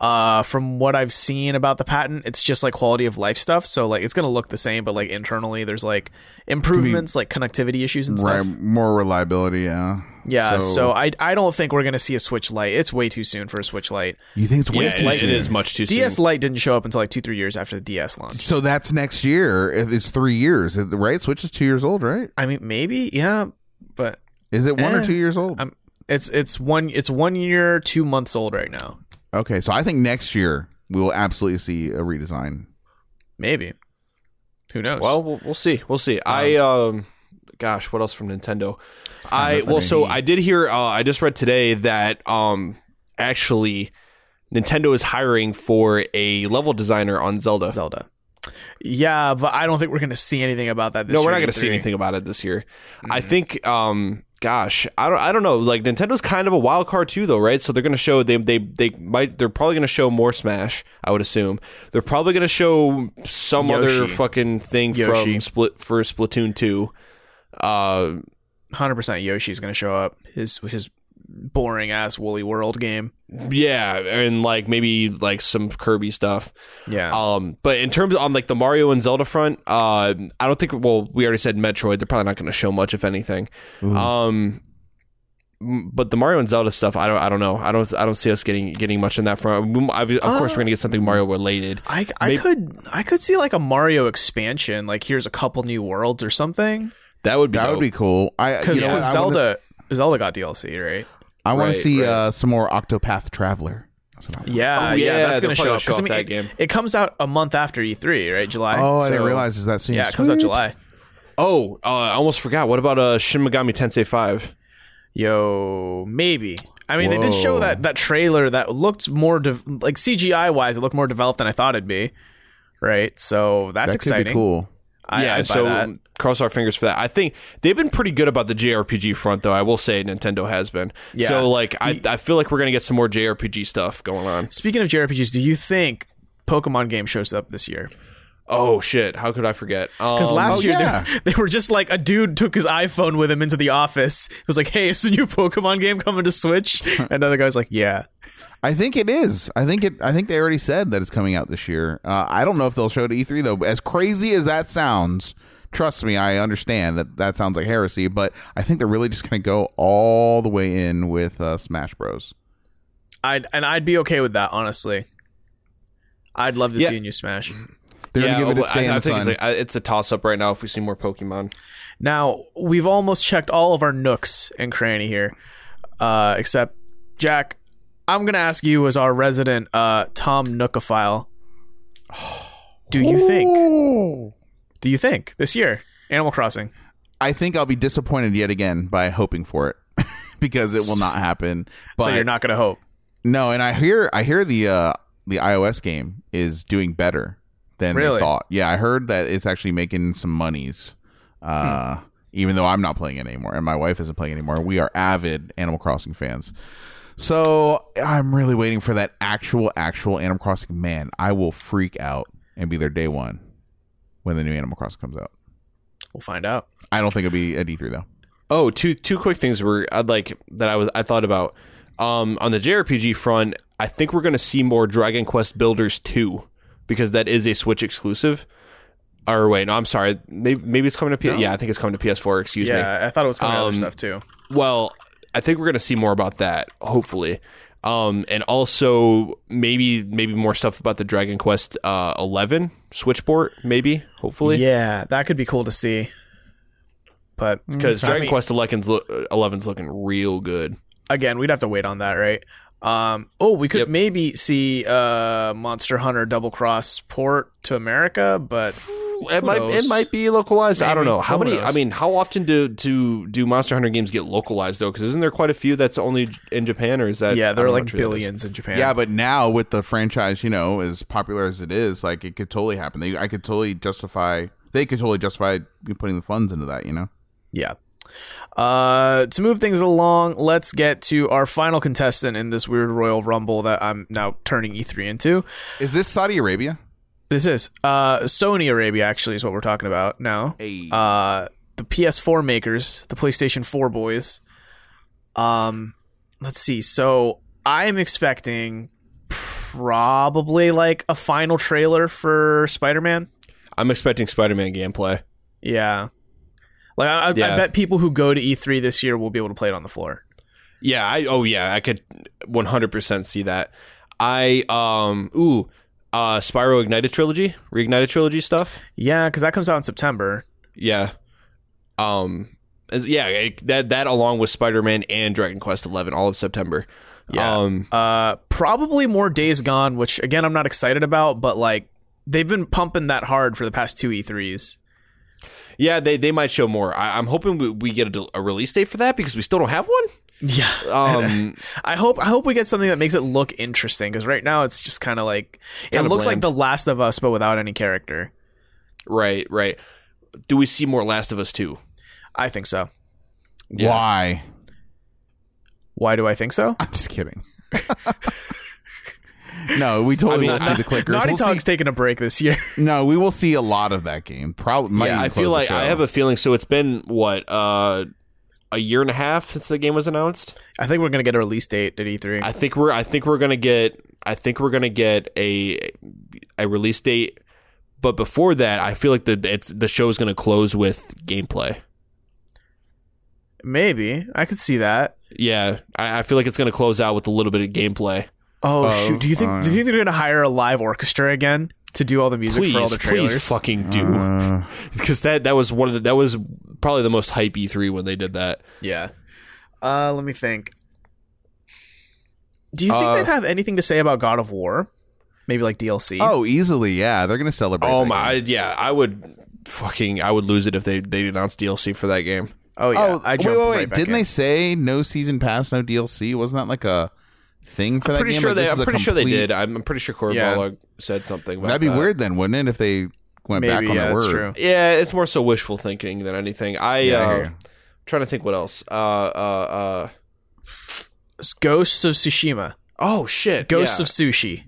Speaker 1: Uh, from what I've seen about the patent, it's just like quality of life stuff. So like it's gonna look the same, but like internally, there's like improvements, like connectivity issues and stuff.
Speaker 2: Right, more reliability. Yeah.
Speaker 1: Yeah, so, I I don't think we're gonna see a Switch Lite. It's way too soon for a Switch Lite.
Speaker 2: you think it's way
Speaker 3: Yeah,
Speaker 2: too
Speaker 3: it, it
Speaker 2: soon?
Speaker 3: is much too
Speaker 1: DS
Speaker 3: soon.
Speaker 1: Lite didn't show up until like two three years after the DS launch.
Speaker 2: So that's next year. It- It's three years, right? Switch is two years old, right?
Speaker 1: I mean, maybe yeah, but
Speaker 2: Is it one or
Speaker 1: Eh.
Speaker 2: two years old?
Speaker 1: I'm- it's it's one it's one year two months old right now.
Speaker 2: okay, so I think next year we will absolutely see a redesign.
Speaker 1: Maybe who knows?
Speaker 3: Well, we'll, we'll see. We'll see. I um, gosh, what else from Nintendo? I
Speaker 2: nothing.
Speaker 3: well, so I did hear. Uh, I just read today that um, actually. Nintendo is hiring for a level designer on Zelda.
Speaker 1: Zelda. Yeah, but I don't think we're gonna see anything about that. This
Speaker 3: no, we're
Speaker 1: year E Mm-hmm. at
Speaker 3: not going to see
Speaker 1: E3.
Speaker 3: anything about it this year. I think, um, gosh, I don't, I don't know. Like Nintendo's kind of a wild card too, though, right? So they're going to show they, they, they might, they're probably going to show more Smash. I would assume they're probably going to show some other
Speaker 1: Yoshi.
Speaker 3: fucking thing
Speaker 1: Yoshi.
Speaker 3: from Split for Splatoon two. Uh,
Speaker 1: Hundred percent, Yoshi's gonna show up. His his boring ass Woolly World game.
Speaker 3: yeah, and like maybe like some Kirby stuff.
Speaker 1: Yeah,
Speaker 3: Um, but in terms on like the Mario and Zelda front, uh, I don't think. Well, we already said Metroid. They're probably not going to show much, if anything. Um, m- but the Mario and Zelda stuff, I don't. I don't know. I don't. I don't see us getting getting much in that front. We- I've- Of course, we're going to get something Mario related.
Speaker 1: I, I
Speaker 3: may-
Speaker 1: could I could see like a Mario expansion. Like here's a couple new worlds or something.
Speaker 3: That would be.
Speaker 2: That would
Speaker 3: dope.
Speaker 2: be cool. I
Speaker 1: Because
Speaker 2: you know what? I wanna-
Speaker 1: Zelda Zelda got DLC right.
Speaker 3: Oh,
Speaker 2: I want
Speaker 3: Right,
Speaker 2: to see
Speaker 3: right.
Speaker 2: uh, some more Octopath Traveler. That's what I want.
Speaker 1: Yeah,
Speaker 3: Oh,
Speaker 1: yeah,
Speaker 3: yeah,
Speaker 1: that's
Speaker 3: they're
Speaker 1: gonna
Speaker 3: probably
Speaker 1: show
Speaker 3: gonna
Speaker 1: up.
Speaker 3: show
Speaker 1: 'Cause, I
Speaker 3: off
Speaker 1: mean,
Speaker 3: that
Speaker 1: it,
Speaker 3: game.
Speaker 1: it comes out a month after E3, right? July.
Speaker 2: Oh, I didn't
Speaker 1: So-
Speaker 2: realize is that soon.
Speaker 1: Yeah, it comes out
Speaker 2: Sweet.
Speaker 1: July.
Speaker 3: Oh, uh, I almost forgot. What about uh, Shin Megami Tensei Five?
Speaker 1: Yo, maybe. I mean, they did show
Speaker 2: Whoa.
Speaker 1: that that trailer that looked more de- like CGI wise, it looked more developed than I thought it'd be. Right, so that's
Speaker 2: That
Speaker 1: exciting.
Speaker 2: could be cool.
Speaker 1: I,
Speaker 3: yeah,
Speaker 1: I'd buy
Speaker 3: so
Speaker 1: that.
Speaker 3: cross our fingers for that. I think they've been pretty good about the JRPG front, though. I will say Nintendo has been.
Speaker 1: Yeah.
Speaker 3: So like, I, I feel like we're going to get some more JRPG stuff going on.
Speaker 1: Speaking of JRPGs, do you think Pokemon game shows up this year?
Speaker 3: Oh shit! How could I forget?
Speaker 1: Because
Speaker 3: Um,
Speaker 1: last
Speaker 2: oh,
Speaker 1: year they-
Speaker 2: yeah.
Speaker 1: they, were just like a dude took his iPhone with him into the office. It was like, "Hey, is the new Pokemon game coming to Switch?" and Another guy's like, "Yeah."
Speaker 2: I think it is. I think it. I think they already said that it's coming out this year. Uh, I don't know if they'll show it at E3 though. As crazy as that sounds, trust me, I understand that that sounds like heresy. But I think they're really just going to go all the way in with uh, Smash Bros.
Speaker 1: I'd and I'd be okay with that, honestly. I'd love to
Speaker 3: Yeah.
Speaker 1: see a new Smash.
Speaker 2: They're going
Speaker 3: yeah,
Speaker 2: to give it
Speaker 3: well,
Speaker 2: its day
Speaker 3: I,
Speaker 2: in
Speaker 3: I
Speaker 2: the
Speaker 3: think it's
Speaker 2: sun.
Speaker 3: a, I- it's a toss up right now. If we see more Pokemon,
Speaker 1: Now we've almost checked all of our nooks and cranny here, uh, except Jack. I'm gonna ask you, as our resident uh, Tom Nookophile, do you think?
Speaker 2: Ooh.
Speaker 1: Do you think this year Animal Crossing?
Speaker 2: I think I'll be disappointed yet again by hoping for it because it will not happen. But
Speaker 1: so you're not gonna hope.
Speaker 2: No, and I hear I hear the uh the iOS game is doing better than
Speaker 1: Really?
Speaker 2: they thought. Yeah, I heard that it's actually making some monies. Uh even though I'm not playing it anymore and my wife isn't playing it anymore. We are avid Animal Crossing fans. So I'm really waiting for that actual, actual Animal Crossing. Man, I will freak out and be there day one when the new Animal Crossing comes out.
Speaker 1: We'll find out.
Speaker 2: I don't think it'll be at E3 though.
Speaker 3: Oh, two two quick things were I'd like that I was I thought about um, on the JRPG front. I think we're going to see more Dragon Quest Builders two because that is a Switch exclusive. Or wait, no, I'm sorry. Maybe, maybe it's coming to P- yeah, I think it's coming to PS4. Excuse me.
Speaker 1: Yeah, I thought it was coming out
Speaker 3: Um,
Speaker 1: other stuff too.
Speaker 3: Well, I think we're going to see more about that, hopefully. Um, and also maybe maybe more stuff about the Dragon Quest uh, 11 Switch port, maybe, hopefully.
Speaker 1: Yeah, that could be cool to see. But
Speaker 3: Because
Speaker 1: I
Speaker 3: Dragon
Speaker 1: mean-
Speaker 3: Quest 11's, lo- 11's looking real good.
Speaker 1: again, we'd have to wait on that, right? Um, oh, we could
Speaker 3: Yep.
Speaker 1: maybe see uh, Monster Hunter Double Cross port to America, but
Speaker 3: It might
Speaker 1: knows?
Speaker 3: it might be localized. I don't
Speaker 1: Maybe.
Speaker 3: know how
Speaker 1: Who
Speaker 3: many.
Speaker 1: knows?
Speaker 3: I mean, how often do do do Monster Hunter games get localized though? Because isn't there quite a few that's only in Japan or is that
Speaker 1: yeah,
Speaker 3: I
Speaker 1: there are
Speaker 3: don't know how
Speaker 1: like
Speaker 3: true that is.
Speaker 1: billions in Japan.
Speaker 2: Yeah, but now with the franchise, you know, as popular as it is, like it could totally happen. They, I could totally justify. They could totally justify putting the funds into that. You know.
Speaker 1: Yeah. Uh, to move things along, let's get to our final contestant in this weird Royal Rumble that I'm now turning E3 into.
Speaker 2: Is this Saudi Arabia?
Speaker 1: This is uh, Sony Arabia, actually, is what we're talking about now.
Speaker 2: Hey.
Speaker 1: Uh, the PS4 makers, the PlayStation 4 boys. Um, let's see. So I'm expecting probably like a final trailer for Spider-Man.
Speaker 3: I'm expecting Spider Man gameplay.
Speaker 1: Yeah. Like I, I, I
Speaker 3: Yeah.
Speaker 1: bet people who go to E3 this year will be able to play it on the floor.
Speaker 3: Yeah, I oh yeah, I could 100 percent see that. I um ooh, uh, Spyro Ignited trilogy, reignited trilogy stuff.
Speaker 1: Yeah, because that comes out in September.
Speaker 3: Yeah, um, as- yeah, it- that that along with Spider Man and Dragon Quest 11, all of September.
Speaker 1: Yeah.
Speaker 3: Um,
Speaker 1: Uh, probably more Days Gone, which again I'm not excited about, but like they've been pumping that hard for the past two E E3s.
Speaker 3: Yeah, they, they might show more. I, I'm hoping we, we get a, del- a release date for that because we still don't have one.
Speaker 1: Yeah.
Speaker 3: Um,
Speaker 1: I hope I hope we get something that makes it look interesting because right now it's just kind of like
Speaker 3: Kinda
Speaker 1: it looks like
Speaker 3: bland.
Speaker 1: The Last of Us but without any character.
Speaker 3: right, right. Do we see more Last of Us 2?
Speaker 1: I think so.
Speaker 3: yeah.
Speaker 2: Why?
Speaker 1: Why do I think so?
Speaker 2: I'm just kidding. no, we totally
Speaker 3: I mean,
Speaker 2: will see the clickers.
Speaker 1: Naughty
Speaker 2: We'll see-
Speaker 1: Dog's taking a break this year.
Speaker 2: no, we will see a lot of that game. Probably. might even
Speaker 3: I
Speaker 2: close
Speaker 3: feel
Speaker 2: the
Speaker 3: like
Speaker 2: show.
Speaker 3: I have a feeling. So it's been, what, uh, a year and a half since the game was announced?
Speaker 1: I think we're gonna get a release date at E E3.
Speaker 3: I think we're I think we're gonna get I think we're gonna get a a release date, but before that, I feel like the it's, the show is gonna close with gameplay.
Speaker 1: Maybe I could see that.
Speaker 3: Yeah, I, I feel like it's gonna close out with a little bit of gameplay.
Speaker 1: Oh,
Speaker 2: Oh,
Speaker 1: shoot! Do you think
Speaker 2: oh,
Speaker 1: do you think they're gonna hire a live orchestra again to do all the music
Speaker 3: please,
Speaker 1: for all the trailers?
Speaker 3: please fucking do.
Speaker 2: Uh,
Speaker 3: because that that was one of the that was probably the most hype E3 when they did that.
Speaker 1: Yeah. Uh, let me think. Do you think
Speaker 3: Uh,
Speaker 1: they'd have anything to say about God of War? Maybe like DLC.
Speaker 2: oh, easily. Yeah, they're gonna celebrate.
Speaker 3: Oh
Speaker 2: that
Speaker 3: my, I,
Speaker 2: game.
Speaker 3: yeah, I would fucking I would lose it if they they announced DLC for that game.
Speaker 1: oh yeah.
Speaker 2: oh,
Speaker 1: I
Speaker 2: wait,
Speaker 1: jumped
Speaker 2: wait, wait.
Speaker 1: right back
Speaker 2: Didn't
Speaker 1: in.
Speaker 2: they say no season pass, no DLC? Wasn't that like a thing for
Speaker 3: I'm
Speaker 2: that
Speaker 3: pretty
Speaker 2: game?
Speaker 3: sure
Speaker 2: Like,
Speaker 3: they
Speaker 2: this
Speaker 3: I'm
Speaker 2: is a
Speaker 3: pretty sure they
Speaker 2: complete-
Speaker 3: did. I'm, I'm pretty sure Corey
Speaker 1: Yeah.
Speaker 3: Balog said something. About
Speaker 2: That'd be
Speaker 3: that.
Speaker 2: weird then, wouldn't it? If they went
Speaker 1: Maybe
Speaker 2: back on
Speaker 1: yeah,
Speaker 2: their
Speaker 1: that's
Speaker 2: word.
Speaker 1: true.
Speaker 3: Yeah, it's more so wishful thinking than anything. I
Speaker 2: Yeah, I hear
Speaker 3: uh,
Speaker 2: you.
Speaker 3: trying to think what else. Uh, uh, uh,
Speaker 1: It's Ghosts of Tsushima,
Speaker 3: oh shit,
Speaker 1: Ghosts
Speaker 3: yeah.
Speaker 1: of Sushi.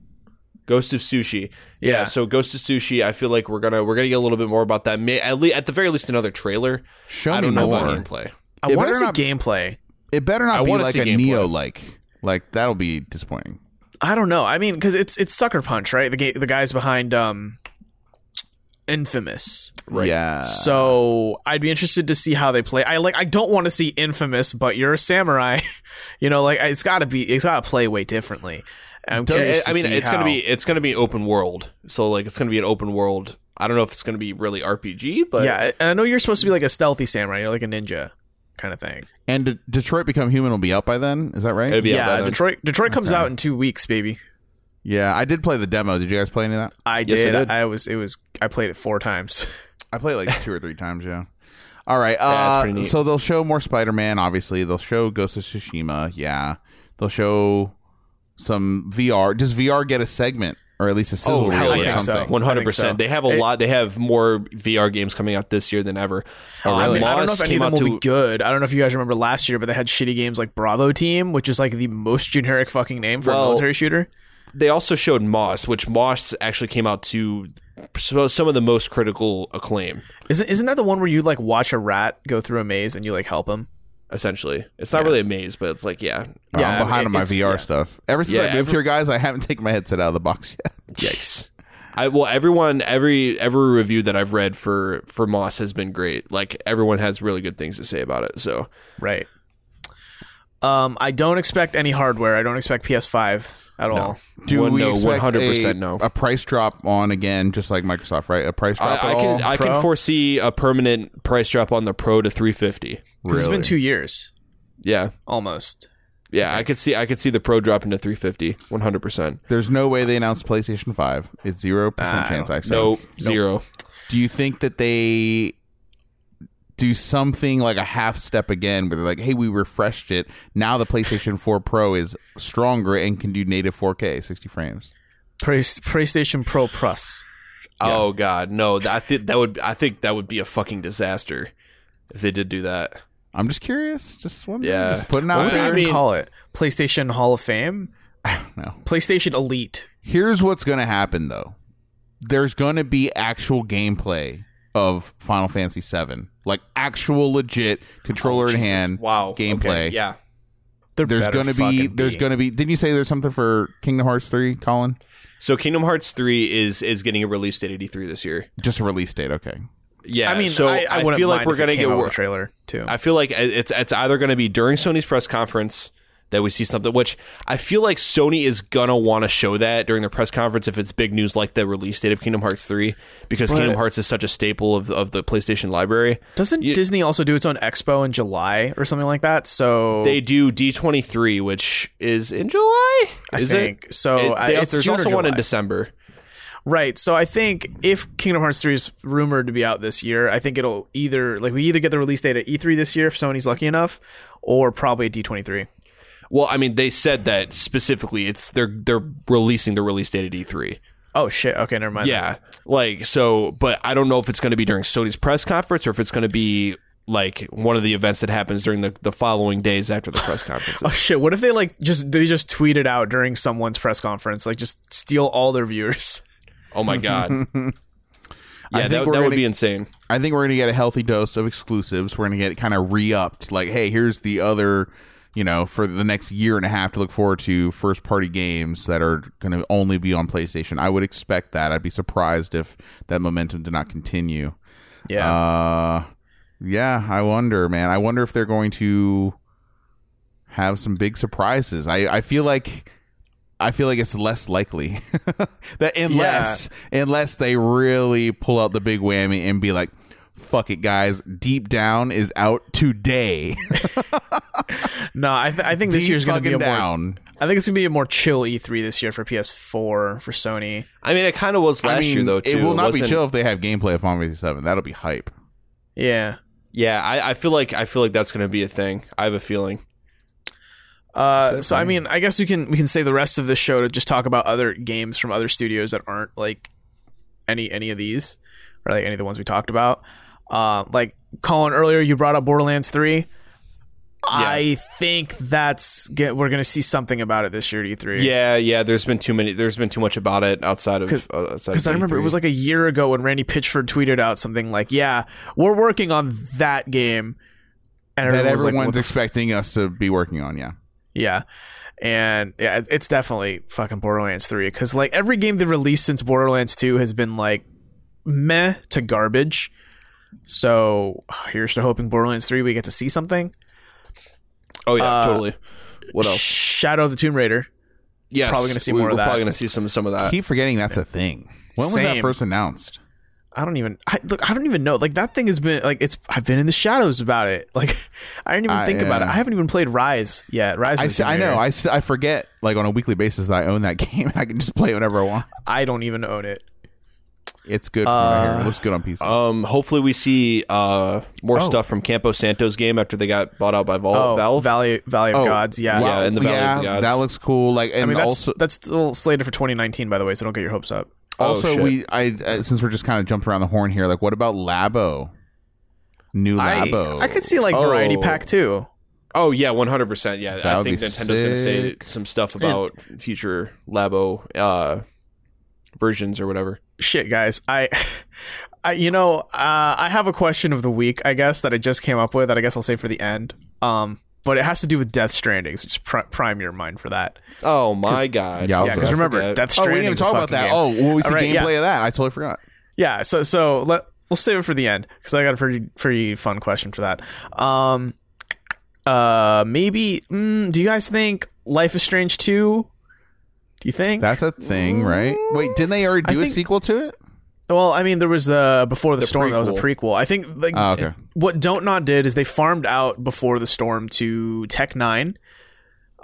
Speaker 3: Ghost of Sushi. Yeah,
Speaker 1: Yeah.
Speaker 3: so Ghost of Sushi. I feel like we're gonna we're gonna get a little bit more about that. May, at least at the very least another trailer.
Speaker 2: Show
Speaker 3: I don't
Speaker 2: me
Speaker 3: know
Speaker 2: more.
Speaker 3: about gameplay.
Speaker 1: I
Speaker 2: It
Speaker 1: want to
Speaker 2: better
Speaker 1: see
Speaker 2: not-
Speaker 1: gameplay.
Speaker 2: It better not
Speaker 3: I
Speaker 2: be
Speaker 3: wanna
Speaker 2: like
Speaker 3: see
Speaker 2: a
Speaker 3: gameplay.
Speaker 2: Neo like. Like that'll be disappointing.
Speaker 1: I don't know. I mean, because it's it's Sucker Punch, right? The ga- the guys behind um, Infamous.
Speaker 3: Right.
Speaker 2: Yeah.
Speaker 1: so I'd be interested to see how they play. I like. I don't want to see Infamous, but you're a samurai. you know, like it's got to be. It's got to play way differently. I'm
Speaker 3: Yeah,
Speaker 1: curious
Speaker 3: I
Speaker 1: to
Speaker 3: mean,
Speaker 1: see
Speaker 3: it's
Speaker 1: how-
Speaker 3: gonna be it's gonna be open world. So like, it's gonna be an open world. I don't know if it's gonna be really RPG, but
Speaker 1: yeah, and I know you're supposed to be like a stealthy samurai. You're like a ninja kind of thing.
Speaker 2: And De- Detroit Become Human will be out by then. Is that right?
Speaker 3: It'll be- Yeah,
Speaker 1: Yeah,
Speaker 3: by then.
Speaker 1: Detroit. Detroit comes out in two weeks, baby.
Speaker 2: yeah, I did play the demo. Did you guys play any of that?
Speaker 1: I did.
Speaker 3: Yes, I did.
Speaker 1: I was. It was. I played it four times.
Speaker 2: I played like two or three times. Yeah. All right.
Speaker 3: that's
Speaker 2: Uh,
Speaker 3: pretty neat.
Speaker 2: so they'll show more Spider-Man. Obviously, they'll show Ghost of Tsushima. Yeah. They'll show some VR. Does VR get a segment or at least a sizzle
Speaker 3: Oh, hell
Speaker 2: reel or
Speaker 3: yeah.
Speaker 1: I
Speaker 2: something.
Speaker 3: One hundred
Speaker 1: think so.
Speaker 3: percent. They have a
Speaker 1: It-
Speaker 3: lot. They have more VR games coming out this year than ever. Uh,
Speaker 1: I, mean, I don't know
Speaker 3: Lost
Speaker 1: if any of
Speaker 3: came
Speaker 1: them
Speaker 3: out
Speaker 1: will
Speaker 3: to
Speaker 1: be good. I don't know if you guys remember last year, but they had shitty games like Bravo Team, which is like the most generic fucking name for a
Speaker 3: Well,
Speaker 1: military shooter.
Speaker 3: they also showed Moss, which Moss actually came out to so- some of the most critical acclaim.
Speaker 1: Isn't isn't that the one where you like watch a rat go through a maze and you like help him?
Speaker 3: Essentially, it's not really a maze, but it's like yeah,
Speaker 2: Oh,
Speaker 1: Yeah, I
Speaker 2: I'm
Speaker 1: mean,
Speaker 2: behind on my
Speaker 1: it's-
Speaker 2: VR stuff. Ever since I
Speaker 3: Yeah,
Speaker 2: moved here, guys, I haven't taken my headset out of the box yet.
Speaker 3: yikes. I well, everyone, every every review that I've read for for Moss has been great. Like everyone has really good things to say about it. So
Speaker 1: Right. Um, I don't expect any hardware. I don't expect PS5 at all.
Speaker 2: Do
Speaker 3: One-
Speaker 2: we
Speaker 3: no,
Speaker 2: expect
Speaker 3: 100%
Speaker 2: a,
Speaker 3: no.
Speaker 2: a price drop on again, just like Microsoft, right? A price drop
Speaker 3: I, I
Speaker 2: at all?
Speaker 3: can I
Speaker 1: Pro?
Speaker 3: can foresee a permanent price drop on the Pro to three fifty.
Speaker 1: 'Cause It's
Speaker 2: Really?
Speaker 1: been two years
Speaker 3: Yeah,
Speaker 1: almost.
Speaker 3: yeah, I could see I could see the Pro drop into three fifty. One hundred percent.
Speaker 2: There's no way they announced PlayStation 5. It's 0%
Speaker 1: I
Speaker 2: chance, I say.
Speaker 3: No zero.
Speaker 2: Do you think that they do something like a half step again where they're like, hey, we refreshed it. Now the PlayStation 4 Pro is stronger and can do native 4K, 60 frames.
Speaker 1: Play- PlayStation Pro Plus.
Speaker 3: Oh God, no! That I think that would I think that would be a fucking disaster if they did do that.
Speaker 2: I'm just curious. Just wondering.
Speaker 3: Yeah.
Speaker 2: Just putting
Speaker 3: Well,
Speaker 2: out
Speaker 1: What do they
Speaker 3: I
Speaker 2: there.
Speaker 1: even
Speaker 3: mean-
Speaker 1: call it? PlayStation Hall of Fame?
Speaker 2: No.
Speaker 1: PlayStation Elite.
Speaker 2: Here's what's going to happen though. There's going to be actual gameplay of Final Fantasy 7. Like actual legit controller in hand
Speaker 3: Wow,
Speaker 2: gameplay.
Speaker 3: Okay, Yeah,
Speaker 1: There
Speaker 2: There's
Speaker 1: Oh, better
Speaker 2: going to be
Speaker 1: fucking
Speaker 2: there's
Speaker 1: be.
Speaker 2: going to be Didn't you say there's something for Kingdom Hearts 3, Colin?
Speaker 3: So Kingdom Hearts three is is getting a release date eighty three this year.
Speaker 2: Just a release date, okay.
Speaker 3: Yeah,
Speaker 1: I mean,
Speaker 3: so
Speaker 1: I, I, wouldn't
Speaker 3: feel like
Speaker 1: mind
Speaker 3: we're
Speaker 1: if it
Speaker 3: gonna
Speaker 1: came
Speaker 3: get.
Speaker 1: out with
Speaker 3: wor-
Speaker 1: a trailer too.
Speaker 3: I feel like uh, it's it's either gonna be during Sony's press conference that we see something, which I feel like Sony is gonna want to show that during their press conference if it's big news like the release date of Kingdom Hearts three, because Kingdom Hearts is such a staple of of the PlayStation library.
Speaker 1: Doesn't
Speaker 3: you-
Speaker 1: Disney also do its own expo in July or something like that? So
Speaker 3: They do D twenty three, which is in July.
Speaker 1: I
Speaker 3: is
Speaker 1: think so.
Speaker 3: It,
Speaker 1: I-
Speaker 2: uh,
Speaker 3: they-
Speaker 1: it's
Speaker 3: there's
Speaker 1: June or
Speaker 3: also one in
Speaker 1: July.
Speaker 3: December.
Speaker 1: Right. So I think if Kingdom Hearts 3 is rumored to be out this year, I think it'll either like we either get the release date at E3 this year if Sony's lucky enough or probably at D23.
Speaker 3: Well, I mean, they said that specifically. It's they're they're releasing the release date at E three.
Speaker 1: Oh shit. Okay, never mind.
Speaker 3: Yeah, like so, but I don't know if it's going to be during Sony's press conference or if it's going to be like one of the events that happens during the, the following days after the press conference.
Speaker 1: Oh shit. What if they like just they just tweeted out during someone's press conference like just steal all their viewers?
Speaker 3: oh my god! Yeah,
Speaker 2: I
Speaker 3: that,
Speaker 2: think
Speaker 3: that
Speaker 2: we're
Speaker 3: would
Speaker 2: gonna-
Speaker 3: be insane.
Speaker 2: I think we're gonna get a healthy dose of exclusives. We're gonna get kind of re-upped. Like, hey, here's the other, you know, for the next year and a half to look forward to first party games that are gonna only be on PlayStation. I would expect that. I'd be surprised if that momentum did not continue.
Speaker 1: Yeah.
Speaker 2: Uh, yeah, I wonder, man. I wonder if they're going to have some big surprises. I, I feel like I feel like it's less likely that unless unless they really pull out the big whammy and be like, "Fuck it, guys, Deep Down is out today."
Speaker 1: no, I, th- I think this
Speaker 2: Uh, Deep
Speaker 1: year's going to be a
Speaker 2: fucking
Speaker 1: more
Speaker 2: down.
Speaker 1: I think it's going to be a more chill E3 this year for PS4 for Sony.
Speaker 3: I mean, it kind of was last
Speaker 2: I mean,
Speaker 3: year though. Too.
Speaker 2: it will not be
Speaker 3: wasn't-
Speaker 2: chill if they have gameplay of Final Fantasy Seven. That'll be hype.
Speaker 1: Yeah.
Speaker 3: Yeah, I, I feel like I feel like that's going to be a thing. I have a feeling.
Speaker 1: Uh, so I mean, I guess we can we can save the rest of the show to just talk about other games from other studios that aren't like any any of these, or like any of the ones we talked about. Uh, like Colin earlier, you brought up Borderlands Three. I think that's get, we're gonna see something about it this year at E E3.
Speaker 3: Yeah, yeah. There's been too many. There's been too much about it outside of
Speaker 1: Because-
Speaker 3: uh, outside
Speaker 1: Because I remember it was like a year ago when Randy Pitchford tweeted out something like, "Yeah, we're working on that game," and
Speaker 2: That
Speaker 1: everyone was like,
Speaker 2: everyone's
Speaker 1: "What the
Speaker 2: expecting us to be working on. Yeah.
Speaker 1: Yeah. And yeah, it- it's definitely fucking Borderlands 3 cuz like every game they released since Borderlands 2 has been like meh to garbage. So, here's to hoping Borderlands 3 we get to see something.
Speaker 3: oh yeah,
Speaker 1: uh,
Speaker 3: totally. What else?
Speaker 1: Shadow of the Tomb Raider.
Speaker 3: Yes,
Speaker 1: probably gonna see
Speaker 3: we-
Speaker 1: more of
Speaker 3: We're
Speaker 1: that.
Speaker 3: probably going to see some some of that.
Speaker 2: Keep forgetting that's a thing. When was that
Speaker 1: Same.
Speaker 2: first announced?
Speaker 1: I don't even I, look. I don't even know. Like that thing has been like it's. I've been in the shadows about it. Like I didn't even
Speaker 2: I,
Speaker 1: think about it.
Speaker 2: uh,
Speaker 1: I haven't even played Rise yet. Rise.
Speaker 2: I,
Speaker 1: of the
Speaker 2: s-
Speaker 1: Tomb
Speaker 2: I know.
Speaker 1: Raider.
Speaker 2: I, s- I forget like on a weekly basis that I own that game and I can just play it whenever I want.
Speaker 1: I don't even own it.
Speaker 2: It's good. From what I hear. It looks good on PC.
Speaker 1: Uh,
Speaker 3: Um, hopefully we see uh more
Speaker 2: Oh.
Speaker 3: stuff from Campo Santo's game after they got bought out by Vol-
Speaker 1: Oh,
Speaker 3: Valve.
Speaker 1: Valley Valley of
Speaker 2: Oh,
Speaker 1: Gods. Yeah.
Speaker 3: wow. and the Valley
Speaker 2: yeah,
Speaker 3: of the Gods.
Speaker 2: that looks cool. Like, and
Speaker 1: I mean, that's
Speaker 2: also,
Speaker 1: that's still slated for 2019, by the way. So don't get your hopes up.
Speaker 3: Oh,
Speaker 2: also
Speaker 3: shit.
Speaker 2: we, I, uh, since we're just kind of jumping around the horn here, like, what about Labo? New
Speaker 1: I,
Speaker 2: Labo.
Speaker 1: I could see like Variety
Speaker 3: Oh.
Speaker 1: Pack too.
Speaker 3: Oh yeah, one hundred percent. Yeah,
Speaker 2: That
Speaker 3: I
Speaker 2: would
Speaker 3: think
Speaker 2: be
Speaker 3: Nintendo's going to say
Speaker 2: sick.
Speaker 3: some stuff about future Labo uh, versions or whatever.
Speaker 1: Shit, guys. I. I, you know, uh, I have a question of the week, I guess, that I just came up with that I guess I'll save for the end. Um, but it has to do with Death Stranding, so just pri- prime your mind for that.
Speaker 3: Oh my god!
Speaker 2: Yeah, I was
Speaker 1: Yeah,
Speaker 2: gonna
Speaker 1: because remember,
Speaker 3: forget.
Speaker 1: Death
Speaker 2: Oh, we
Speaker 1: Stranding.
Speaker 2: didn't even talk about that. Oh, well, we see
Speaker 1: All right,
Speaker 2: gameplay of that. I totally forgot.
Speaker 1: yeah so so let we'll save it for the end because i got a pretty pretty fun question for that um uh maybe mm, do you guys think life is strange 2 do you think
Speaker 2: That's a thing, right? Wait, didn't they already
Speaker 1: I
Speaker 2: do a
Speaker 1: think-
Speaker 2: sequel to it?
Speaker 1: well i mean there was uh before the,
Speaker 3: The
Speaker 1: storm that was a
Speaker 3: prequel.
Speaker 1: prequel i think like
Speaker 2: Oh, okay.
Speaker 1: what don't not did is they farmed out before the storm to tech 9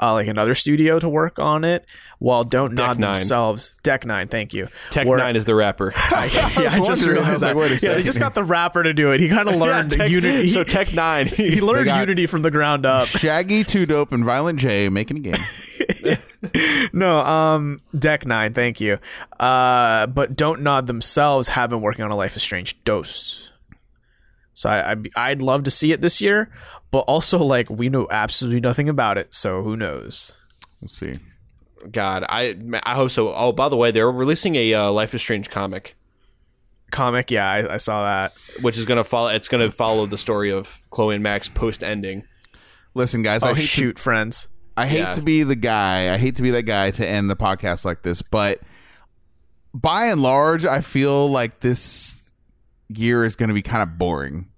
Speaker 1: uh, like another studio to work on it while don't
Speaker 3: Deck
Speaker 1: nod
Speaker 3: Nine.
Speaker 1: themselves deck 9 thank you
Speaker 3: Tech
Speaker 1: We're-
Speaker 3: Nine is the rapper.
Speaker 1: I, yeah, I
Speaker 2: was
Speaker 1: just
Speaker 2: wondering. I
Speaker 1: realized
Speaker 2: was
Speaker 1: that
Speaker 2: like, wait a
Speaker 1: yeah they
Speaker 2: second.
Speaker 1: just got the rapper to do it he kind of learned
Speaker 3: Tech-
Speaker 1: unity
Speaker 3: So Tech Nine.
Speaker 1: he learned
Speaker 2: got-
Speaker 1: Unity from the ground up.
Speaker 2: Shaggy, Two Dope, and Violent J making a game.
Speaker 1: no, um, Deck Nine, thank you. Uh, but Don't Nod themselves have been working on a Life is Strange dose. So I, I'd, be- I'd love to see it this year, but also like we know absolutely nothing about it, so who knows?
Speaker 2: We'll see.
Speaker 3: God, I I hope so. Oh, by the way, they're releasing a uh, Life is Strange comic,
Speaker 1: Comic, yeah, I, I saw that.
Speaker 3: which is gonna follow. It's gonna follow the story of Chloe and Max post ending.
Speaker 2: Listen, guys,
Speaker 1: Oh
Speaker 2: I hate
Speaker 1: shoot, friends!
Speaker 2: To, I hate
Speaker 3: Yeah.
Speaker 2: to be the guy. I hate to be that guy to end the podcast like this, but by and large, I feel like this year is going to be kind of boring.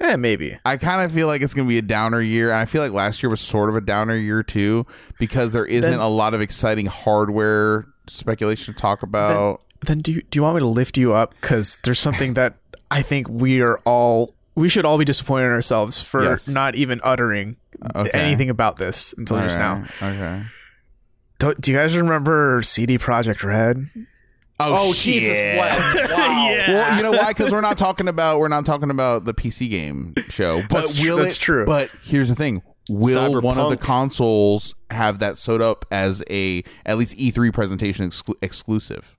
Speaker 1: Eh, maybe.
Speaker 2: I kind of feel like it's going to be a downer year, and I feel like last year was sort of a downer year too because there isn't
Speaker 1: Then-
Speaker 2: a lot of exciting hardware speculation to talk about.
Speaker 1: Then do you, do you want me to lift you up? Because there's something that I think we are all we should all be disappointed in ourselves for
Speaker 2: Yes.
Speaker 1: not even uttering
Speaker 2: Okay.
Speaker 1: anything about this until just now.
Speaker 2: now. Okay.
Speaker 1: Do, do you guys remember CD Project Red?
Speaker 2: Oh, shit.
Speaker 1: Yeah.
Speaker 2: Well, you know why? Because we're not talking about we're not talking about the PC game show. But
Speaker 1: That's tr-
Speaker 2: will
Speaker 1: that's
Speaker 2: it-
Speaker 1: true.
Speaker 2: But here's the thing: Will one of the
Speaker 3: Cyberpunk.
Speaker 2: consoles have that sewed up as a at least E3 presentation exclu- exclusive?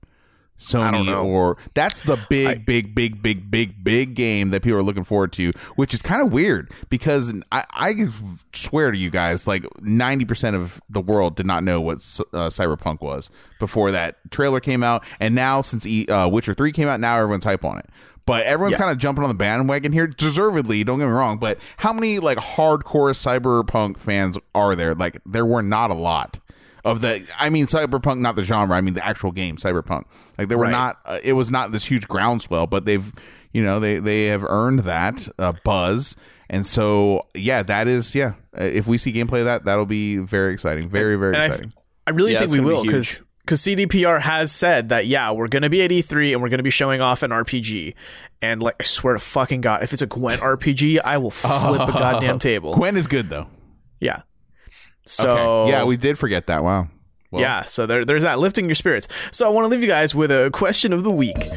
Speaker 2: Sony
Speaker 1: don't know.
Speaker 2: or that's the big, big, big, big, big, big game that people are looking forward to, which is kind of weird because I, I swear to you guys, like ninety percent of the world did not know what uh, Cyberpunk was before that trailer came out, and now since e, uh, Witcher Three came out, now everyone's hype on it. But everyone's kind of jumping on the bandwagon here, deservedly. Don't get me wrong, but how many like hardcore Cyberpunk fans are there? Like there were not a lot of the i mean cyberpunk not the genre i mean the actual game cyberpunk like they were not uh, it was not this huge groundswell but they've you know they they have earned that uh, buzz and so yeah that is yeah uh, if we see gameplay of that that'll be very exciting very very
Speaker 1: And I,
Speaker 2: exciting
Speaker 1: I really
Speaker 3: Yeah,
Speaker 1: think
Speaker 3: it's
Speaker 1: we
Speaker 3: gonna be
Speaker 1: will because because CDPR has said that yeah we're gonna be at E3 and we're gonna be showing off an RPG, and like I swear to fucking god if it's a Gwent RPG I will flip a goddamn table.
Speaker 2: gwen is good though
Speaker 1: Yeah. So
Speaker 2: yeah we did forget that wow Well,
Speaker 1: yeah, so there, there's that lifting your spirits. So I want to leave you guys with a question of the week.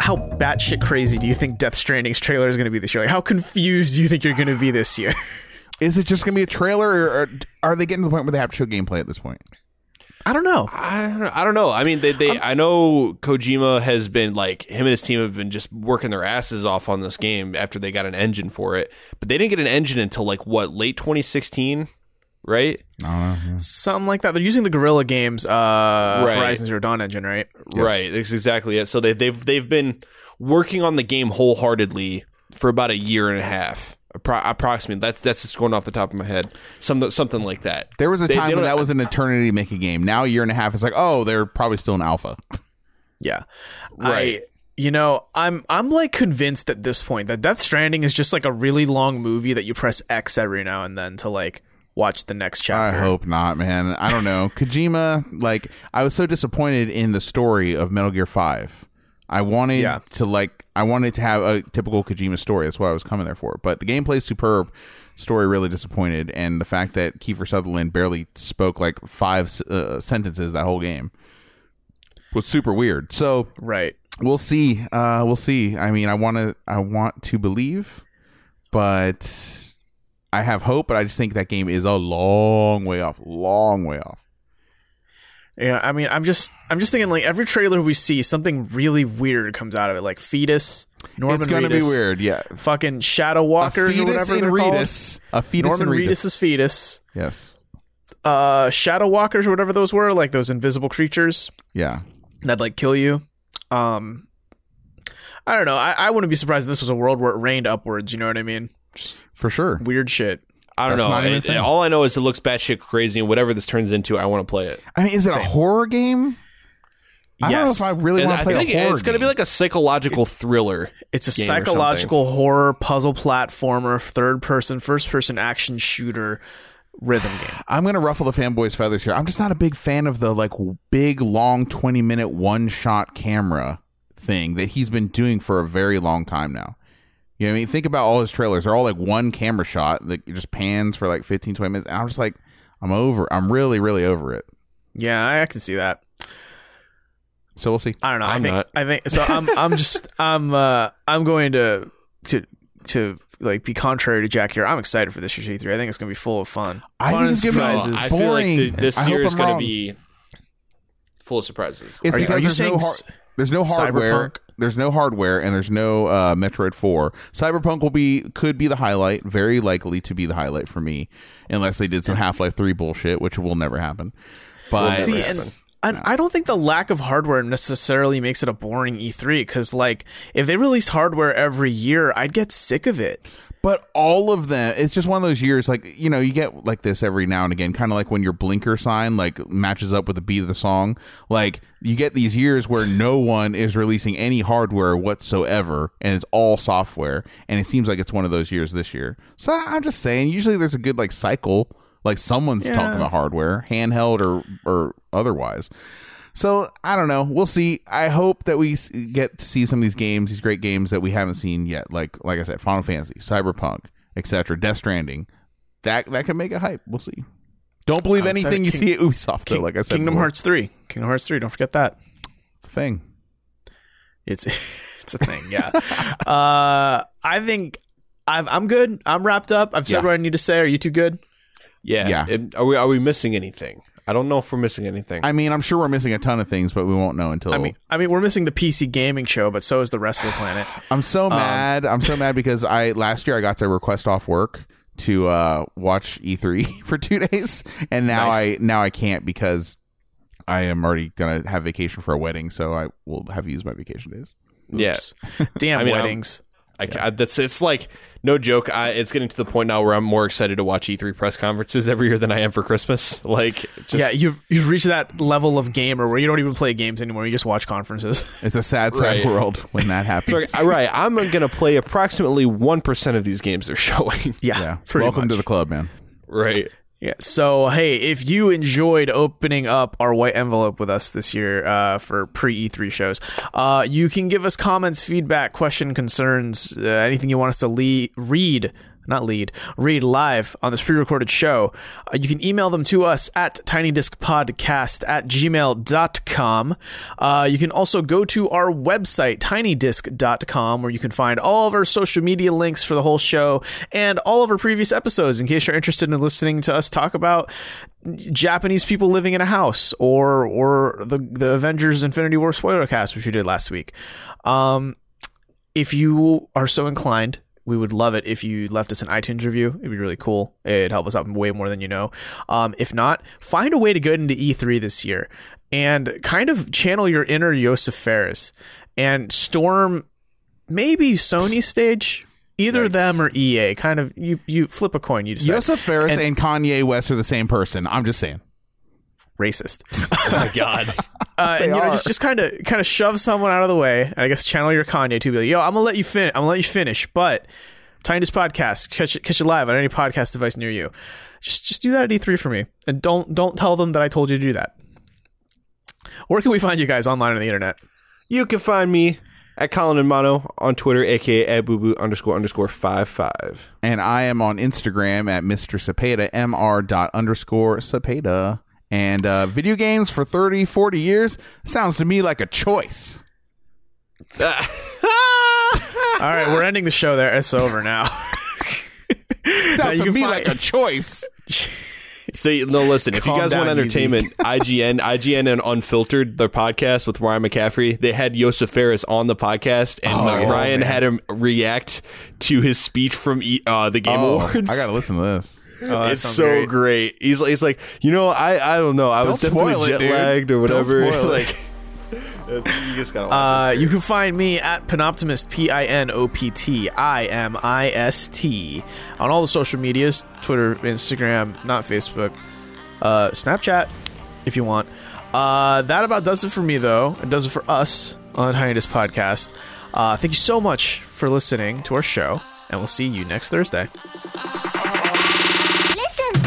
Speaker 1: How batshit crazy do you think Death Stranding's trailer is going to be this year? Like, how confused do you think you're going to be this year?
Speaker 2: is it just gonna be a trailer or, or are they getting to the point where they have to show gameplay at this point
Speaker 1: I don't know.
Speaker 3: I don't, I don't know. I mean, they, they I know Kojima has been like him and his team have been just working their asses off on this game after they got an engine for it, but they didn't get an engine until like what late 2016, right?
Speaker 2: i don't know yeah.
Speaker 1: Something like that. They're using the Gorilla Games uh,
Speaker 3: Right.
Speaker 1: Horizon Zero Dawn engine, right?
Speaker 3: Right. That's exactly it. So they, they've they've been working on the game wholeheartedly for about a year and a half, appro- approximately. That's that's just going off the top of my head. Some something like that.
Speaker 2: there was a
Speaker 3: They-
Speaker 2: time
Speaker 3: they
Speaker 2: when
Speaker 3: don't-
Speaker 2: that was an eternity to make a game now a year and a half it's like oh they're probably still in alpha
Speaker 1: Yeah.
Speaker 3: Right.
Speaker 1: I, you know, I'm I'm like convinced at this point that Death Stranding is just like a really long movie that you press X every now and then to like watch the next
Speaker 2: I
Speaker 1: chapter.
Speaker 2: hope not, man. I don't know. Kojima, like, I was so disappointed in the story of Metal Gear Five. I wanted
Speaker 1: Yeah.
Speaker 2: to like, I wanted to have a typical Kojima story. That's what I was coming there for. But the gameplay's superb. Story really disappointed, and the fact that Kiefer Sutherland barely spoke like five uh, sentences that whole game. was super weird. So
Speaker 1: Right.
Speaker 2: we'll see. Uh, we'll see. I mean, I want to. I want to believe, but I have hope. But I just think that game is a long way off. Long way off.
Speaker 1: Yeah, I mean, I'm just, I'm just thinking like every trailer we see, something really weird comes out of it, like fetus, Norman
Speaker 2: it's gonna
Speaker 1: Reedus,
Speaker 2: be weird. Yeah.
Speaker 1: fucking Shadow Walkers,
Speaker 2: a
Speaker 1: or
Speaker 2: fetus
Speaker 1: whatever
Speaker 2: in
Speaker 1: they're called.
Speaker 2: Reedus. A fetus
Speaker 1: Norman
Speaker 2: in Reedus.
Speaker 1: Reedus's fetus,
Speaker 2: Yes.
Speaker 1: uh, Shadow Walkers, or whatever those were, like those invisible creatures
Speaker 2: Yeah.
Speaker 1: that like kill you. Um, I don't know. I, I wouldn't be surprised if this was a world where it rained upwards. You know what I mean? Just
Speaker 2: For sure.
Speaker 1: weird shit.
Speaker 3: I don't
Speaker 2: That's
Speaker 3: know.
Speaker 2: not even a
Speaker 3: It-
Speaker 2: thing.
Speaker 3: all I know is it looks batshit crazy, and whatever this turns into, I want to play it.
Speaker 2: I mean, is it a horror game? I don't know
Speaker 1: Yes.
Speaker 2: if I really
Speaker 3: And
Speaker 2: want
Speaker 3: I
Speaker 2: to play
Speaker 3: think
Speaker 2: a horror.
Speaker 3: it's going to be
Speaker 2: game.
Speaker 3: like a psychological thriller.
Speaker 1: It's a
Speaker 3: game or
Speaker 1: psychological horror puzzle platformer, third person, first person action shooter rhythm game.
Speaker 2: I'm gonna ruffle the fanboys' feathers here. I'm just not a big fan of the like w- big, long, 20 minute one shot camera thing that he's been doing for a very long time now. You know what I mean? Think about all his trailers. They're all like one camera shot that just pans for like 15, 20 minutes. And I'm just like, I'm over. I'm really, really over it.
Speaker 1: Yeah, I can see that.
Speaker 2: So we'll see.
Speaker 1: I don't know. i
Speaker 3: I'm
Speaker 1: think
Speaker 3: not.
Speaker 1: I think so. I'm I'm just I'm uh I'm going to to to like be contrary to Jack here. I'm excited for this year's E3. I think it's gonna be full of fun.
Speaker 2: I
Speaker 1: Fun
Speaker 2: think it's
Speaker 1: and
Speaker 2: gonna be-
Speaker 1: surprises.
Speaker 2: I
Speaker 3: I
Speaker 2: feel
Speaker 3: feel
Speaker 2: like
Speaker 3: like
Speaker 2: Boring. the- this
Speaker 3: this
Speaker 2: I hope year
Speaker 3: year
Speaker 2: I'm is
Speaker 3: is
Speaker 2: gonna
Speaker 3: going
Speaker 2: wrong.
Speaker 3: to be full of surprises.
Speaker 2: It's
Speaker 1: Are you-
Speaker 2: because
Speaker 1: are you
Speaker 2: there's no
Speaker 1: saying
Speaker 2: har-
Speaker 1: s-
Speaker 2: there's no hardware.
Speaker 1: Cyberpunk?
Speaker 2: There's no hardware, and there's no uh, Metroid Four. Cyberpunk will be could be the highlight, very likely to be the highlight for me, unless they did some Half Life Three bullshit, which will never happen. But
Speaker 3: Will
Speaker 1: See,
Speaker 3: never
Speaker 1: and I, I don't think the lack of hardware necessarily makes it a boring E3 because like if they released hardware every year, I'd get sick of it.
Speaker 2: But all of them, it's just one of those years. Like you know, you get like this every now and again, kind of like when your blinker sign like matches up with the beat of the song. Like you get these years where no one is releasing any hardware whatsoever, and it's all software. And it seems like it's one of those years this year. So I'm just saying, usually there's a good like cycle, like someone's talking about hardware, handheld or or otherwise. So I don't know. We'll see. I hope that we s- get to see some of these games, these great games that we haven't seen yet. Like like I said, Final Fantasy, Cyberpunk, etc. Death Stranding. That that could make it hype. We'll see. Don't believe
Speaker 1: I'm
Speaker 2: anything
Speaker 1: excited.
Speaker 2: you
Speaker 1: King-
Speaker 2: see at Ubisoft. though,
Speaker 1: King-
Speaker 2: like I said,
Speaker 1: Kingdom
Speaker 2: before.
Speaker 1: Hearts three, Kingdom Hearts three. Don't forget that.
Speaker 2: It's a thing.
Speaker 1: It's it's a thing, yeah. uh, I think I've, I'm good. I'm wrapped up. I've said
Speaker 2: Yeah.
Speaker 1: what I need to say. Are you too good?
Speaker 3: yeah.
Speaker 2: Yeah.
Speaker 3: It- are we are we missing anything? I don't know if we're missing anything.
Speaker 2: I mean, I'm sure we're missing a ton of things, but we won't know until.
Speaker 1: I mean, I mean, we're missing the PC gaming show, but so is the rest of the planet.
Speaker 2: I'm so
Speaker 1: Um,
Speaker 2: mad. I'm so mad because I last year I got to request off work to uh, watch E3 for two days, and now I now I can't because I am already gonna have vacation for a wedding, so I will have used my vacation days.
Speaker 3: yeah.
Speaker 1: Damn
Speaker 3: I mean, I'm-
Speaker 1: weddings.
Speaker 3: I, ca- I, that's it's like no joke. I, it's getting to the point now where I'm more excited to watch E3 press conferences every year than I am for Christmas. Like, just,
Speaker 1: yeah, you've you've reached that level of gamer where you don't even play games anymore. You just watch conferences.
Speaker 2: It's a sad, sad
Speaker 3: Right.
Speaker 2: world when that happens.
Speaker 3: All right, I'm gonna play approximately one percent of these games they're showing.
Speaker 1: Yeah,
Speaker 2: yeah,
Speaker 1: pretty
Speaker 2: welcome
Speaker 1: much.
Speaker 2: to the club, man.
Speaker 3: right.
Speaker 1: Yeah. So hey, if you enjoyed opening up our white envelope with us this year uh, for pre E3 shows, uh, you can give us comments, feedback, question, concerns, uh, anything you want us to le- read. Not lead, read live on this pre recorded show. Uh, you can email them to us at tinydiscpodcast at gmail.com. Uh, you can also go to our website, tinydisc.com, where you can find all of our social media links for the whole show and all of our previous episodes in case you're interested in listening to us talk about Japanese people living in a house or or the, the Avengers Infinity War spoiler cast, which we did last week. Um, if you are so inclined, we would love it if you left us an iTunes review. It'd be really cool. It'd help us out way more than you know. Um, if not, find a way to get into E3 this year and kind of channel your inner Yosef Ferris and storm maybe Sony's stage, either them or EA. Kind of you you flip a coin. You decide.
Speaker 2: Joseph Ferris and, Kanye West are the same person. I'm just saying.
Speaker 1: Racist.
Speaker 3: Oh my god.
Speaker 1: uh, and you know
Speaker 2: are.
Speaker 1: just just kind of kind of shove someone out of the way and i guess channel your kanye to be like yo i'm gonna let you finish i'm gonna let you finish but tiny this podcast catch it catch it live on any podcast device near you just just do that at e3 for me and don't don't tell them that i told you to do that where can we find you guys online on the internet
Speaker 3: You can find me at Colin and Mono on Twitter, aka at boo boo underscore underscore five five.
Speaker 2: And I am on Instagram at Mr. Cepeda, mr. dot underscore Cepeda. And uh, video games for 30, 40 years sounds to me like a choice.
Speaker 1: All right, we're ending the show there. It's over now. Now
Speaker 2: Sounds
Speaker 1: you
Speaker 2: to
Speaker 1: can
Speaker 2: me
Speaker 1: find-
Speaker 2: like a choice.
Speaker 3: So you- no, listen. If you
Speaker 1: Calm
Speaker 3: guys want
Speaker 1: down,
Speaker 3: entertainment, IGN, IGN, and Unfiltered, their podcast with Ryan McCaffrey, they had Yosef Ferris on the podcast, and uh,
Speaker 2: yes.
Speaker 3: Ryan had him react to his speech from E- uh, the Game
Speaker 2: Oh,
Speaker 3: Awards.
Speaker 2: I gotta listen to this.
Speaker 1: Oh, that
Speaker 3: it's
Speaker 1: sounds
Speaker 3: so
Speaker 1: great.
Speaker 3: great. He's like, he's like, you know, I, I don't know. I was
Speaker 2: Don't spoil
Speaker 3: definitely
Speaker 2: it,
Speaker 3: jet
Speaker 2: dude.
Speaker 3: lagged or
Speaker 2: Don't
Speaker 3: whatever.
Speaker 2: spoil it.
Speaker 3: like, that's- you just gotta watch
Speaker 1: Uh,
Speaker 3: this.
Speaker 1: you can find me at Panoptimist, P I N O P T I M I S T, on all the social medias Twitter, Instagram, not Facebook, uh, Snapchat, if you want. Uh, that about does it for me, though. It does it for us on the Hiatus Podcast. Uh, thank you so much for listening to our show, and we'll see you next Thursday.
Speaker 4: Listen.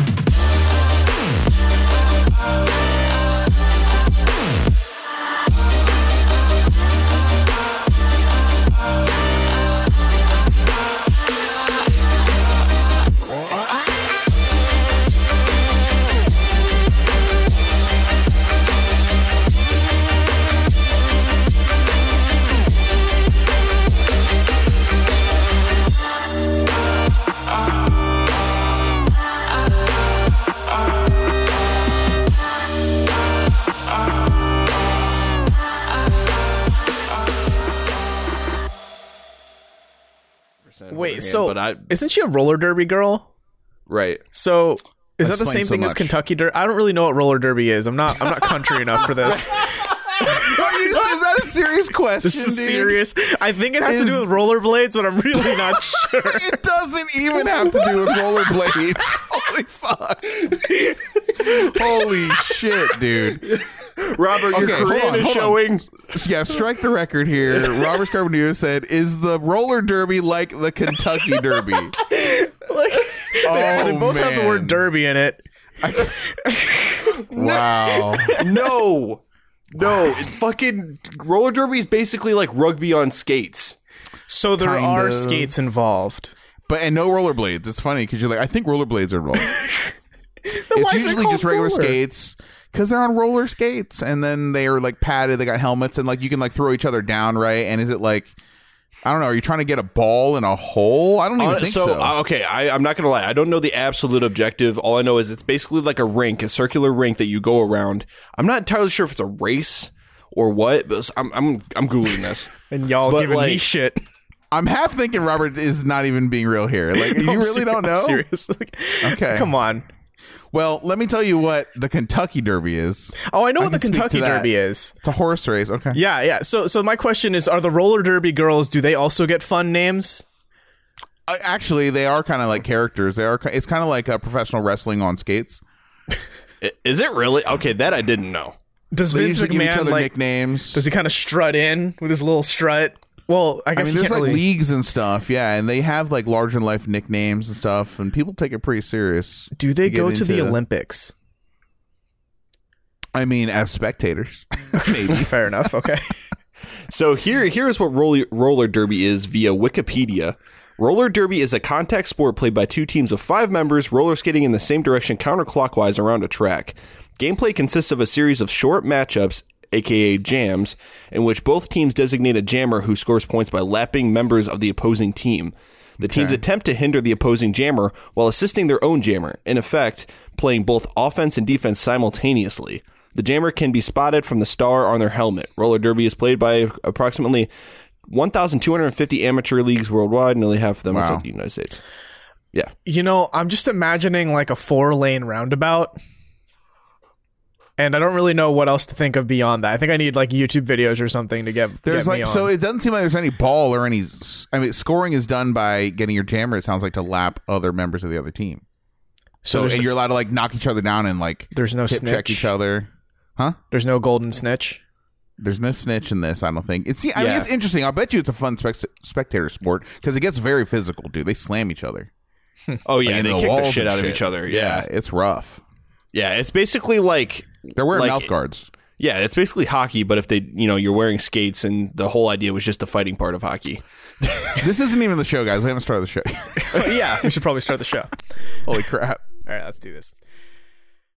Speaker 1: Wait, so
Speaker 3: but I
Speaker 1: isn't she a roller derby girl?
Speaker 3: right.
Speaker 1: So is that the
Speaker 2: Explains
Speaker 1: same
Speaker 2: so
Speaker 1: thing as
Speaker 2: much.
Speaker 1: Kentucky Derby? I don't really know what roller derby is. I'm not. I'm not country enough for this.
Speaker 2: Are you, is that a serious question,
Speaker 1: This is
Speaker 2: dude?
Speaker 1: serious. I think it has to do
Speaker 2: Is-
Speaker 1: with rollerblades, but I'm really not sure.
Speaker 2: It doesn't even have to do with rollerblades. Holy fuck! Holy shit, dude!
Speaker 3: Robert, your
Speaker 2: Okay, hold
Speaker 3: Korean
Speaker 2: on,
Speaker 3: is
Speaker 2: hold on.
Speaker 3: showing.
Speaker 2: So, yeah, strike the record here. Robert Scarbonio said, "Is the roller derby like the Kentucky Derby?" oh,
Speaker 1: they both have the word
Speaker 2: man.
Speaker 1: derby in it.
Speaker 2: Wow.
Speaker 3: No, no, it fucking roller derby is basically like rugby on skates.
Speaker 1: So there
Speaker 2: Kind
Speaker 1: are
Speaker 2: of.
Speaker 1: skates involved.
Speaker 2: But and no rollerblades. It's funny because you're like, I think rollerblades are involved.
Speaker 1: why is
Speaker 2: it's
Speaker 1: it
Speaker 2: usually
Speaker 1: called
Speaker 2: just regular
Speaker 1: roller?
Speaker 2: skates because they're on roller skates, and then they are like padded. They got helmets, and like you can like throw each other down, right? And is it like, I don't know, are you trying to get a ball in a hole? I don't even
Speaker 3: Uh,
Speaker 2: think
Speaker 3: so,
Speaker 2: so.
Speaker 3: uh, okay, I, I'm not gonna lie. I don't know the absolute objective. All I know is it's basically like a rink, a circular rink that you go around. I'm not entirely sure if it's a race or what, but I'm I'm I'm googling this.
Speaker 1: And y'all
Speaker 3: But,
Speaker 1: giving me
Speaker 3: like-
Speaker 1: shit.
Speaker 2: I'm half thinking Robert is not even being real here. Like you
Speaker 1: I'm
Speaker 2: really
Speaker 1: ser-
Speaker 2: don't
Speaker 1: I'm
Speaker 2: know.
Speaker 1: serious.
Speaker 2: Okay.
Speaker 1: Come on.
Speaker 2: Well, let me tell you what the Kentucky Derby is.
Speaker 1: Oh, I know
Speaker 2: I
Speaker 1: what the
Speaker 2: can speak to
Speaker 1: Kentucky
Speaker 2: that.
Speaker 1: Derby is.
Speaker 2: It's a horse race. Okay.
Speaker 1: Yeah, yeah. So, so my question is: Are the roller derby girls? Do they also get fun names?
Speaker 2: Uh, actually, they are kind of like characters. They are. ki- It's kind of like a professional wrestling on skates.
Speaker 3: I- Is it really okay? That I didn't know.
Speaker 1: Does
Speaker 2: They
Speaker 1: Vince
Speaker 2: usually give each
Speaker 1: McMahon
Speaker 2: other
Speaker 1: like?
Speaker 2: nicknames.
Speaker 1: Does he kind of strut in with his little strut? Well, I
Speaker 2: I
Speaker 1: guess
Speaker 2: mean,
Speaker 1: he
Speaker 2: there's
Speaker 1: can't
Speaker 2: like
Speaker 1: really-
Speaker 2: leagues and stuff, yeah, and they have like larger than life nicknames and stuff, and people take it pretty serious.
Speaker 1: Do they
Speaker 2: get
Speaker 1: go to the
Speaker 2: into-
Speaker 1: Olympics?
Speaker 2: I mean, as spectators, maybe.
Speaker 1: Fair enough. Okay.
Speaker 3: So here here is what roller, roller derby is via Wikipedia. Roller derby is a contact sport played by two teams of five members roller skating in the same direction counterclockwise around a track. Gameplay consists of a series of short matchups, aka jams, in which both teams designate a jammer who scores points by lapping members of the opposing team. The teams attempt to hinder the opposing jammer while assisting their own jammer, in effect, playing both offense and defense simultaneously. The jammer can be spotted from the star on their helmet. Roller derby is played by approximately 1,250 amateur leagues worldwide. Nearly half of them is
Speaker 2: Wow.
Speaker 3: in the United States.
Speaker 1: You know, I'm just imagining like a four lane roundabout. And I don't really know what else to think of beyond that. I think I need like YouTube videos or something to get,
Speaker 2: There's
Speaker 1: get me
Speaker 2: like
Speaker 1: on.
Speaker 2: so it doesn't seem like there's any ball or any. s- I mean, scoring is done by getting your jammer. It sounds like to lap other members of the other team.
Speaker 1: so
Speaker 2: So
Speaker 1: there's,
Speaker 2: and you're
Speaker 1: like,
Speaker 2: allowed to like knock each other down and like
Speaker 1: there's no
Speaker 2: hip check
Speaker 1: snitch.
Speaker 2: each other.
Speaker 1: There's no golden snitch.
Speaker 2: There's no snitch in this. I don't think it's. I mean,
Speaker 3: Yeah.
Speaker 2: it's interesting. I bet you it's a fun spec- spectator sport because it gets very physical, dude. They slam each other.
Speaker 3: Oh, yeah.
Speaker 2: Like, into
Speaker 3: they
Speaker 2: the
Speaker 3: kick the
Speaker 2: walls
Speaker 3: shit
Speaker 2: and
Speaker 3: out of each other.
Speaker 2: Yeah,
Speaker 3: Yeah.
Speaker 2: it's rough.
Speaker 3: Yeah. It's basically like.
Speaker 2: They're wearing
Speaker 3: Like-
Speaker 2: mouth guards.
Speaker 3: Yeah, it's basically hockey, but if they, you know, you're wearing skates, and the whole idea was just the fighting part of hockey.
Speaker 2: This isn't even the show, guys. We haven't started the show.
Speaker 1: yeah, we should probably start the show. All
Speaker 2: Holy crap.
Speaker 1: right, let's do this.